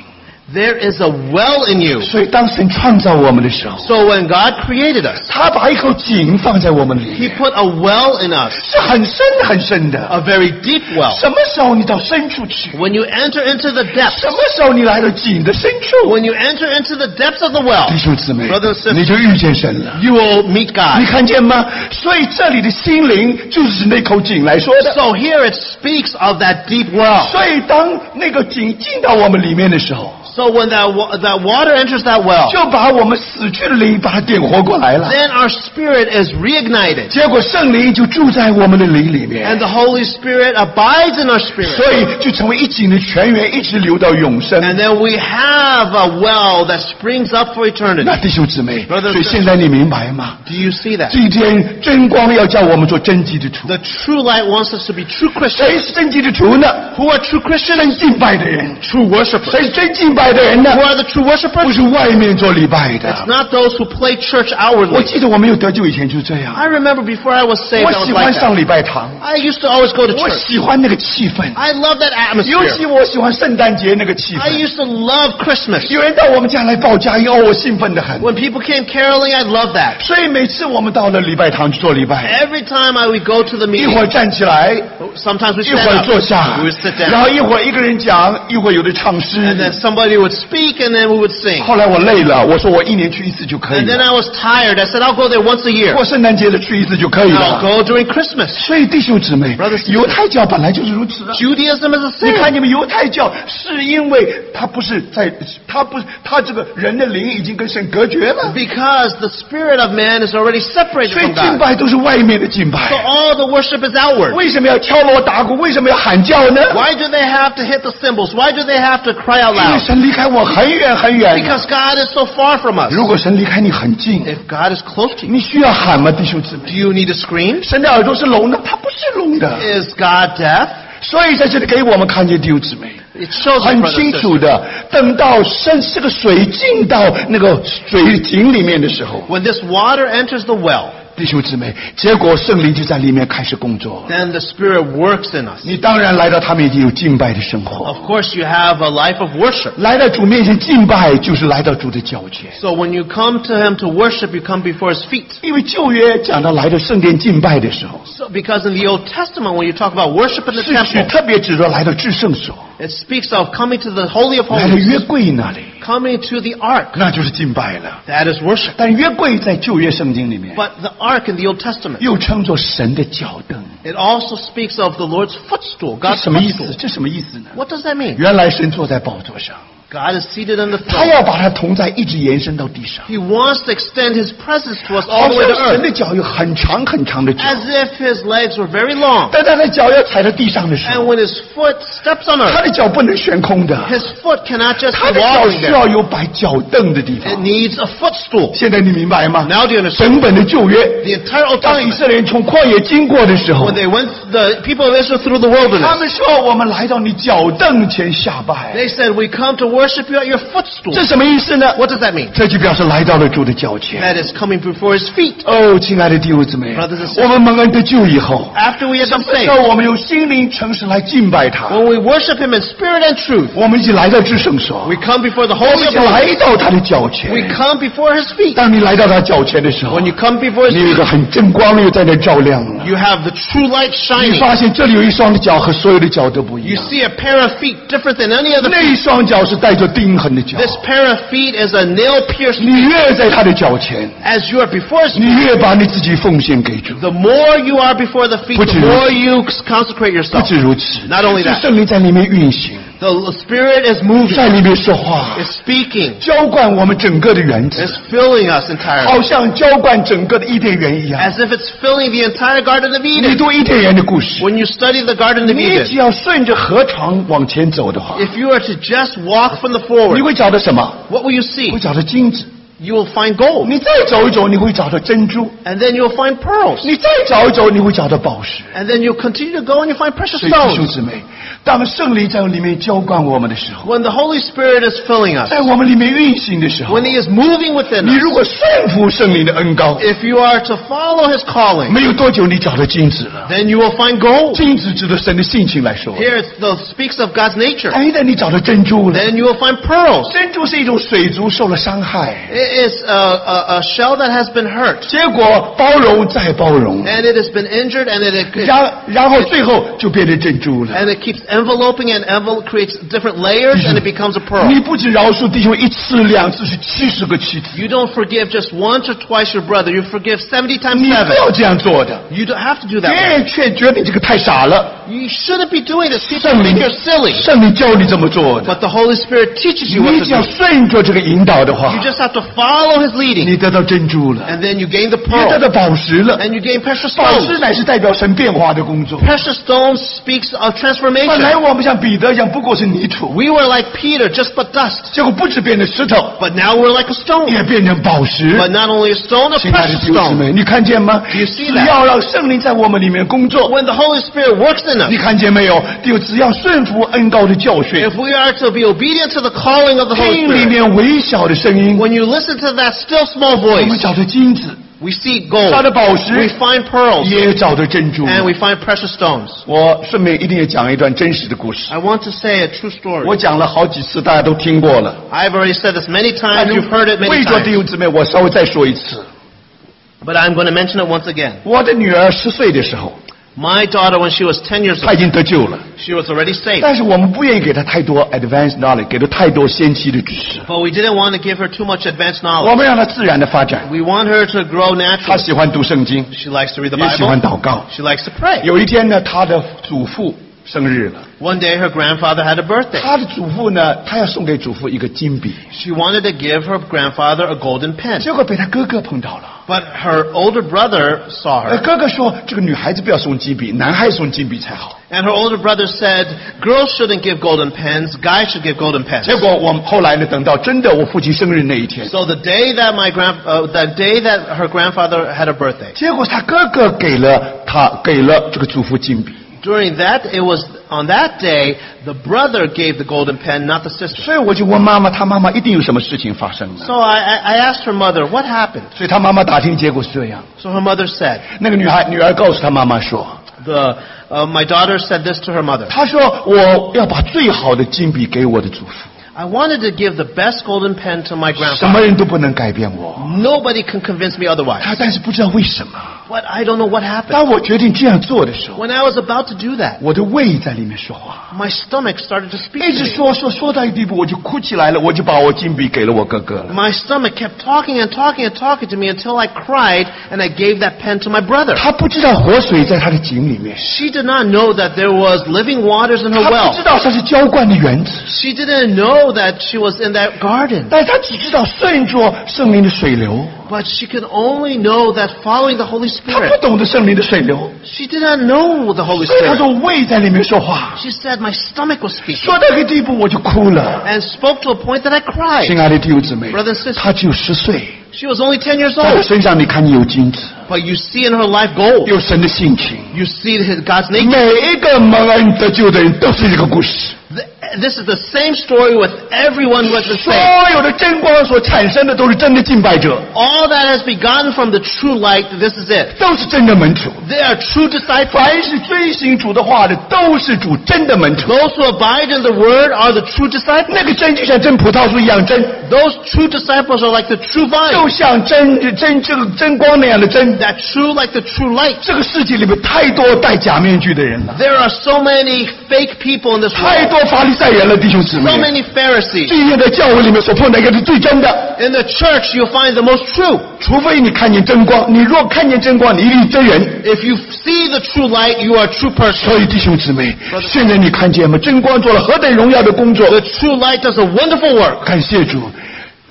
Speaker 2: There is a well in you.
Speaker 1: 所以当神创造我们的时候，
Speaker 2: So when God created us,
Speaker 1: 他把一口井放在我们里
Speaker 2: He 啊
Speaker 1: 面，
Speaker 2: put a well in us,
Speaker 1: 是很深很深的。
Speaker 2: a very deep well.
Speaker 1: 什么时候你到深处去？
Speaker 2: When you enter into the depths,
Speaker 1: 什么时候你来到井的深处？
Speaker 2: when you enter into the depths of the well,
Speaker 1: 弟兄姊妹
Speaker 2: Brother and，sister. 哎
Speaker 1: 你就遇见神了。
Speaker 2: you will
Speaker 1: 你
Speaker 2: meet God.
Speaker 1: 看见吗？所以这里的心灵就是那口井来说的。
Speaker 2: So here it speaks of that deep well.
Speaker 1: 所以当那个井进到我们里面的时候，
Speaker 2: So when that, wa- that water enters that well,
Speaker 1: 就把我们死去的灵把它点活过来了。
Speaker 2: then our spirit is reignited.
Speaker 1: 结果圣灵就住在我们的灵里面
Speaker 2: And，the Holy Spirit abides in our spirit.
Speaker 1: 所以就成为一井的泉源，一直流到永生。
Speaker 2: And then we have a well that springs up for eternity.
Speaker 1: 那弟兄姊妹，
Speaker 2: Brothers and
Speaker 1: 所以现在你明白吗？
Speaker 2: Do you see that?
Speaker 1: 今天真光要叫我们做真基督徒，
Speaker 2: The true light wants us to be true Christians.
Speaker 1: 谁是真基督徒呢？
Speaker 2: Who are true Christians?
Speaker 1: 真敬拜的人，
Speaker 2: True worshippers.
Speaker 1: 谁是真敬拜的人呢
Speaker 2: Who？are the true worshippers?
Speaker 1: 不是外面做礼拜的
Speaker 2: It's。not those who play church
Speaker 1: 我
Speaker 2: outwardly.
Speaker 1: 记得我没有得救以前就是这样，
Speaker 2: I remember before I was saved,
Speaker 1: 我
Speaker 2: I was
Speaker 1: 喜欢
Speaker 2: like
Speaker 1: 上
Speaker 2: that.
Speaker 1: 礼拜堂，
Speaker 2: I used to always go to
Speaker 1: 我
Speaker 2: church.
Speaker 1: 喜欢那个气氛，
Speaker 2: I love that
Speaker 1: 尤其
Speaker 2: atmosphere.
Speaker 1: 我喜欢圣诞节那个气
Speaker 2: I
Speaker 1: 氛。
Speaker 2: used to love Christmas.
Speaker 1: 有人到我们家来报佳音，哦，我兴奋的很。
Speaker 2: When people came caroling, I loved that.
Speaker 1: 所以每次我们到了礼拜堂去做礼拜，
Speaker 2: Every time I would go to the
Speaker 1: 一
Speaker 2: meeting,
Speaker 1: 会儿站起来，
Speaker 2: sometimes we
Speaker 1: 一
Speaker 2: stand
Speaker 1: 会儿
Speaker 2: up,
Speaker 1: 坐下
Speaker 2: we would sit，
Speaker 1: 然
Speaker 2: down,
Speaker 1: 后一会儿一个人讲，一会儿有的唱诗。
Speaker 2: and then somebody would speak, and then we would sing.
Speaker 1: 后来我累了，我说我一年去一次就可以
Speaker 2: And then
Speaker 1: 了，
Speaker 2: I was tired. I said, I'll go there once a year.
Speaker 1: 过圣诞节的去一次就可以
Speaker 2: I'll
Speaker 1: 了。
Speaker 2: go during Christmas.
Speaker 1: 所以弟兄姊妹
Speaker 2: Brothers and，sisters
Speaker 1: 犹太教本来就是如此的。
Speaker 2: Judaism is a
Speaker 1: 你
Speaker 2: sin.
Speaker 1: 看你们犹太教，是因为他不是在，他不，他这个人的灵已经跟神隔绝了，
Speaker 2: Because the spirit of man is already separated
Speaker 1: 所以
Speaker 2: from
Speaker 1: 敬
Speaker 2: God.
Speaker 1: 拜都是外面的敬
Speaker 2: So
Speaker 1: 拜。
Speaker 2: all the worship is outward.
Speaker 1: 为什么要敲锣打鼓？为什么要喊叫呢？
Speaker 2: Why do they have to hit the cymbals? Why do they have to cry out
Speaker 1: 因为
Speaker 2: loud?
Speaker 1: 神离开我很远很远。
Speaker 2: Because God is so far from us.
Speaker 1: 如果神离开你很近，
Speaker 2: If God is close to you,
Speaker 1: 你需要喊吗，弟兄姊妹
Speaker 2: do？you need to scream?
Speaker 1: 神的耳朵是聋的，他不是聋的，
Speaker 2: Is God deaf?
Speaker 1: 所以在这里给我们看见弟兄姊妹
Speaker 2: It shows us,
Speaker 1: 很
Speaker 2: brothers
Speaker 1: 清
Speaker 2: and
Speaker 1: 楚
Speaker 2: sisters,
Speaker 1: 的，等到神这个水进到那个水井里面的时候，
Speaker 2: when this water enters the well,
Speaker 1: 弟兄姊妹，结果圣灵就在里面开始工作。
Speaker 2: then the Spirit works in us.
Speaker 1: 你当然来到他面前有敬拜的生活，
Speaker 2: Of course, you have a life of worship.
Speaker 1: 来到主面前敬拜就是来到主的脚前，
Speaker 2: So when you come to Him to worship, you come before His feet.
Speaker 1: 因为旧约讲到来到圣殿敬拜的时候，
Speaker 2: So, because in the Old Testament, when you talk about worship in the
Speaker 1: 是指
Speaker 2: temple,
Speaker 1: 特别指着来到至圣所，
Speaker 2: it speaks of coming to the Holy of
Speaker 1: 来到约
Speaker 2: Holies,
Speaker 1: 柜那里。
Speaker 2: coming to the ark.
Speaker 1: 那就是敬拜了。
Speaker 2: That is worship.
Speaker 1: 但约柜在旧约圣经里面
Speaker 2: But the ark in the Old Testament,
Speaker 1: 又称作神的脚凳，
Speaker 2: It also speaks of the Lord's footstool,
Speaker 1: 这
Speaker 2: God's
Speaker 1: 什么意思？
Speaker 2: footstool.
Speaker 1: 这什么意思呢？
Speaker 2: What does that mean?
Speaker 1: 原来神坐在宝座上，
Speaker 2: God is seated on the
Speaker 1: 他要
Speaker 2: throne.
Speaker 1: 把他同在一直延伸到地上，
Speaker 2: He wants to extend his presence to us
Speaker 1: 好
Speaker 2: all the way to
Speaker 1: 像神
Speaker 2: earth.
Speaker 1: 的脚有很长很长的脚，
Speaker 2: As if his legs were very long.
Speaker 1: 但他的脚要踩到地上的时
Speaker 2: And
Speaker 1: 候，
Speaker 2: when his foot steps on
Speaker 1: 他
Speaker 2: earth,
Speaker 1: 的脚不能悬空的，
Speaker 2: his foot cannot just
Speaker 1: 他
Speaker 2: be
Speaker 1: 的脚
Speaker 2: wallowing
Speaker 1: 需
Speaker 2: there.
Speaker 1: 要有摆脚凳的地
Speaker 2: It
Speaker 1: 方。
Speaker 2: needs a footstool.
Speaker 1: 现在你明白吗？
Speaker 2: Now do you understand?
Speaker 1: 整本的旧约，
Speaker 2: The entire Old
Speaker 1: 当以
Speaker 2: Testament,
Speaker 1: 色列人从旷野经过的时候
Speaker 2: when，they went, the people of Israel through the
Speaker 1: 他
Speaker 2: wilderness,
Speaker 1: 们说：“我们来到你脚凳前下拜。
Speaker 2: they said, we come to worship you at your ” footstool.
Speaker 1: 这什么意思呢？
Speaker 2: What does that mean?
Speaker 1: 这就表示来到了主的脚前。
Speaker 2: That is coming before his feet.
Speaker 1: 哦，亲爱的弟兄姊妹，
Speaker 2: Brothers and sisters
Speaker 1: 我们蒙恩得救以后，
Speaker 2: After we have been
Speaker 1: 让
Speaker 2: saved,
Speaker 1: 我们用心灵诚实来敬拜他。
Speaker 2: when we worship him in spirit and truth,
Speaker 1: 我们一起来到至圣所，
Speaker 2: we come before the
Speaker 1: 我们
Speaker 2: Holy
Speaker 1: 一
Speaker 2: of
Speaker 1: 起
Speaker 2: Holies.
Speaker 1: 来到他的脚前。
Speaker 2: We come before his feet.
Speaker 1: 当你来到他脚前的时候
Speaker 2: When，you come before his
Speaker 1: 你有一
Speaker 2: feet,
Speaker 1: 个很正光又在那照亮了。
Speaker 2: you have the true light
Speaker 1: 你
Speaker 2: shining.
Speaker 1: 发现这里有一双脚和所有的脚都不一
Speaker 2: You
Speaker 1: 样，
Speaker 2: see a pair of feet different than any other.
Speaker 1: 那一双脚是带着钉痕的脚。
Speaker 2: This pair of feet is a nail pierced.
Speaker 1: 你越在他的脚前，
Speaker 2: As you are before his
Speaker 1: 你越把你自己奉献给主。
Speaker 2: The more you are before the feet,
Speaker 1: Put
Speaker 2: the
Speaker 1: your-
Speaker 2: more you consecrate
Speaker 1: 不
Speaker 2: yourself.
Speaker 1: 止如此，
Speaker 2: Not only
Speaker 1: 是
Speaker 2: that.
Speaker 1: 圣灵在里面运行，
Speaker 2: The Spirit is moving,
Speaker 1: 在里面说话，
Speaker 2: is speaking,
Speaker 1: 浇灌我们整个的园子，
Speaker 2: is filling us entirely.
Speaker 1: 好像浇灌整个的伊甸园一样。
Speaker 2: As if it's filling the entire Garden of
Speaker 1: 你
Speaker 2: Eden.
Speaker 1: 读伊甸园的故事，
Speaker 2: When you study the Garden of
Speaker 1: 你只
Speaker 2: Eden,
Speaker 1: 要顺着河床往前走的话，
Speaker 2: if you are to just walk from the
Speaker 1: 你
Speaker 2: forward,
Speaker 1: 会找到什么？
Speaker 2: what will you see?
Speaker 1: 会找到金子。
Speaker 2: You will find gold.
Speaker 1: 你再走一走，你会找到珍珠；
Speaker 2: And then you'll find pearls.
Speaker 1: 你再走一走，你会找到宝石。
Speaker 2: And then you'll continue to go and you'll find precious
Speaker 1: 所以弟兄
Speaker 2: stones.
Speaker 1: 姊妹，当圣灵在里面浇灌我们的时候，
Speaker 2: When the Holy Spirit is filling us,
Speaker 1: 在我们里面运行的时候
Speaker 2: when，He is moving within
Speaker 1: 你
Speaker 2: us,
Speaker 1: 如果顺服圣灵的恩高，
Speaker 2: if you are to follow His calling,
Speaker 1: 没有多久你找到金子了。
Speaker 2: then you will find gold.
Speaker 1: 金子指的神的性情来说，
Speaker 2: Here it speaks of God's nature.
Speaker 1: 哎，那你找到珍珠了。
Speaker 2: Then you will find pearls.
Speaker 1: 珍珠是一种水族受了伤害，
Speaker 2: It is a, a, a shell that has been hurt,
Speaker 1: 结果包容再包容，
Speaker 2: and it has been injured, and it, it
Speaker 1: 然然后最后就变成珍珠了。
Speaker 2: and it keeps enveloping and envel- creates different layers, and it becomes a pearl.
Speaker 1: 你不止饶恕弟兄一次两次，是七十个七次。
Speaker 2: You don't forgive just once or twice your brother. You forgive seventy times
Speaker 1: 你不
Speaker 2: seven.
Speaker 1: 要这样做的，
Speaker 2: You don't have to do that.
Speaker 1: 别
Speaker 2: way.
Speaker 1: 人却觉得你这个太傻了。
Speaker 2: You shouldn't be doing this. People
Speaker 1: 圣灵
Speaker 2: think you're silly,
Speaker 1: 圣灵教你这么做的，
Speaker 2: but the Holy Spirit teaches you what
Speaker 1: 你
Speaker 2: to
Speaker 1: 只要
Speaker 2: do.
Speaker 1: 顺着这个引导的话
Speaker 2: You，just have to follow His
Speaker 1: 你
Speaker 2: leading,
Speaker 1: 得到珍珠了，
Speaker 2: and then you gain the
Speaker 1: 你得
Speaker 2: pearl,
Speaker 1: 到宝石了。
Speaker 2: and you gain precious
Speaker 1: 宝石
Speaker 2: stones.
Speaker 1: 乃是代表神变化的工作。
Speaker 2: Precious stones speaks of
Speaker 1: 本来
Speaker 2: transformation.
Speaker 1: 我们像彼得一样，不过是泥土，
Speaker 2: We were like Peter, just but dust.
Speaker 1: 结果不止变成石头，
Speaker 2: But now we're like a stone.
Speaker 1: 也变成宝石。
Speaker 2: But not only a stone, a
Speaker 1: 亲爱的
Speaker 2: precious
Speaker 1: 弟兄姊
Speaker 2: stone.
Speaker 1: 妹，你看见吗？
Speaker 2: You see
Speaker 1: 只
Speaker 2: that?
Speaker 1: 要让圣灵在我们里面工作，
Speaker 2: When the Holy Spirit works in us,
Speaker 1: 你看见没有？就只要顺服恩高的教训
Speaker 2: if，we are to be obedient to the calling of the Holy
Speaker 1: 听里
Speaker 2: Spirit,
Speaker 1: 面微小的声音，
Speaker 2: when you listen to that still small
Speaker 1: 我们
Speaker 2: voice,
Speaker 1: 找到金子，
Speaker 2: we see
Speaker 1: 找
Speaker 2: gold,
Speaker 1: 到宝
Speaker 2: we
Speaker 1: 石，
Speaker 2: find pearls,
Speaker 1: 也找到珍珠。
Speaker 2: and we find precious stones.
Speaker 1: 我顺便一定要讲一段真实的故事。
Speaker 2: I want to say a true story.
Speaker 1: 我讲了好几次，大家都听过了。
Speaker 2: I've already said this many times, you've heard it
Speaker 1: 为
Speaker 2: many
Speaker 1: 着弟
Speaker 2: times,
Speaker 1: 兄姊妹，我稍微再说一次。
Speaker 2: but I'm going to mention it once again.
Speaker 1: 我的女儿十岁的时候，
Speaker 2: My daughter, when she was 10 years
Speaker 1: 她
Speaker 2: old,
Speaker 1: 已经得救了，
Speaker 2: she was already saved,
Speaker 1: 但是我们不愿意给她太多 advanced knowledge，给她太多先期的知识，
Speaker 2: but we didn't want to give her too much advanced
Speaker 1: 我
Speaker 2: knowledge.
Speaker 1: 们让她自然的发展。
Speaker 2: We want her to grow
Speaker 1: 她
Speaker 2: naturally.
Speaker 1: 喜欢读圣经，
Speaker 2: She likes to read the
Speaker 1: 也喜欢
Speaker 2: Bible.
Speaker 1: 祷告。
Speaker 2: She likes to pray.
Speaker 1: 有一天呢，她的祖父生日了，
Speaker 2: One day her grandfather had a birthday.
Speaker 1: 她的祖父呢，她要送给祖父一个金笔，
Speaker 2: She wanted to give her grandfather a golden pen.
Speaker 1: 结果被她哥哥碰到了。
Speaker 2: But her older brother saw
Speaker 1: 呃，
Speaker 2: her.
Speaker 1: 哥哥说这个女孩子不要送金笔，男孩送金笔才好。
Speaker 2: And her older brother said, girls shouldn't give golden pens, guys should give golden pens.
Speaker 1: 结果我们后来呢，等到真的我父亲生日那一天，
Speaker 2: So the day that my grand, uh, the day that her grandfather had a birthday,
Speaker 1: 结果他哥哥给了他给了这个祖父金笔，
Speaker 2: during that, it was on that day, the brother gave the golden pen, not the sister.
Speaker 1: 所以我就问妈妈，他妈妈一定有什么事情发生了。
Speaker 2: So I, I I asked her mother, what happened?
Speaker 1: 所以他妈妈打听，结果是这样。
Speaker 2: So her mother said,
Speaker 1: 那个女孩女儿告诉他妈妈说，
Speaker 2: the, uh, my daughter said this to her mother.
Speaker 1: 她说我要把最好的金笔给我的祖父，
Speaker 2: I wanted to give the best golden pen to my
Speaker 1: 什
Speaker 2: grandfather.
Speaker 1: 么人都不能改变我。
Speaker 2: Nobody can convince me otherwise.
Speaker 1: 她但是不知道为什么，
Speaker 2: What? I don't know what
Speaker 1: 当
Speaker 2: happened.
Speaker 1: 我决定这样做的时候，
Speaker 2: When I was about to do that,
Speaker 1: 我的胃在里面说话，
Speaker 2: my stomach started to speak.
Speaker 1: 一
Speaker 2: to
Speaker 1: 直
Speaker 2: me.
Speaker 1: 说说说到一地步，我就哭起来了，我就把我金币给了我哥哥了。
Speaker 2: My stomach kept talking and talking and talking to me until I cried and I gave that pen to my brother.
Speaker 1: 他不知道活水在他的井里面，
Speaker 2: She did not know that there was living waters in
Speaker 1: 他
Speaker 2: her
Speaker 1: 不知
Speaker 2: well.
Speaker 1: 道他是浇灌的原子，
Speaker 2: She didn't know that she was in that garden.
Speaker 1: 但是他只知道顺着圣灵的水流，
Speaker 2: But she could only know that following the Holy
Speaker 1: 他不
Speaker 2: Spirit.
Speaker 1: 懂得圣灵的水流，
Speaker 2: She did not know the Holy
Speaker 1: 所以他
Speaker 2: Spirit.
Speaker 1: 说胃在里面说话，
Speaker 2: She said, My stomach was speaking.
Speaker 1: 说到一个地步我就哭了。
Speaker 2: And spoke to a point that I
Speaker 1: 亲
Speaker 2: cried.
Speaker 1: 爱的弟兄姊妹，
Speaker 2: Brother and sister
Speaker 1: 他只有十岁，
Speaker 2: She was only 10 years
Speaker 1: 在我
Speaker 2: old.
Speaker 1: 身上你看你有金子，
Speaker 2: But you see in her life gold.
Speaker 1: 有神的性情。
Speaker 2: You see his, God's nature.
Speaker 1: 每一个蒙恩得救的人都是这个故事。
Speaker 2: Th- This is the same story with everyone who has been
Speaker 1: 所
Speaker 2: saved.
Speaker 1: 有的真光所产生的都是真的敬拜者，
Speaker 2: All that has begotten from the true light, this is it.
Speaker 1: 都是真的门徒。
Speaker 2: They are true disciples.
Speaker 1: 凡是遵行主的话的，都是主真的门徒。
Speaker 2: Those who abide in the word are the true disciples.
Speaker 1: 那个真就像真葡萄树一样真，
Speaker 2: Those true disciples are like the
Speaker 1: 就
Speaker 2: true vine.
Speaker 1: 像真真这个真光那样的真。
Speaker 2: That true like the true light.
Speaker 1: 这个世界里面太多戴假面具的人了，
Speaker 2: There are so many fake people in this
Speaker 1: 太
Speaker 2: world.
Speaker 1: 多法利赛人了，弟兄姊
Speaker 2: So
Speaker 1: 妹。
Speaker 2: many Pharisees.
Speaker 1: 最近在教会里面所碰到一个是最真的，
Speaker 2: In the church, you'll find the most true.
Speaker 1: 除非你看见真光，你若看见真光，你一定真人。
Speaker 2: If you see the true light, you are a true person.
Speaker 1: 所以弟兄姊妹，现在你看见吗？真光做了何等荣耀的工作！
Speaker 2: The true light does a wonderful work.
Speaker 1: 感谢主，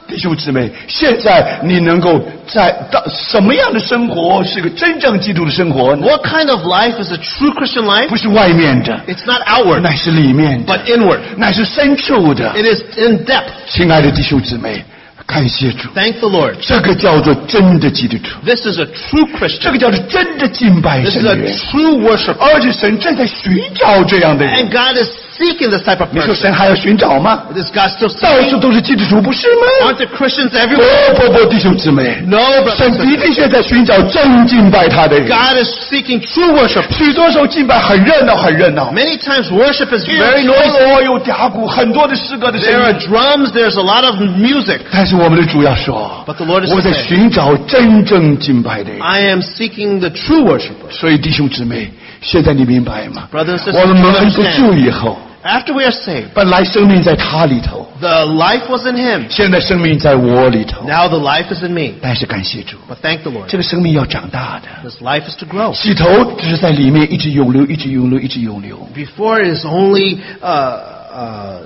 Speaker 1: 弟兄姊妹，现在你能够在到什么样的生活是个真正基督的生活呢？
Speaker 2: What kind of life is a true Christian life?
Speaker 1: 不是外面的，
Speaker 2: It's not outward,
Speaker 1: 乃是里面的，
Speaker 2: but inward.
Speaker 1: 乃是深处的。
Speaker 2: It is in depth.
Speaker 1: 亲爱的弟兄姊妹，感谢主，
Speaker 2: Thank the Lord.
Speaker 1: 这个叫做真的基督徒，
Speaker 2: This is a true
Speaker 1: 这
Speaker 2: Christian.
Speaker 1: 个叫做真的敬拜
Speaker 2: This
Speaker 1: 神
Speaker 2: is
Speaker 1: 的
Speaker 2: a
Speaker 1: 人，
Speaker 2: true worshiper.
Speaker 1: 而且神正在寻找这样的人
Speaker 2: And。God is seeking this type of
Speaker 1: 你说
Speaker 2: person.
Speaker 1: 神还要寻找吗？
Speaker 2: Is God still
Speaker 1: 到处
Speaker 2: seeking?
Speaker 1: 都是基督徒，不是吗？
Speaker 2: Aren't there Christians everywhere?
Speaker 1: 不不不，弟兄姊妹，
Speaker 2: No,
Speaker 1: 神
Speaker 2: brothers and
Speaker 1: 的
Speaker 2: sisters.
Speaker 1: 的确在寻找真敬拜他的人。
Speaker 2: God is seeking true worship.
Speaker 1: 许多时候敬拜很热闹，很热闹，
Speaker 2: Many times worship is
Speaker 1: 有
Speaker 2: very
Speaker 1: 锣
Speaker 2: noisy.
Speaker 1: 锣有打鼓，很多的诗歌的声
Speaker 2: There are
Speaker 1: 音。
Speaker 2: drums, there's a lot of music.
Speaker 1: 但是我们的主要说
Speaker 2: But the Lord is，
Speaker 1: 我在
Speaker 2: saying-
Speaker 1: 寻找真正敬拜的人。
Speaker 2: I am seeking the true worshiper.
Speaker 1: 所以弟兄姊妹，现在你明白吗？
Speaker 2: Brothers and sisters,
Speaker 1: 我们蒙恩
Speaker 2: you
Speaker 1: 得
Speaker 2: understand.
Speaker 1: 救以后，
Speaker 2: After we are saved,
Speaker 1: 本来生命在他里头，
Speaker 2: the life was in him.
Speaker 1: 现在生命在我里头。
Speaker 2: Now the life is in me.
Speaker 1: 但是感谢主，
Speaker 2: But thank the Lord.
Speaker 1: 这个生命要长大的，
Speaker 2: This life is to grow.
Speaker 1: 起头只是在里面一直涌流，一直涌流，一直涌流。
Speaker 2: Before it is only uh, uh,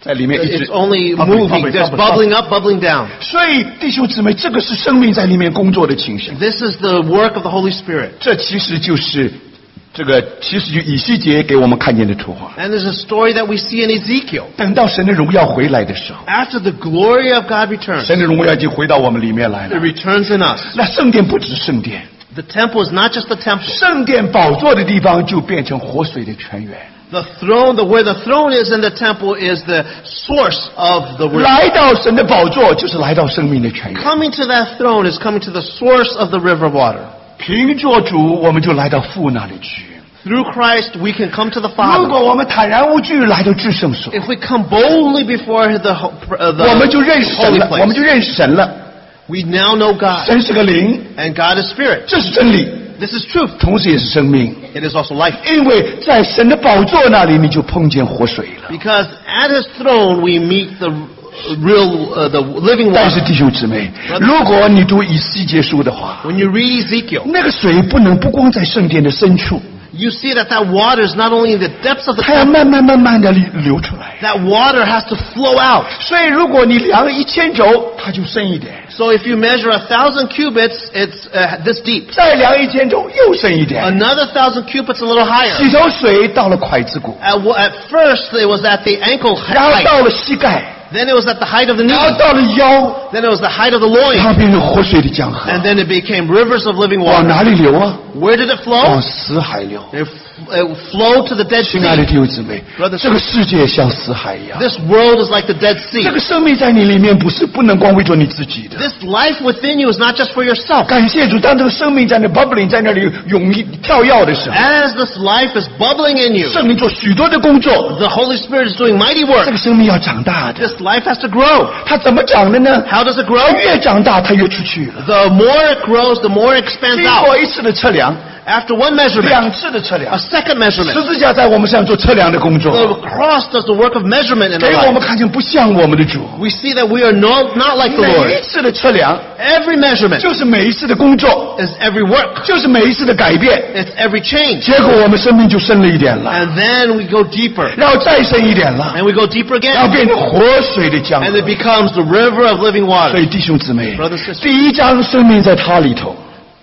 Speaker 1: 在里面一直
Speaker 2: it's only
Speaker 1: Bubbling,
Speaker 2: moving.
Speaker 1: bubbling,
Speaker 2: There's
Speaker 1: bubbling,
Speaker 2: bubbling up, bubbling down.
Speaker 1: 所以弟兄姊妹，这个是生命在里面工作的情形，
Speaker 2: This is the work of the Holy Spirit.
Speaker 1: 这其实就是这个，其实就以西结给我们看见的图画。
Speaker 2: And there's a story that we see in Ezekiel.
Speaker 1: 等到神的荣耀回来的时候，
Speaker 2: After the glory of God returns,
Speaker 1: 神的荣耀已经回到我们里面来
Speaker 2: it
Speaker 1: 了。
Speaker 2: returns in us.
Speaker 1: 那圣殿不止圣殿，
Speaker 2: The temple is not just the temple.
Speaker 1: 圣殿宝座的地方就变成活水的泉源。
Speaker 2: The throne, the, where the throne is in the temple is the source of the river.
Speaker 1: 来到神的宝座，就是来到生命的泉源。
Speaker 2: Coming to that throne is coming to the source of the river water.
Speaker 1: 凭着主，我们就来到父那里去。
Speaker 2: Through Christ, we can come to the
Speaker 1: 如
Speaker 2: Father.
Speaker 1: 果我们坦然无惧来到至圣所，
Speaker 2: If we come boldly before the, ho- pr- uh,
Speaker 1: 我们就认识
Speaker 2: the
Speaker 1: 神
Speaker 2: holy
Speaker 1: 了，我们就
Speaker 2: place,
Speaker 1: 认识神了。
Speaker 2: we now know God.
Speaker 1: 神是个灵，
Speaker 2: And God is spirit.
Speaker 1: 这是真理，
Speaker 2: This is truth.
Speaker 1: 同时也是生命。
Speaker 2: It is also life.
Speaker 1: 因为在神的宝座那里，你就碰见活水了。
Speaker 2: Because at his throne we meet the uh, real, uh, the living
Speaker 1: 但是
Speaker 2: water.
Speaker 1: 弟兄姊妹，如果你读以西结书的话，
Speaker 2: When you read Ezekiel,
Speaker 1: 那个水不能不光在圣殿的深处，
Speaker 2: you see that that water is not only in the depths of the
Speaker 1: 它要
Speaker 2: temple,
Speaker 1: 慢慢慢慢的流出来。
Speaker 2: that water has to flow out.
Speaker 1: 所以如果你量一千轴，它就深一点；
Speaker 2: So if you measure a thousand cubits, it's uh, this deep.
Speaker 1: 再量一千轴又深一点。
Speaker 2: Another thousand cubits a little
Speaker 1: 洗
Speaker 2: higher.
Speaker 1: 头水到了筷子骨，
Speaker 2: At, wa- at first it was at the ankle
Speaker 1: 然后
Speaker 2: height,
Speaker 1: 到了膝盖，
Speaker 2: then it was at the height of the
Speaker 1: 然后
Speaker 2: knee,
Speaker 1: 到了腰，
Speaker 2: then it was the height of the
Speaker 1: 它
Speaker 2: loin,
Speaker 1: 变成活水的江河，
Speaker 2: and then it became rivers of living
Speaker 1: 往
Speaker 2: water.
Speaker 1: 哪里流啊？
Speaker 2: Where did it
Speaker 1: 往
Speaker 2: flow?
Speaker 1: 死海流。
Speaker 2: It, f- it flowed to the Dead
Speaker 1: 亲爱的
Speaker 2: Sea.
Speaker 1: 弟兄姊妹，
Speaker 2: Brothers-
Speaker 1: 这个世界像死海一样，
Speaker 2: This world is like the Dead Sea.
Speaker 1: 这个生命在你里面不是不能光为着你自己的。
Speaker 2: This life within you is not just for yourself.
Speaker 1: 感谢主，当这个生命在那 bubbling 在那里涌溢跳跃的时候，
Speaker 2: As this life is bubbling in you,
Speaker 1: 圣灵做许多的工作，
Speaker 2: the Holy Spirit is doing mighty
Speaker 1: 这
Speaker 2: work.
Speaker 1: 个生命要长大的。
Speaker 2: This life has to grow.
Speaker 1: 它怎么长的呢？
Speaker 2: How does it
Speaker 1: 它
Speaker 2: grow?
Speaker 1: 越长大，它越出去了。
Speaker 2: The more it grows, the more it expands
Speaker 1: 经
Speaker 2: out.
Speaker 1: 过一次的测量，
Speaker 2: After one measurement,
Speaker 1: 两次的测量
Speaker 2: a，second
Speaker 1: 十
Speaker 2: measurement.
Speaker 1: 字架在我们身上做测量的工作，
Speaker 2: The cross does the work of measurement in
Speaker 1: 给
Speaker 2: our
Speaker 1: 我们
Speaker 2: life.
Speaker 1: 看见不像我们的主。
Speaker 2: We see that we are no, not like the
Speaker 1: 每一
Speaker 2: Lord.
Speaker 1: 次的测量，
Speaker 2: Every measurement
Speaker 1: 就是每一次的工作，
Speaker 2: is every work.
Speaker 1: 就是每一次的改变。
Speaker 2: It's every change.
Speaker 1: 结果我们生命就深了一点了，
Speaker 2: And then we go deeper.
Speaker 1: 然后再深一点了，
Speaker 2: And we go deeper
Speaker 1: 然后
Speaker 2: again.
Speaker 1: 变成活水的江河
Speaker 2: And。it becomes the river of living
Speaker 1: 所
Speaker 2: water.
Speaker 1: 以弟兄姊妹
Speaker 2: Brothers and，sisters
Speaker 1: 第一章生命在他里头，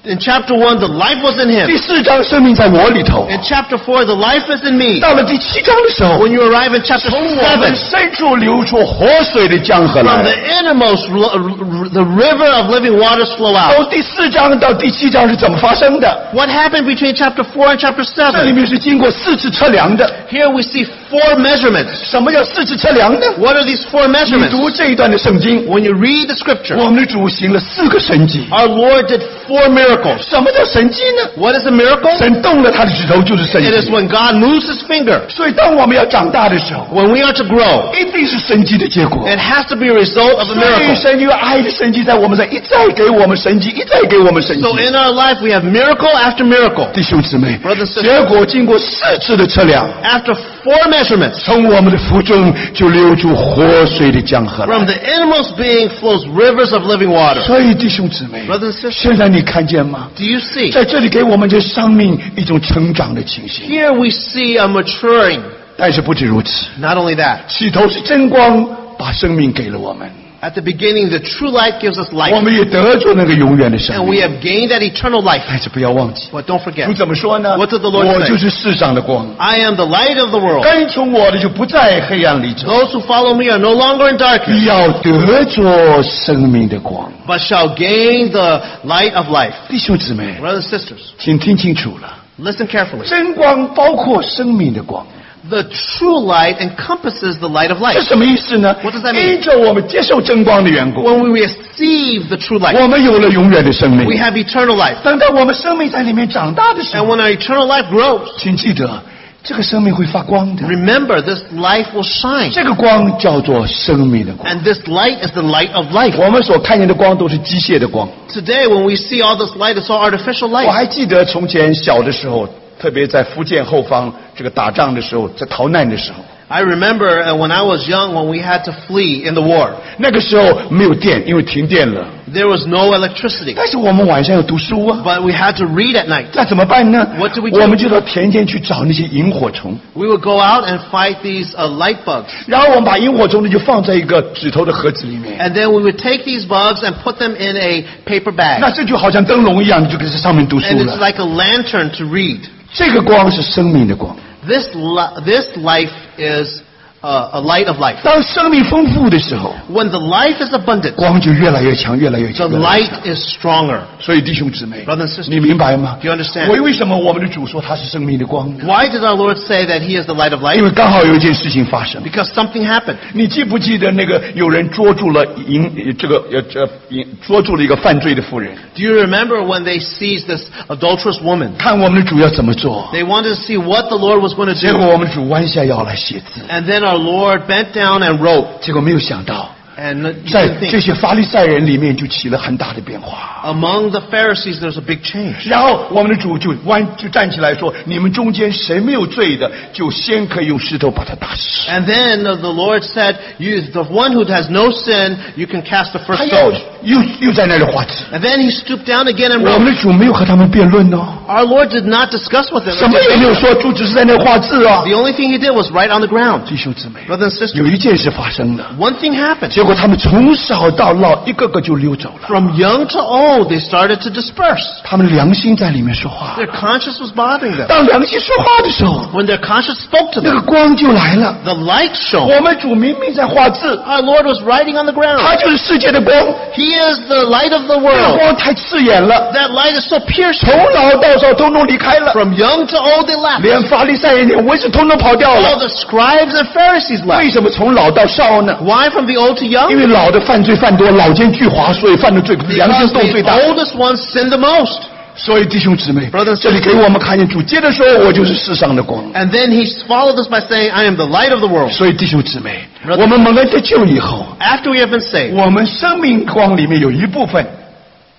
Speaker 2: In chapter 1, the life was in
Speaker 1: 第
Speaker 2: him.
Speaker 1: 四章生命在我里头，
Speaker 2: In chapter 4, the life is in me.
Speaker 1: 到了第七章的时候，
Speaker 2: When you arrive in chapter 7,
Speaker 1: 从我们
Speaker 2: from
Speaker 1: 深处流出活水的江河来
Speaker 2: the。innermost, ro- r- r- the river of living waters flow out.
Speaker 1: 从第四章到第七章是怎么发生的？
Speaker 2: What happened between chapter 4 and chapter
Speaker 1: 这里
Speaker 2: 7?
Speaker 1: 面是经过四次测量的。
Speaker 2: Here we see four measurements.
Speaker 1: 什么叫四次测量呢？
Speaker 2: What are these four
Speaker 1: 你
Speaker 2: measurements?
Speaker 1: 读这一段的圣经，
Speaker 2: When you read the scripture,
Speaker 1: 我啊们的主行了四个神迹。
Speaker 2: our Lord did four miracles.
Speaker 1: 什么叫神迹呢？
Speaker 2: What is a miracle?
Speaker 1: 神动了他的指头就是神
Speaker 2: It is
Speaker 1: 迹。
Speaker 2: when God moves his finger.
Speaker 1: 所以当我们要长大的时候，
Speaker 2: When we are to grow,
Speaker 1: 一定是神迹的结果。
Speaker 2: it has to be a result of a
Speaker 1: 所以
Speaker 2: miracle.
Speaker 1: 神因为爱的神迹在我们这一再给我们神迹，一再给我们神迹。
Speaker 2: So in our life, we have miracle after miracle.
Speaker 1: 弟兄姊妹
Speaker 2: Brothers and，sisters
Speaker 1: 结果经过四次的测量，
Speaker 2: After four measurements,
Speaker 1: 从我们的腹中就流出活水的江河来。
Speaker 2: from the innermost being flows rivers of living water.
Speaker 1: 所以弟兄姊妹，
Speaker 2: Brothers and sisters,
Speaker 1: 现在你看见吗？
Speaker 2: do you see?
Speaker 1: 在这里给我们这生命一种成长的情形。
Speaker 2: Here we see a maturing.
Speaker 1: 但是不止如此，
Speaker 2: Not only that,
Speaker 1: 起头是真光把生命给了我们，
Speaker 2: at the beginning, the true light gives us
Speaker 1: 我
Speaker 2: life,
Speaker 1: 们也得着那个永远的生
Speaker 2: and we
Speaker 1: 命。
Speaker 2: have gained that eternal life.
Speaker 1: 但是不要忘记，
Speaker 2: But don't forget,
Speaker 1: 主怎么说呢？
Speaker 2: What did the Lord say?
Speaker 1: 我就是世上的光，
Speaker 2: I am the light of the world.
Speaker 1: 跟从我的就不在黑暗里走，
Speaker 2: Those who follow me are no longer in darkness,
Speaker 1: 要得着生命的光。
Speaker 2: but shall gain the light of life.
Speaker 1: 弟兄姊妹，
Speaker 2: Brothers and sisters,
Speaker 1: 请听清楚了，
Speaker 2: listen carefully.
Speaker 1: 真光包括生命的光。
Speaker 2: The true light encompasses the light of
Speaker 1: 哎这
Speaker 2: life.
Speaker 1: 什么意思呢
Speaker 2: What does that？mean?
Speaker 1: 因着我们接受真光的缘故，
Speaker 2: When we receive the true light,
Speaker 1: 我们有了永远的生命
Speaker 2: we。have eternal life.
Speaker 1: 等到我们生命在里面长大的时
Speaker 2: And
Speaker 1: 候，
Speaker 2: when our eternal life grows,
Speaker 1: 请记得，这个生命会发光的。
Speaker 2: remember this life will shine.
Speaker 1: 这个光叫做生命的光。
Speaker 2: And this light is the light of life.
Speaker 1: 我们所看见的光都是机械的光。
Speaker 2: Today, when we see all this light, it's all artificial
Speaker 1: 我
Speaker 2: light.
Speaker 1: 还记得从前小的时候，特别在福建后方这个打仗的时候，在逃难的时候，
Speaker 2: I remember uh, when I was young, when we had to flee in the war,
Speaker 1: 那个时候没有电，因为停电了。
Speaker 2: there was no electricity,
Speaker 1: 但是我们晚上要读书啊，
Speaker 2: but we had to read at night.
Speaker 1: 那怎么办呢
Speaker 2: What do we？do?
Speaker 1: 我们就到田间去找那些萤火虫，
Speaker 2: We would go out and fight these uh, light bugs,
Speaker 1: 然后我们把萤火虫呢就放在一个指头的盒子里面。
Speaker 2: and then we would take these bugs and put them in a paper
Speaker 1: 那
Speaker 2: bag,
Speaker 1: 这就好像灯笼一样，你就在这上面读书
Speaker 2: and
Speaker 1: 了。
Speaker 2: it's like a lantern to read.
Speaker 1: 这个光是生命的光。
Speaker 2: This li- this life is uh, a light of life.
Speaker 1: 当生命丰富的时候，
Speaker 2: When the life is abundant,
Speaker 1: 光就越来越强，越来越
Speaker 2: the
Speaker 1: 强。越来越强
Speaker 2: light is stronger.
Speaker 1: 所以弟兄姊妹
Speaker 2: Brothers and sisters，
Speaker 1: 你明白吗
Speaker 2: Do you understand？
Speaker 1: 为为什么我们的主说他是生命的光呢？
Speaker 2: Why did our Lord say that He is the light of
Speaker 1: 因
Speaker 2: life?
Speaker 1: 为刚好有一件事情发生。
Speaker 2: Because something happened.
Speaker 1: 你记不记得那个有人捉住了淫这个呃这淫捉住了一个犯罪的妇人？
Speaker 2: Do you remember when they seized this adulterous woman?
Speaker 1: 看我们的主要怎么做？
Speaker 2: They wanted to see what the Lord was going to
Speaker 1: 结果
Speaker 2: do.
Speaker 1: 我们主弯下腰来写字，
Speaker 2: And then our Lord bent down and wrote.
Speaker 1: 结果没有想到，
Speaker 2: And you
Speaker 1: 在
Speaker 2: can
Speaker 1: 这
Speaker 2: think,
Speaker 1: 些法利赛人里面就起了很大的变化。
Speaker 2: among the Pharisees, there's a big change.
Speaker 1: 然后我们的主就弯就站起来说：“你们中间谁没有罪的，就先可以用石头把他打死。
Speaker 2: And then uh, the Lord said, you, the one who has no sin, you can cast the ” first
Speaker 1: 他又
Speaker 2: stone.
Speaker 1: 又又在那里画字。
Speaker 2: And then he stooped down again and
Speaker 1: 我
Speaker 2: wrote.
Speaker 1: 们的主没有和他们辩论哦，
Speaker 2: Our Lord did not discuss with them.
Speaker 1: 什么也没有说，主只是在那画字啊。
Speaker 2: The only thing he did was right on the ground.
Speaker 1: 弟兄姊妹，
Speaker 2: Brothers and sisters,
Speaker 1: 有一件事发生了，
Speaker 2: one thing happened.
Speaker 1: 结果他们从小到老一个个就溜走了，
Speaker 2: From young to old, they started to disperse.
Speaker 1: 他们良心在里面说话
Speaker 2: Their。conscience was bothering them.
Speaker 1: 当良心说话的时候，
Speaker 2: When their conscience spoke to
Speaker 1: 那个
Speaker 2: them,
Speaker 1: 光就来了。
Speaker 2: The light shone.
Speaker 1: 我们主明明在画字，
Speaker 2: Our Lord was writing on the ground.
Speaker 1: 他就是世界的光。
Speaker 2: He is the light of the
Speaker 1: 这个
Speaker 2: world.
Speaker 1: 光太刺眼了，
Speaker 2: That light is so piercing.
Speaker 1: 从老到少通通离开了，
Speaker 2: From young to old they left.
Speaker 1: 连法利赛人、连文士通通跑掉
Speaker 2: All
Speaker 1: 了。
Speaker 2: the scribes and Pharisees
Speaker 1: 为
Speaker 2: left.
Speaker 1: 什么从老到少呢？
Speaker 2: Why from the old to
Speaker 1: 因
Speaker 2: young?
Speaker 1: 为老的犯罪犯多，老奸巨猾，所以犯的罪良心
Speaker 2: Because
Speaker 1: 洞最
Speaker 2: the
Speaker 1: 大。
Speaker 2: oldest ones sin the most.
Speaker 1: 所以弟兄姊妹
Speaker 2: Brothers and，sisters
Speaker 1: 这里给我们看见主接着说：“我就是世上的光。
Speaker 2: And then he followed this by saying, I am the light of the world. ”
Speaker 1: 所以弟兄姊妹，
Speaker 2: Brothers
Speaker 1: 我们蒙恩得救以后，
Speaker 2: After we have been saved,
Speaker 1: 我们生命光里面有一部分，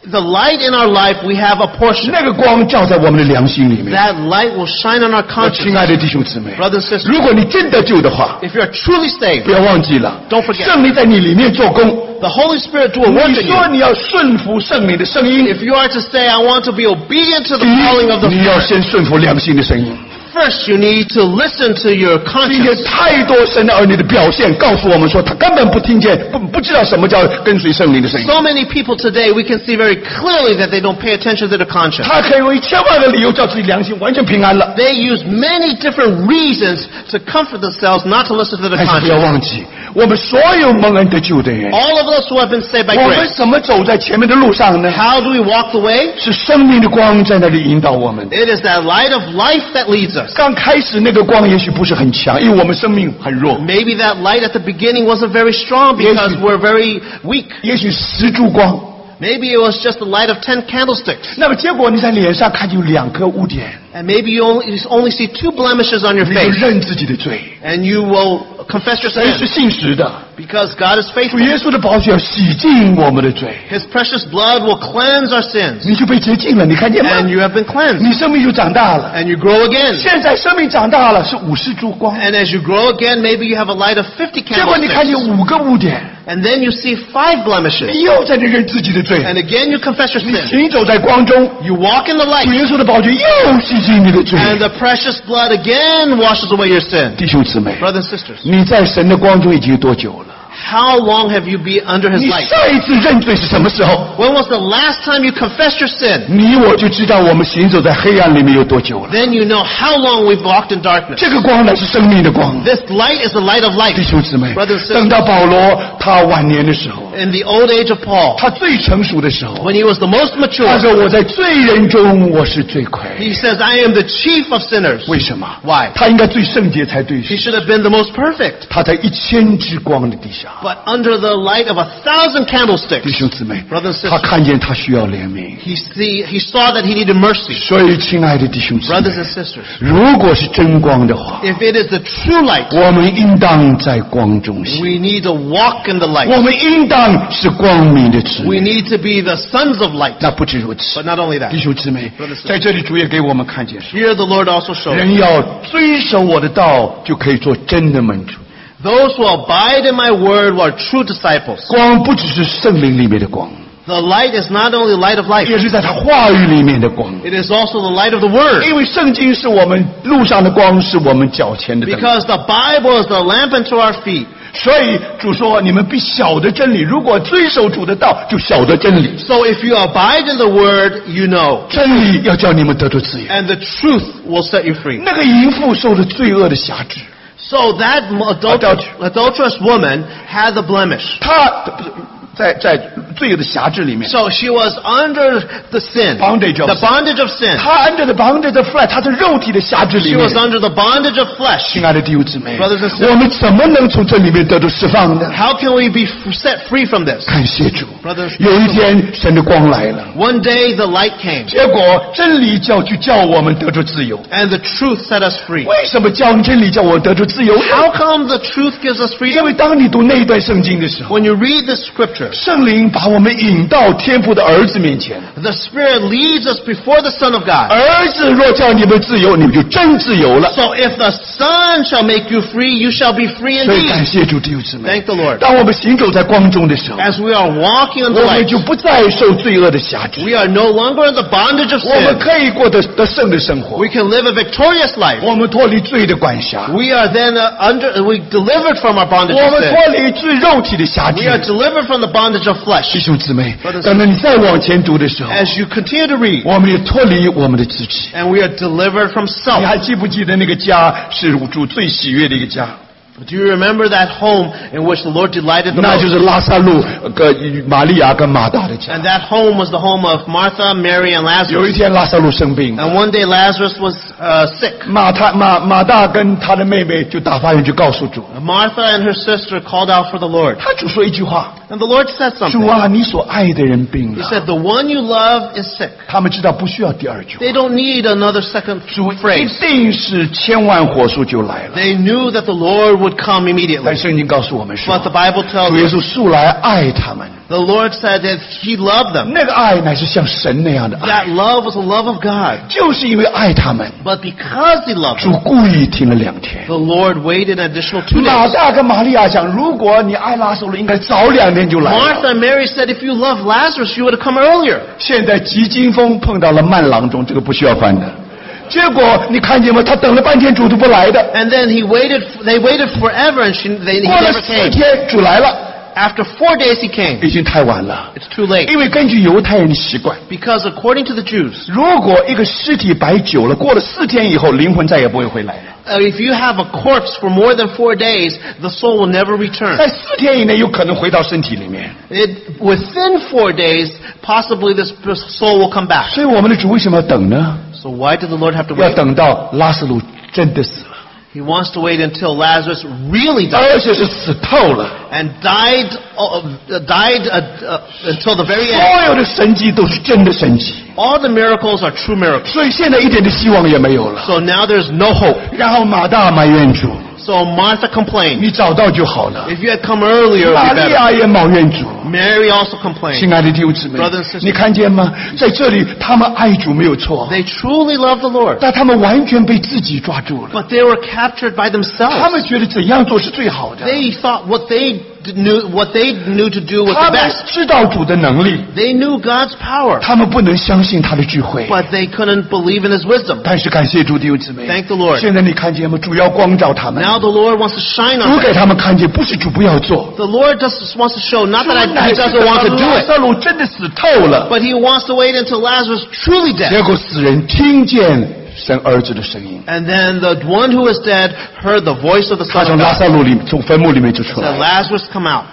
Speaker 2: the light in our life we have a portion.
Speaker 1: 那个光照在我们的良心里面。
Speaker 2: That light will shine on our
Speaker 1: 我亲
Speaker 2: conscience.
Speaker 1: 爱的弟兄姊妹，
Speaker 2: Brothers and sisters,
Speaker 1: 如果你真得救的话，
Speaker 2: if you are truly saved,
Speaker 1: 不要忘记了
Speaker 2: Don't，forget
Speaker 1: 圣灵在你里面做工。
Speaker 2: the Holy Spirit will work
Speaker 1: 你
Speaker 2: in
Speaker 1: 说
Speaker 2: you.
Speaker 1: 你要顺服圣灵的声音，
Speaker 2: If you are to say, I want to be obedient to
Speaker 1: 第
Speaker 2: the calling of the
Speaker 1: 一，你要
Speaker 2: Spirit,
Speaker 1: 先顺服良心的声音。
Speaker 2: first you need to listen to your
Speaker 1: 今天
Speaker 2: conscience.
Speaker 1: 太多神的儿女的表现告诉我们说，他根本不听见，不不知道什么叫跟随圣灵的声音。
Speaker 2: So many people today, we can see very clearly that they don't pay attention to their conscience.
Speaker 1: 他可以用一千万个理由叫自己良心完全平安了，
Speaker 2: They use many different reasons to comfort themselves not to listen to their
Speaker 1: 但是不要
Speaker 2: conscience.
Speaker 1: 忘记，我们所有蒙恩得救的人，
Speaker 2: All of us who have been saved by
Speaker 1: 我们
Speaker 2: grace,
Speaker 1: 怎么走在前面的路上呢？
Speaker 2: how do we walk the way?
Speaker 1: 是生命的光在那里引导我们。
Speaker 2: It is that light of life that leads us.
Speaker 1: 刚开始那个光也许不是很强，因为我们生命很弱，
Speaker 2: Maybe that light at the beginning wasn't very strong because we're very weak.
Speaker 1: 也许十柱光，
Speaker 2: Maybe it was just the light of ten candlesticks.
Speaker 1: 那么结果你在脸上看见有两颗污点，
Speaker 2: And maybe you only, you only see two blemishes on your
Speaker 1: 你就
Speaker 2: face.
Speaker 1: 认自己的罪。
Speaker 2: And you will confess your
Speaker 1: 神是
Speaker 2: sins
Speaker 1: 信实的，
Speaker 2: because God is
Speaker 1: 主
Speaker 2: faithful.
Speaker 1: 耶稣的宝血要洗净我们的罪。
Speaker 2: His precious blood will cleanse our sins.
Speaker 1: 你就被洁净了，你看见吗？
Speaker 2: And you have been cleansed.
Speaker 1: 你生命就长大了。
Speaker 2: And you grow again.
Speaker 1: 现在生命长大了，是五十烛光。
Speaker 2: And as you grow again, maybe you have a light of 50
Speaker 1: 结果你看见
Speaker 2: candlesticks.
Speaker 1: 五个污点，
Speaker 2: And then you see five blemishes.
Speaker 1: 你又在这认自己的罪。
Speaker 2: And again you confess your
Speaker 1: 你
Speaker 2: sin.
Speaker 1: 行走在光中，
Speaker 2: You walk in the
Speaker 1: 主
Speaker 2: light.
Speaker 1: 耶稣的宝血又洗净你的罪。
Speaker 2: And the precious blood again washes away your sin.
Speaker 1: 弟兄姊妹，
Speaker 2: Brothers and sisters,
Speaker 1: 你在神的光中已经有多久了？
Speaker 2: how long have you been under his
Speaker 1: 你
Speaker 2: light?
Speaker 1: 上一次认罪是什么时候？
Speaker 2: When was the last time you confessed your sin?
Speaker 1: 你我就知道我们行走在黑暗里面有多久了。
Speaker 2: Then you know how long we've walked in darkness.
Speaker 1: 这个光乃是生命的光。
Speaker 2: This light is the light of life.
Speaker 1: 弟兄姊妹
Speaker 2: Brothers and，sisters
Speaker 1: 等到保罗他晚年的时候，
Speaker 2: In the old age of Paul,
Speaker 1: 他最成熟的时候，
Speaker 2: when he was the most
Speaker 1: 他
Speaker 2: mature,
Speaker 1: 说我在罪人中我是罪魁。
Speaker 2: he says, I am the chief of sinners.
Speaker 1: 为什么？
Speaker 2: Why?
Speaker 1: 他应该最圣洁才对。
Speaker 2: He should have been the most perfect.
Speaker 1: 他在一千之光的底下，
Speaker 2: But under the light of a thousand
Speaker 1: 弟
Speaker 2: candlesticks,
Speaker 1: 兄姊妹
Speaker 2: Brothers and，sisters
Speaker 1: 他看见他需要怜悯，
Speaker 2: he, see, he saw that he needed mercy.
Speaker 1: 所以亲爱的弟兄姊
Speaker 2: Brothers
Speaker 1: 妹
Speaker 2: and，sisters,
Speaker 1: 如果是真光的话，
Speaker 2: if it is the true light,
Speaker 1: 我们应当在光中行，
Speaker 2: we need to walk in the light.
Speaker 1: 我们应当是光明的子
Speaker 2: We
Speaker 1: 民。
Speaker 2: need to be the sons of light.
Speaker 1: 那不止如
Speaker 2: But
Speaker 1: 此，
Speaker 2: not only that,
Speaker 1: 弟兄姊妹
Speaker 2: Brothers and，sisters
Speaker 1: 在这里主也给我们看见说，
Speaker 2: here the Lord also showed us,
Speaker 1: 人要遵守我的道，就可以做真的门徒。
Speaker 2: those who abide in my word are true disciples.
Speaker 1: 光不只是圣灵里面的光，
Speaker 2: The light is not only light of life,
Speaker 1: 也是在他话语里面的光。
Speaker 2: it is also the light of the word.
Speaker 1: 因为圣经是我们路上的光，是我们脚前的灯。
Speaker 2: Because the Bible is the lamp unto our feet.
Speaker 1: 所以主说：“你们必晓得真理。如果遵守主的道，就晓得真理。
Speaker 2: So if you abide in the word, you know.
Speaker 1: 真理要叫你们得着自由。
Speaker 2: And the truth will set you free.
Speaker 1: 那个淫妇受了罪恶的辖制，
Speaker 2: So that adulterous,
Speaker 1: Adultery.
Speaker 2: adulterous woman had the blemish.
Speaker 1: 她不是在在罪恶的辖制里面，
Speaker 2: So she was under the sin.
Speaker 1: Bondage of sin.
Speaker 2: the bondage of sin.
Speaker 1: 她 under the bondage of flesh，她在肉体的辖制
Speaker 2: She
Speaker 1: 里面
Speaker 2: was。under the bondage of flesh.
Speaker 1: 亲爱的弟兄姊妹
Speaker 2: Brothers and，sisters
Speaker 1: 我们怎么能从这里面得到释放呢？
Speaker 2: How can we be f- set free from this?
Speaker 1: 感谢主
Speaker 2: Brothers，
Speaker 1: 有一天神的光来了。
Speaker 2: One day the light came,
Speaker 1: 结果真理教就叫我们得着自由。
Speaker 2: and the truth set us free.
Speaker 1: 为什么教真理教我得着自由？
Speaker 2: How come the truth gives us
Speaker 1: 因
Speaker 2: freedom?
Speaker 1: 为当你读那一段圣经的时候，
Speaker 2: When you read the scriptures,
Speaker 1: 圣灵把我们引到天父的儿子面前。
Speaker 2: the Spirit leads us before the Son of God.
Speaker 1: 儿子若叫你们自由，你们就真自由了。
Speaker 2: So if the Son shall make you free, you shall be free
Speaker 1: 所以感
Speaker 2: indeed.
Speaker 1: 谢主弟兄姊妹
Speaker 2: Thank，the Lord.
Speaker 1: 当我们行走在光中的时候，
Speaker 2: As we are walking in the
Speaker 1: 我们
Speaker 2: light,
Speaker 1: 就不再受罪恶的辖制，
Speaker 2: we are no longer in the bondage of
Speaker 1: 我们
Speaker 2: sin.
Speaker 1: 可以过得得胜的生活
Speaker 2: We，can live a victorious life.
Speaker 1: 我们脱离罪的管辖，
Speaker 2: We are then uh, under, we delivered from our bondage
Speaker 1: 我
Speaker 2: of
Speaker 1: 们
Speaker 2: sin.
Speaker 1: 脱离罪肉体的辖
Speaker 2: We are
Speaker 1: 制。
Speaker 2: delivered from the bondage of flesh.
Speaker 1: 弟兄姊妹
Speaker 2: Brothers，and
Speaker 1: 等到你再往前读的时候，
Speaker 2: As you continue to read,
Speaker 1: 我们也脱离我们的自己。
Speaker 2: and we are delivered from
Speaker 1: 你
Speaker 2: self.
Speaker 1: 还记不记得那个家是主最喜悦的一个家？
Speaker 2: Do you remember that home in which the Lord delighted the
Speaker 1: 那就
Speaker 2: most?
Speaker 1: 是拉萨路呃跟玛利亚跟马大的家。
Speaker 2: And that home was the home of Martha, Mary, and
Speaker 1: 有一
Speaker 2: Lazarus.
Speaker 1: 天拉萨路生病，
Speaker 2: And one day Lazarus was uh, sick.
Speaker 1: 马太马马大跟他的妹妹就打发人去告诉主，
Speaker 2: Martha and her sister called out for the Lord.
Speaker 1: 他主说一句话
Speaker 2: And the Lord said：“ something.
Speaker 1: 主啊，你所爱的人病
Speaker 2: He
Speaker 1: 了。
Speaker 2: said, The one you love is sick. ”
Speaker 1: 他们知道不需要第二句话，
Speaker 2: They don't need another second
Speaker 1: 主一
Speaker 2: phrase.
Speaker 1: 定是千万火速就来了。
Speaker 2: They knew that the Lord would come immediately.
Speaker 1: 但圣经告诉我们说
Speaker 2: But，the Bible
Speaker 1: 主
Speaker 2: tells
Speaker 1: 耶
Speaker 2: us
Speaker 1: 稣素来爱他们，
Speaker 2: the Lord said that He loved them.
Speaker 1: 那个爱乃是像神那样的爱，
Speaker 2: That love was the love of God.
Speaker 1: 就是因为爱他们，
Speaker 2: But because He loved
Speaker 1: 主
Speaker 2: them,
Speaker 1: 故意停了两天。
Speaker 2: the Lord waited an additional two
Speaker 1: 马
Speaker 2: days.
Speaker 1: 大跟玛利亚想，如果你爱拉萨路，应该早两天就来了。
Speaker 2: Martha and Mary said, If you loved Lazarus, you would have come earlier.
Speaker 1: 现在急惊风碰到了慢郎中，这个不需要翻的。结果你看见吗？他等了半天，主都不来的。
Speaker 2: And then he waited. They waited forever, and she, they, he
Speaker 1: 过了
Speaker 2: never
Speaker 1: 四
Speaker 2: came.
Speaker 1: 天，主来了，
Speaker 2: After four days, he came.
Speaker 1: 已经太晚了。
Speaker 2: It's too late
Speaker 1: 因为根据犹太人的习惯，
Speaker 2: because, according to the Jews,
Speaker 1: 如果一个尸体摆久了，过了四天以后，灵魂再也不会回来了。
Speaker 2: uh, if you have a corpse for more than four days, the soul will never return.
Speaker 1: 在四天以内有可能回到身体里面。
Speaker 2: It, within four days, possibly this soul will come back.
Speaker 1: 所以我们的主为什么要等呢？
Speaker 2: So why did the Lord have to
Speaker 1: 要
Speaker 2: wait?
Speaker 1: 等到拉斯路真的死了，
Speaker 2: He wants to wait until Lazarus really died
Speaker 1: 而且是死透了，
Speaker 2: and died uh, uh, died uh, uh, until the very end.
Speaker 1: 所有的神迹都是真的神迹，
Speaker 2: All the miracles are true miracles.
Speaker 1: 所以现在一点的希望也没有了。
Speaker 2: So now there's no hope.
Speaker 1: 然后马大埋怨主，
Speaker 2: So Martha complained.
Speaker 1: 你找到就好了。
Speaker 2: If you had come earlier, it
Speaker 1: 玛
Speaker 2: would be
Speaker 1: 利
Speaker 2: better.
Speaker 1: 亚也埋怨主。
Speaker 2: Mary also complained.
Speaker 1: 亲爱的弟兄姊妹
Speaker 2: Brothers and sisters，
Speaker 1: 你看见吗？在这里，他们爱主没有错，
Speaker 2: They truly loved the Lord,
Speaker 1: 但他们完全被自己抓住了。
Speaker 2: but they were captured
Speaker 1: 他
Speaker 2: by themselves.
Speaker 1: 们觉得怎样做是最好的，
Speaker 2: They thought what they d- knew, what they knew to do was
Speaker 1: 他
Speaker 2: the
Speaker 1: 们
Speaker 2: best.
Speaker 1: 知道主的能力，
Speaker 2: They knew God's power,
Speaker 1: 他们不能相信他的智慧。
Speaker 2: but they couldn't believe in His wisdom.
Speaker 1: 但是感谢主弟兄姊妹
Speaker 2: Thank the Lord.
Speaker 1: 现在你看见吗？主要光照他们，
Speaker 2: Now the Lord wants to shine
Speaker 1: 主
Speaker 2: on
Speaker 1: 给
Speaker 2: them.
Speaker 1: 他们看见，不是主不要做，
Speaker 2: The Lord just wants to show not that I,
Speaker 1: 乃
Speaker 2: He
Speaker 1: 是
Speaker 2: doesn't want to do
Speaker 1: 拉
Speaker 2: it,
Speaker 1: 萨路真的死透了，
Speaker 2: but He wants to wait until Lazarus truly
Speaker 1: 结
Speaker 2: dead.
Speaker 1: 果死人听见神儿子的声音，
Speaker 2: And then the one who is dead heard the voice of the
Speaker 1: 他
Speaker 2: Son
Speaker 1: 从
Speaker 2: of
Speaker 1: 拉
Speaker 2: God.
Speaker 1: 萨路里从坟墓里面就出
Speaker 2: Said
Speaker 1: 来了。
Speaker 2: Lazarus, come out.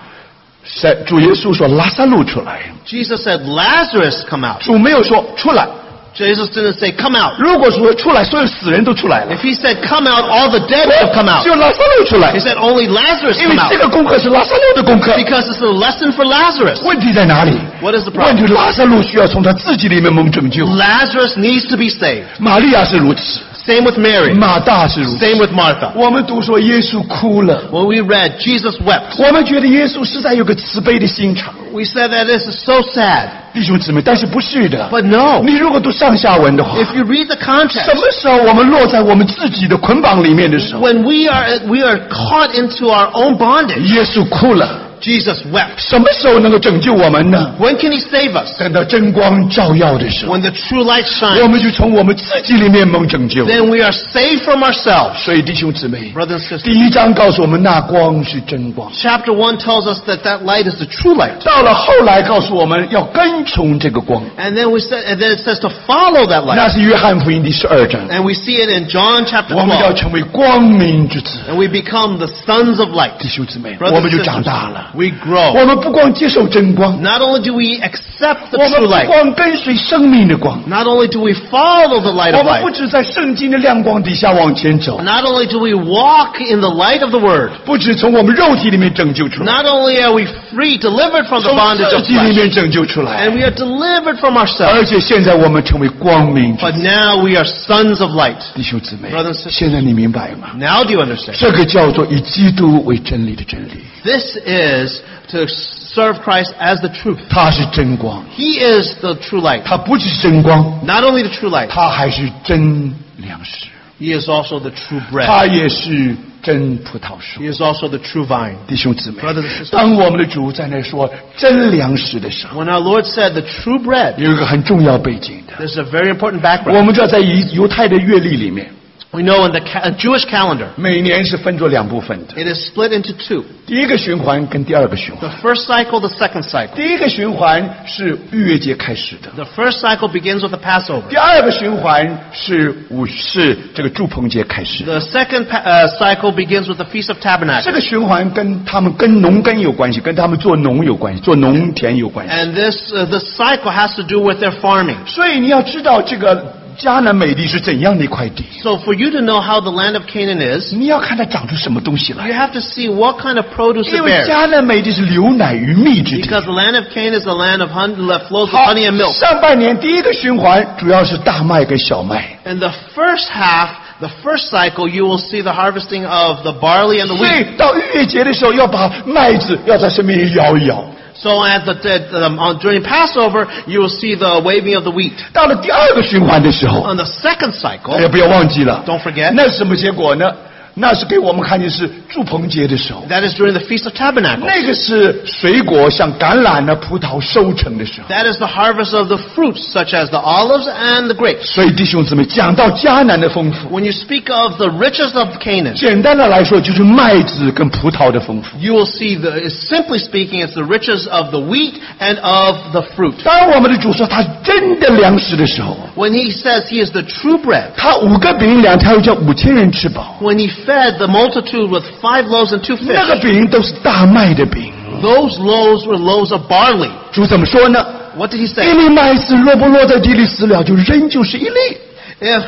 Speaker 1: 神主耶稣说拉萨路出来，
Speaker 2: Jesus said, Lazarus, come out.
Speaker 1: 主没有说出来。
Speaker 2: Jesus didn't say, come out.
Speaker 1: 如果说出来，所有死人都出来了
Speaker 2: If，he said, come out, all the dead would have come out.
Speaker 1: 只有拉萨路出来
Speaker 2: He，said, only Lazarus
Speaker 1: 因为
Speaker 2: come
Speaker 1: 这
Speaker 2: out.
Speaker 1: 个功课是拉萨路的功课。
Speaker 2: Because it's a lesson for Lazarus.
Speaker 1: 问题在哪里？
Speaker 2: What is the
Speaker 1: 问
Speaker 2: problem?
Speaker 1: 题拉萨路需要从他自己里面蒙拯救。
Speaker 2: Lazarus needs to be saved.
Speaker 1: 玛利亚是如此，
Speaker 2: Same with Mary.
Speaker 1: 马大是如此。
Speaker 2: Same with Martha.
Speaker 1: 我们读说耶稣哭了，
Speaker 2: When we read, Jesus wept.
Speaker 1: 我们觉得耶稣实在有个慈悲的心肠，
Speaker 2: We said that this is so sad.
Speaker 1: 弟兄姊妹，但是不是的。
Speaker 2: But no.
Speaker 1: 你如果读上下文的话，
Speaker 2: If you read the
Speaker 1: 什
Speaker 2: context,
Speaker 1: 么时候我们落在我们自己的捆绑里面的时候，
Speaker 2: when we are, we are caught into our own bondage,
Speaker 1: 耶稣哭了，
Speaker 2: Jesus wept.
Speaker 1: 什么时候能够拯救我们呢？
Speaker 2: When can he save us?
Speaker 1: 等到真光照耀的时候，
Speaker 2: When the true light
Speaker 1: 我
Speaker 2: shines.
Speaker 1: 们就从我们自己里面蒙拯救。
Speaker 2: Then we are saved from ourselves.
Speaker 1: 所以，弟兄姊妹，
Speaker 2: Brothers and sisters,
Speaker 1: 第一章告诉我们，那光是真光。
Speaker 2: chapter 1 tells us that that light is the true light.
Speaker 1: 到了后来，告诉我们要跟从这个光，
Speaker 2: And then, we said, and then it says to follow that light.
Speaker 1: 那是约翰福音第十二章。
Speaker 2: And we see it in John chapter
Speaker 1: 我们要
Speaker 2: 12.
Speaker 1: 成为光明之子，
Speaker 2: And we become the sons of light.
Speaker 1: 弟兄姊妹，我们
Speaker 2: Brothers and
Speaker 1: 就长大了
Speaker 2: sisters,。we
Speaker 1: 我
Speaker 2: grow.
Speaker 1: 们不光接受真光，
Speaker 2: Not only do we accept
Speaker 1: 我
Speaker 2: the
Speaker 1: 们
Speaker 2: true
Speaker 1: 不
Speaker 2: light,
Speaker 1: 光跟随生命的光，
Speaker 2: not only do we follow the light
Speaker 1: 我
Speaker 2: of
Speaker 1: 们不
Speaker 2: life,
Speaker 1: 止在圣经的亮光底下往前走，
Speaker 2: not only do we walk in the light of the word,
Speaker 1: 不止从我们肉体里面拯救出来，
Speaker 2: not only are we free, delivered from the
Speaker 1: 从
Speaker 2: bondage of
Speaker 1: 自己里
Speaker 2: flesh,
Speaker 1: 面拯救出来
Speaker 2: and，we are delivered from
Speaker 1: 而
Speaker 2: ourselves,
Speaker 1: 且现在我们成为光明之
Speaker 2: but
Speaker 1: 子，
Speaker 2: now we are sons of light.
Speaker 1: 弟兄姊妹
Speaker 2: Brothers and，sisters
Speaker 1: 现在你明白吗？
Speaker 2: Now do you understand?
Speaker 1: 这个叫做以基督为真理的真理，
Speaker 2: This is to serve Christ as the truth.
Speaker 1: 它是真光，
Speaker 2: He is the true light.
Speaker 1: 它不只是真光，
Speaker 2: Not only the true light,
Speaker 1: 它还是真粮食。
Speaker 2: He is also the true bread.
Speaker 1: 它也是真葡萄树
Speaker 2: He。is also the true vine.
Speaker 1: 弟兄姊妹
Speaker 2: Brothers and，sisters
Speaker 1: 当我们的主在那说真粮食的时候，
Speaker 2: When our Lord said the true bread,
Speaker 1: 有一个很重要背景的。
Speaker 2: there's a very important
Speaker 1: 我
Speaker 2: background.
Speaker 1: 们知道，在犹犹太的阅历里面，
Speaker 2: We know in the ca- uh, Jewish calendar,
Speaker 1: 每年是分作两部分的，
Speaker 2: it is split into two
Speaker 1: 第一个循环跟第二个循环。
Speaker 2: the first cycle, the second cycle.
Speaker 1: 第一个循环是逾越节开始的，
Speaker 2: The first cycle begins with the Passover.
Speaker 1: 第二个循环是五是这个祝棚节开始的。
Speaker 2: The second pa- uh, cycle begins with the Feast of
Speaker 1: 这
Speaker 2: Tabernacles.
Speaker 1: 个循环跟他们跟农耕有关系，跟他们做农有关系，做农田有关系。
Speaker 2: And this, uh, this cycle has to do with their farming.
Speaker 1: 所以你要知道这个迦南美地是怎样的一块地，
Speaker 2: So for you to know how the land of Canaan is,
Speaker 1: 你要看它长出什么东西
Speaker 2: you
Speaker 1: 来。
Speaker 2: have to see what kind of produce
Speaker 1: 因
Speaker 2: it
Speaker 1: 为
Speaker 2: bears.
Speaker 1: 迦南美地是牛奶与蜜之地。
Speaker 2: Because the land of Canaan is the land of hun- that flows with
Speaker 1: 好
Speaker 2: honey and milk.
Speaker 1: 上半年第一个循环主要是大麦跟小麦。
Speaker 2: In the first half, the first cycle, you will see the harvesting of the barley and the
Speaker 1: 所
Speaker 2: wheat.
Speaker 1: 以到逾越节的时候，要把麦子要在身边摇一摇。
Speaker 2: So at the, at, um, on, during Passover, you will see the waving of the wheat.
Speaker 1: 到了第二个循环的时候，
Speaker 2: On the second
Speaker 1: 大家
Speaker 2: cycle,
Speaker 1: 不要忘记了，
Speaker 2: don't forget,
Speaker 1: 那是什么结果呢？那是给我们看见是祝棚节的时候，
Speaker 2: that is during the Feast of Tabernacles.
Speaker 1: 那个是水果像橄榄呢、葡萄收成的时候。
Speaker 2: That is the harvest of the fruits, such as the olives and the grapes.
Speaker 1: 所以弟兄姊妹，讲到迦南的丰富，
Speaker 2: When you speak of the riches of Canaan,
Speaker 1: 简单的来说就是麦子跟葡萄的丰富。
Speaker 2: you will see the simply speaking it's the riches of the wheat and of the fruit
Speaker 1: 当我们的主说他真的粮食的时候，
Speaker 2: when he says he is the true bread
Speaker 1: 他五个饼两条鱼叫五千人吃饱，
Speaker 2: when he fed the multitude with five loaves and two
Speaker 1: 那个
Speaker 2: fish
Speaker 1: 饼都是大麦的饼。
Speaker 2: those loaves were loaves of barley
Speaker 1: 主怎么说呢？
Speaker 2: what did he
Speaker 1: 一
Speaker 2: say
Speaker 1: 粒麦子若不落在地里死了，就扔就是一粒。
Speaker 2: if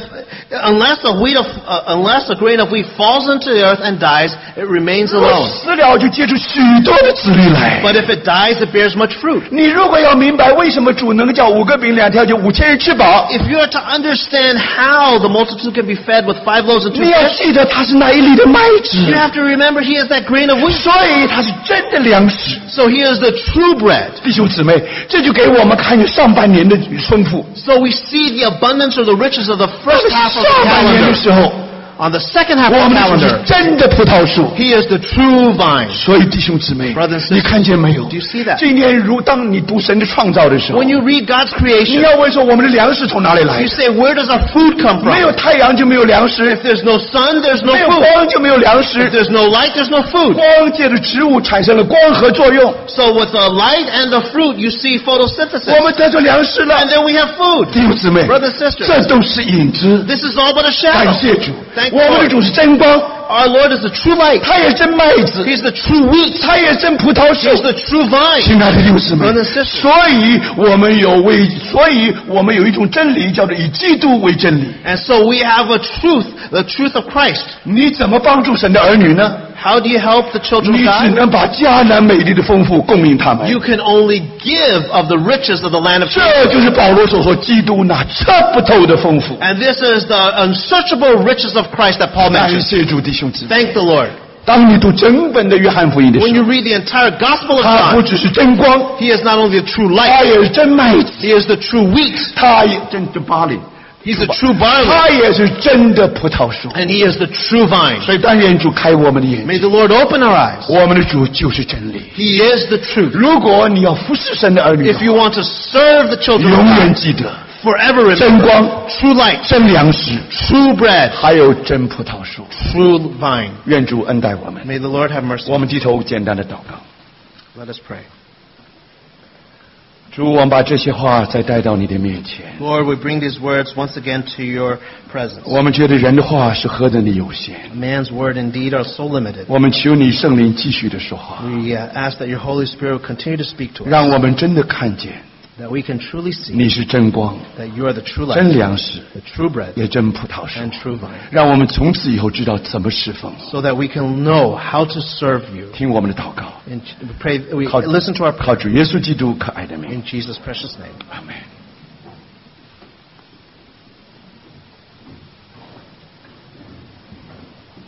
Speaker 2: unless a wheat of uh, unless a grain of wheat falls into the earth and dies it remains
Speaker 1: 如果
Speaker 2: alone
Speaker 1: 死了就结出许多的子粒来。
Speaker 2: but if it dies it bears much fruit
Speaker 1: 你如果要明白为什么主能够叫五个饼两条就五千人吃饱，
Speaker 2: if you are to understand how the multitude can be fed with five loaves and two
Speaker 1: 你要
Speaker 2: fish
Speaker 1: 记得它是那一粒的麦
Speaker 2: you
Speaker 1: 子，
Speaker 2: have to remember he is that grain of wheat
Speaker 1: 所以它是真的粮食。
Speaker 2: so he is the true bread
Speaker 1: 弟兄姊妹，这就给我们看见上半年的丰富。
Speaker 2: So we see the abundance or the riches of the
Speaker 1: 但是
Speaker 2: first half of the
Speaker 1: 上半年的
Speaker 2: calendar.
Speaker 1: 时候，
Speaker 2: On the second half
Speaker 1: 我
Speaker 2: of
Speaker 1: 们
Speaker 2: the
Speaker 1: 的主是
Speaker 2: calendar,
Speaker 1: 真的葡萄树。
Speaker 2: he is the true vine.
Speaker 1: 所以弟兄姊妹
Speaker 2: Brothers and，sisters,
Speaker 1: 你看见没有
Speaker 2: do you see that？？
Speaker 1: 今天如当你读神的创造的时候
Speaker 2: When，you read God's
Speaker 1: 你
Speaker 2: creation,
Speaker 1: 要问说我们的粮食从哪里来
Speaker 2: you？say, where does our food come
Speaker 1: 没
Speaker 2: from?
Speaker 1: 有太阳就没有粮食
Speaker 2: If，there's no sun, there's no
Speaker 1: 没有
Speaker 2: food.
Speaker 1: 光就没有粮
Speaker 2: If
Speaker 1: 食。
Speaker 2: there's no light, there's no food.
Speaker 1: 光借着植物产生了光合作用，
Speaker 2: So with the light and the fruit, you see
Speaker 1: 我
Speaker 2: photosynthesis.
Speaker 1: 们得着粮食了
Speaker 2: And。then we have food.
Speaker 1: 弟兄姊妹，
Speaker 2: Brothers and sisters,
Speaker 1: 这都是影子。
Speaker 2: this is all but a
Speaker 1: 感
Speaker 2: shadow.
Speaker 1: 谢主，
Speaker 2: Thank
Speaker 1: 我们的
Speaker 2: God.
Speaker 1: 主是真光，
Speaker 2: Our Lord is the true light.
Speaker 1: 他也真麦子，
Speaker 2: He's the true wheat.
Speaker 1: 他也真葡萄树
Speaker 2: He's。the true vine.
Speaker 1: 亲爱的弟兄姊妹
Speaker 2: Brothers and，sisters.
Speaker 1: 所以我们有为，所以我们有一种真理，叫做以基督为真理。
Speaker 2: And so we have a truth, the truth of Christ.
Speaker 1: 你怎么帮助神的儿女呢？
Speaker 2: How do you help the children
Speaker 1: 你
Speaker 2: of
Speaker 1: 只
Speaker 2: God?
Speaker 1: 能把迦南美丽的丰富供应他们。
Speaker 2: You can only give of the riches of the land of
Speaker 1: 这
Speaker 2: Canaan.
Speaker 1: 就是保罗所说基督那测不透的丰富。
Speaker 2: And this is the unsearchable riches of Christ that Paul
Speaker 1: 感
Speaker 2: mentions.
Speaker 1: 谢主弟兄姊妹，
Speaker 2: Thank the Lord.
Speaker 1: 当你读整本的约翰福音的
Speaker 2: 哎 When
Speaker 1: 时候
Speaker 2: you，read the 哎 entire Gospel of
Speaker 1: 它不
Speaker 2: John,
Speaker 1: 只是真光，
Speaker 2: he is not only the true
Speaker 1: 它
Speaker 2: light,
Speaker 1: 也是真麦子，
Speaker 2: he is the true wheat,
Speaker 1: 它也
Speaker 2: 哎
Speaker 1: 真真巴黎，
Speaker 2: he's the true barley,
Speaker 1: 它也是真的葡萄树。
Speaker 2: and he is the true vine.
Speaker 1: 所以，但愿主开我们的眼睛，
Speaker 2: 哎 May the Lord open our eyes.
Speaker 1: 我们的主就是真理。
Speaker 2: He is the truth.
Speaker 1: 如果你要服侍神的儿女的
Speaker 2: If
Speaker 1: 话，
Speaker 2: you want to serve the children of
Speaker 1: 永远
Speaker 2: God,
Speaker 1: 记得
Speaker 2: forever
Speaker 1: 真
Speaker 2: remember
Speaker 1: 光、
Speaker 2: true light,
Speaker 1: 真粮食，
Speaker 2: true bread,
Speaker 1: 还有真葡萄树。
Speaker 2: true vine.
Speaker 1: 愿主恩待我们。
Speaker 2: May the Lord have mercy.
Speaker 1: 我们低头简单的祷告。
Speaker 2: Let us pray.
Speaker 1: 主，我们把这些话再带到你的面前。
Speaker 2: Lord, we bring these words once again to your presence.
Speaker 1: 我们觉得人的话是何等的有限，
Speaker 2: Man's word indeed are so limited.
Speaker 1: 我们求你圣灵继续的说话，
Speaker 2: We uh, ask that your Holy Spirit will continue to speak to us,
Speaker 1: 让我们真的看见
Speaker 2: that we can truly see
Speaker 1: 你是真光、
Speaker 2: that you are the true
Speaker 1: 真
Speaker 2: light,
Speaker 1: 粮食，
Speaker 2: the true bread,
Speaker 1: 也真葡萄树
Speaker 2: and。true vine,
Speaker 1: 让我们从此以后知道怎么侍奉。
Speaker 2: so that we can know how to serve you.
Speaker 1: 听我们的祷告，
Speaker 2: And we pray, we
Speaker 1: 靠
Speaker 2: listen to our prayer
Speaker 1: 靠主耶稣基督可爱的
Speaker 2: in
Speaker 1: 名，
Speaker 2: Jesus' precious name.
Speaker 1: 阿门。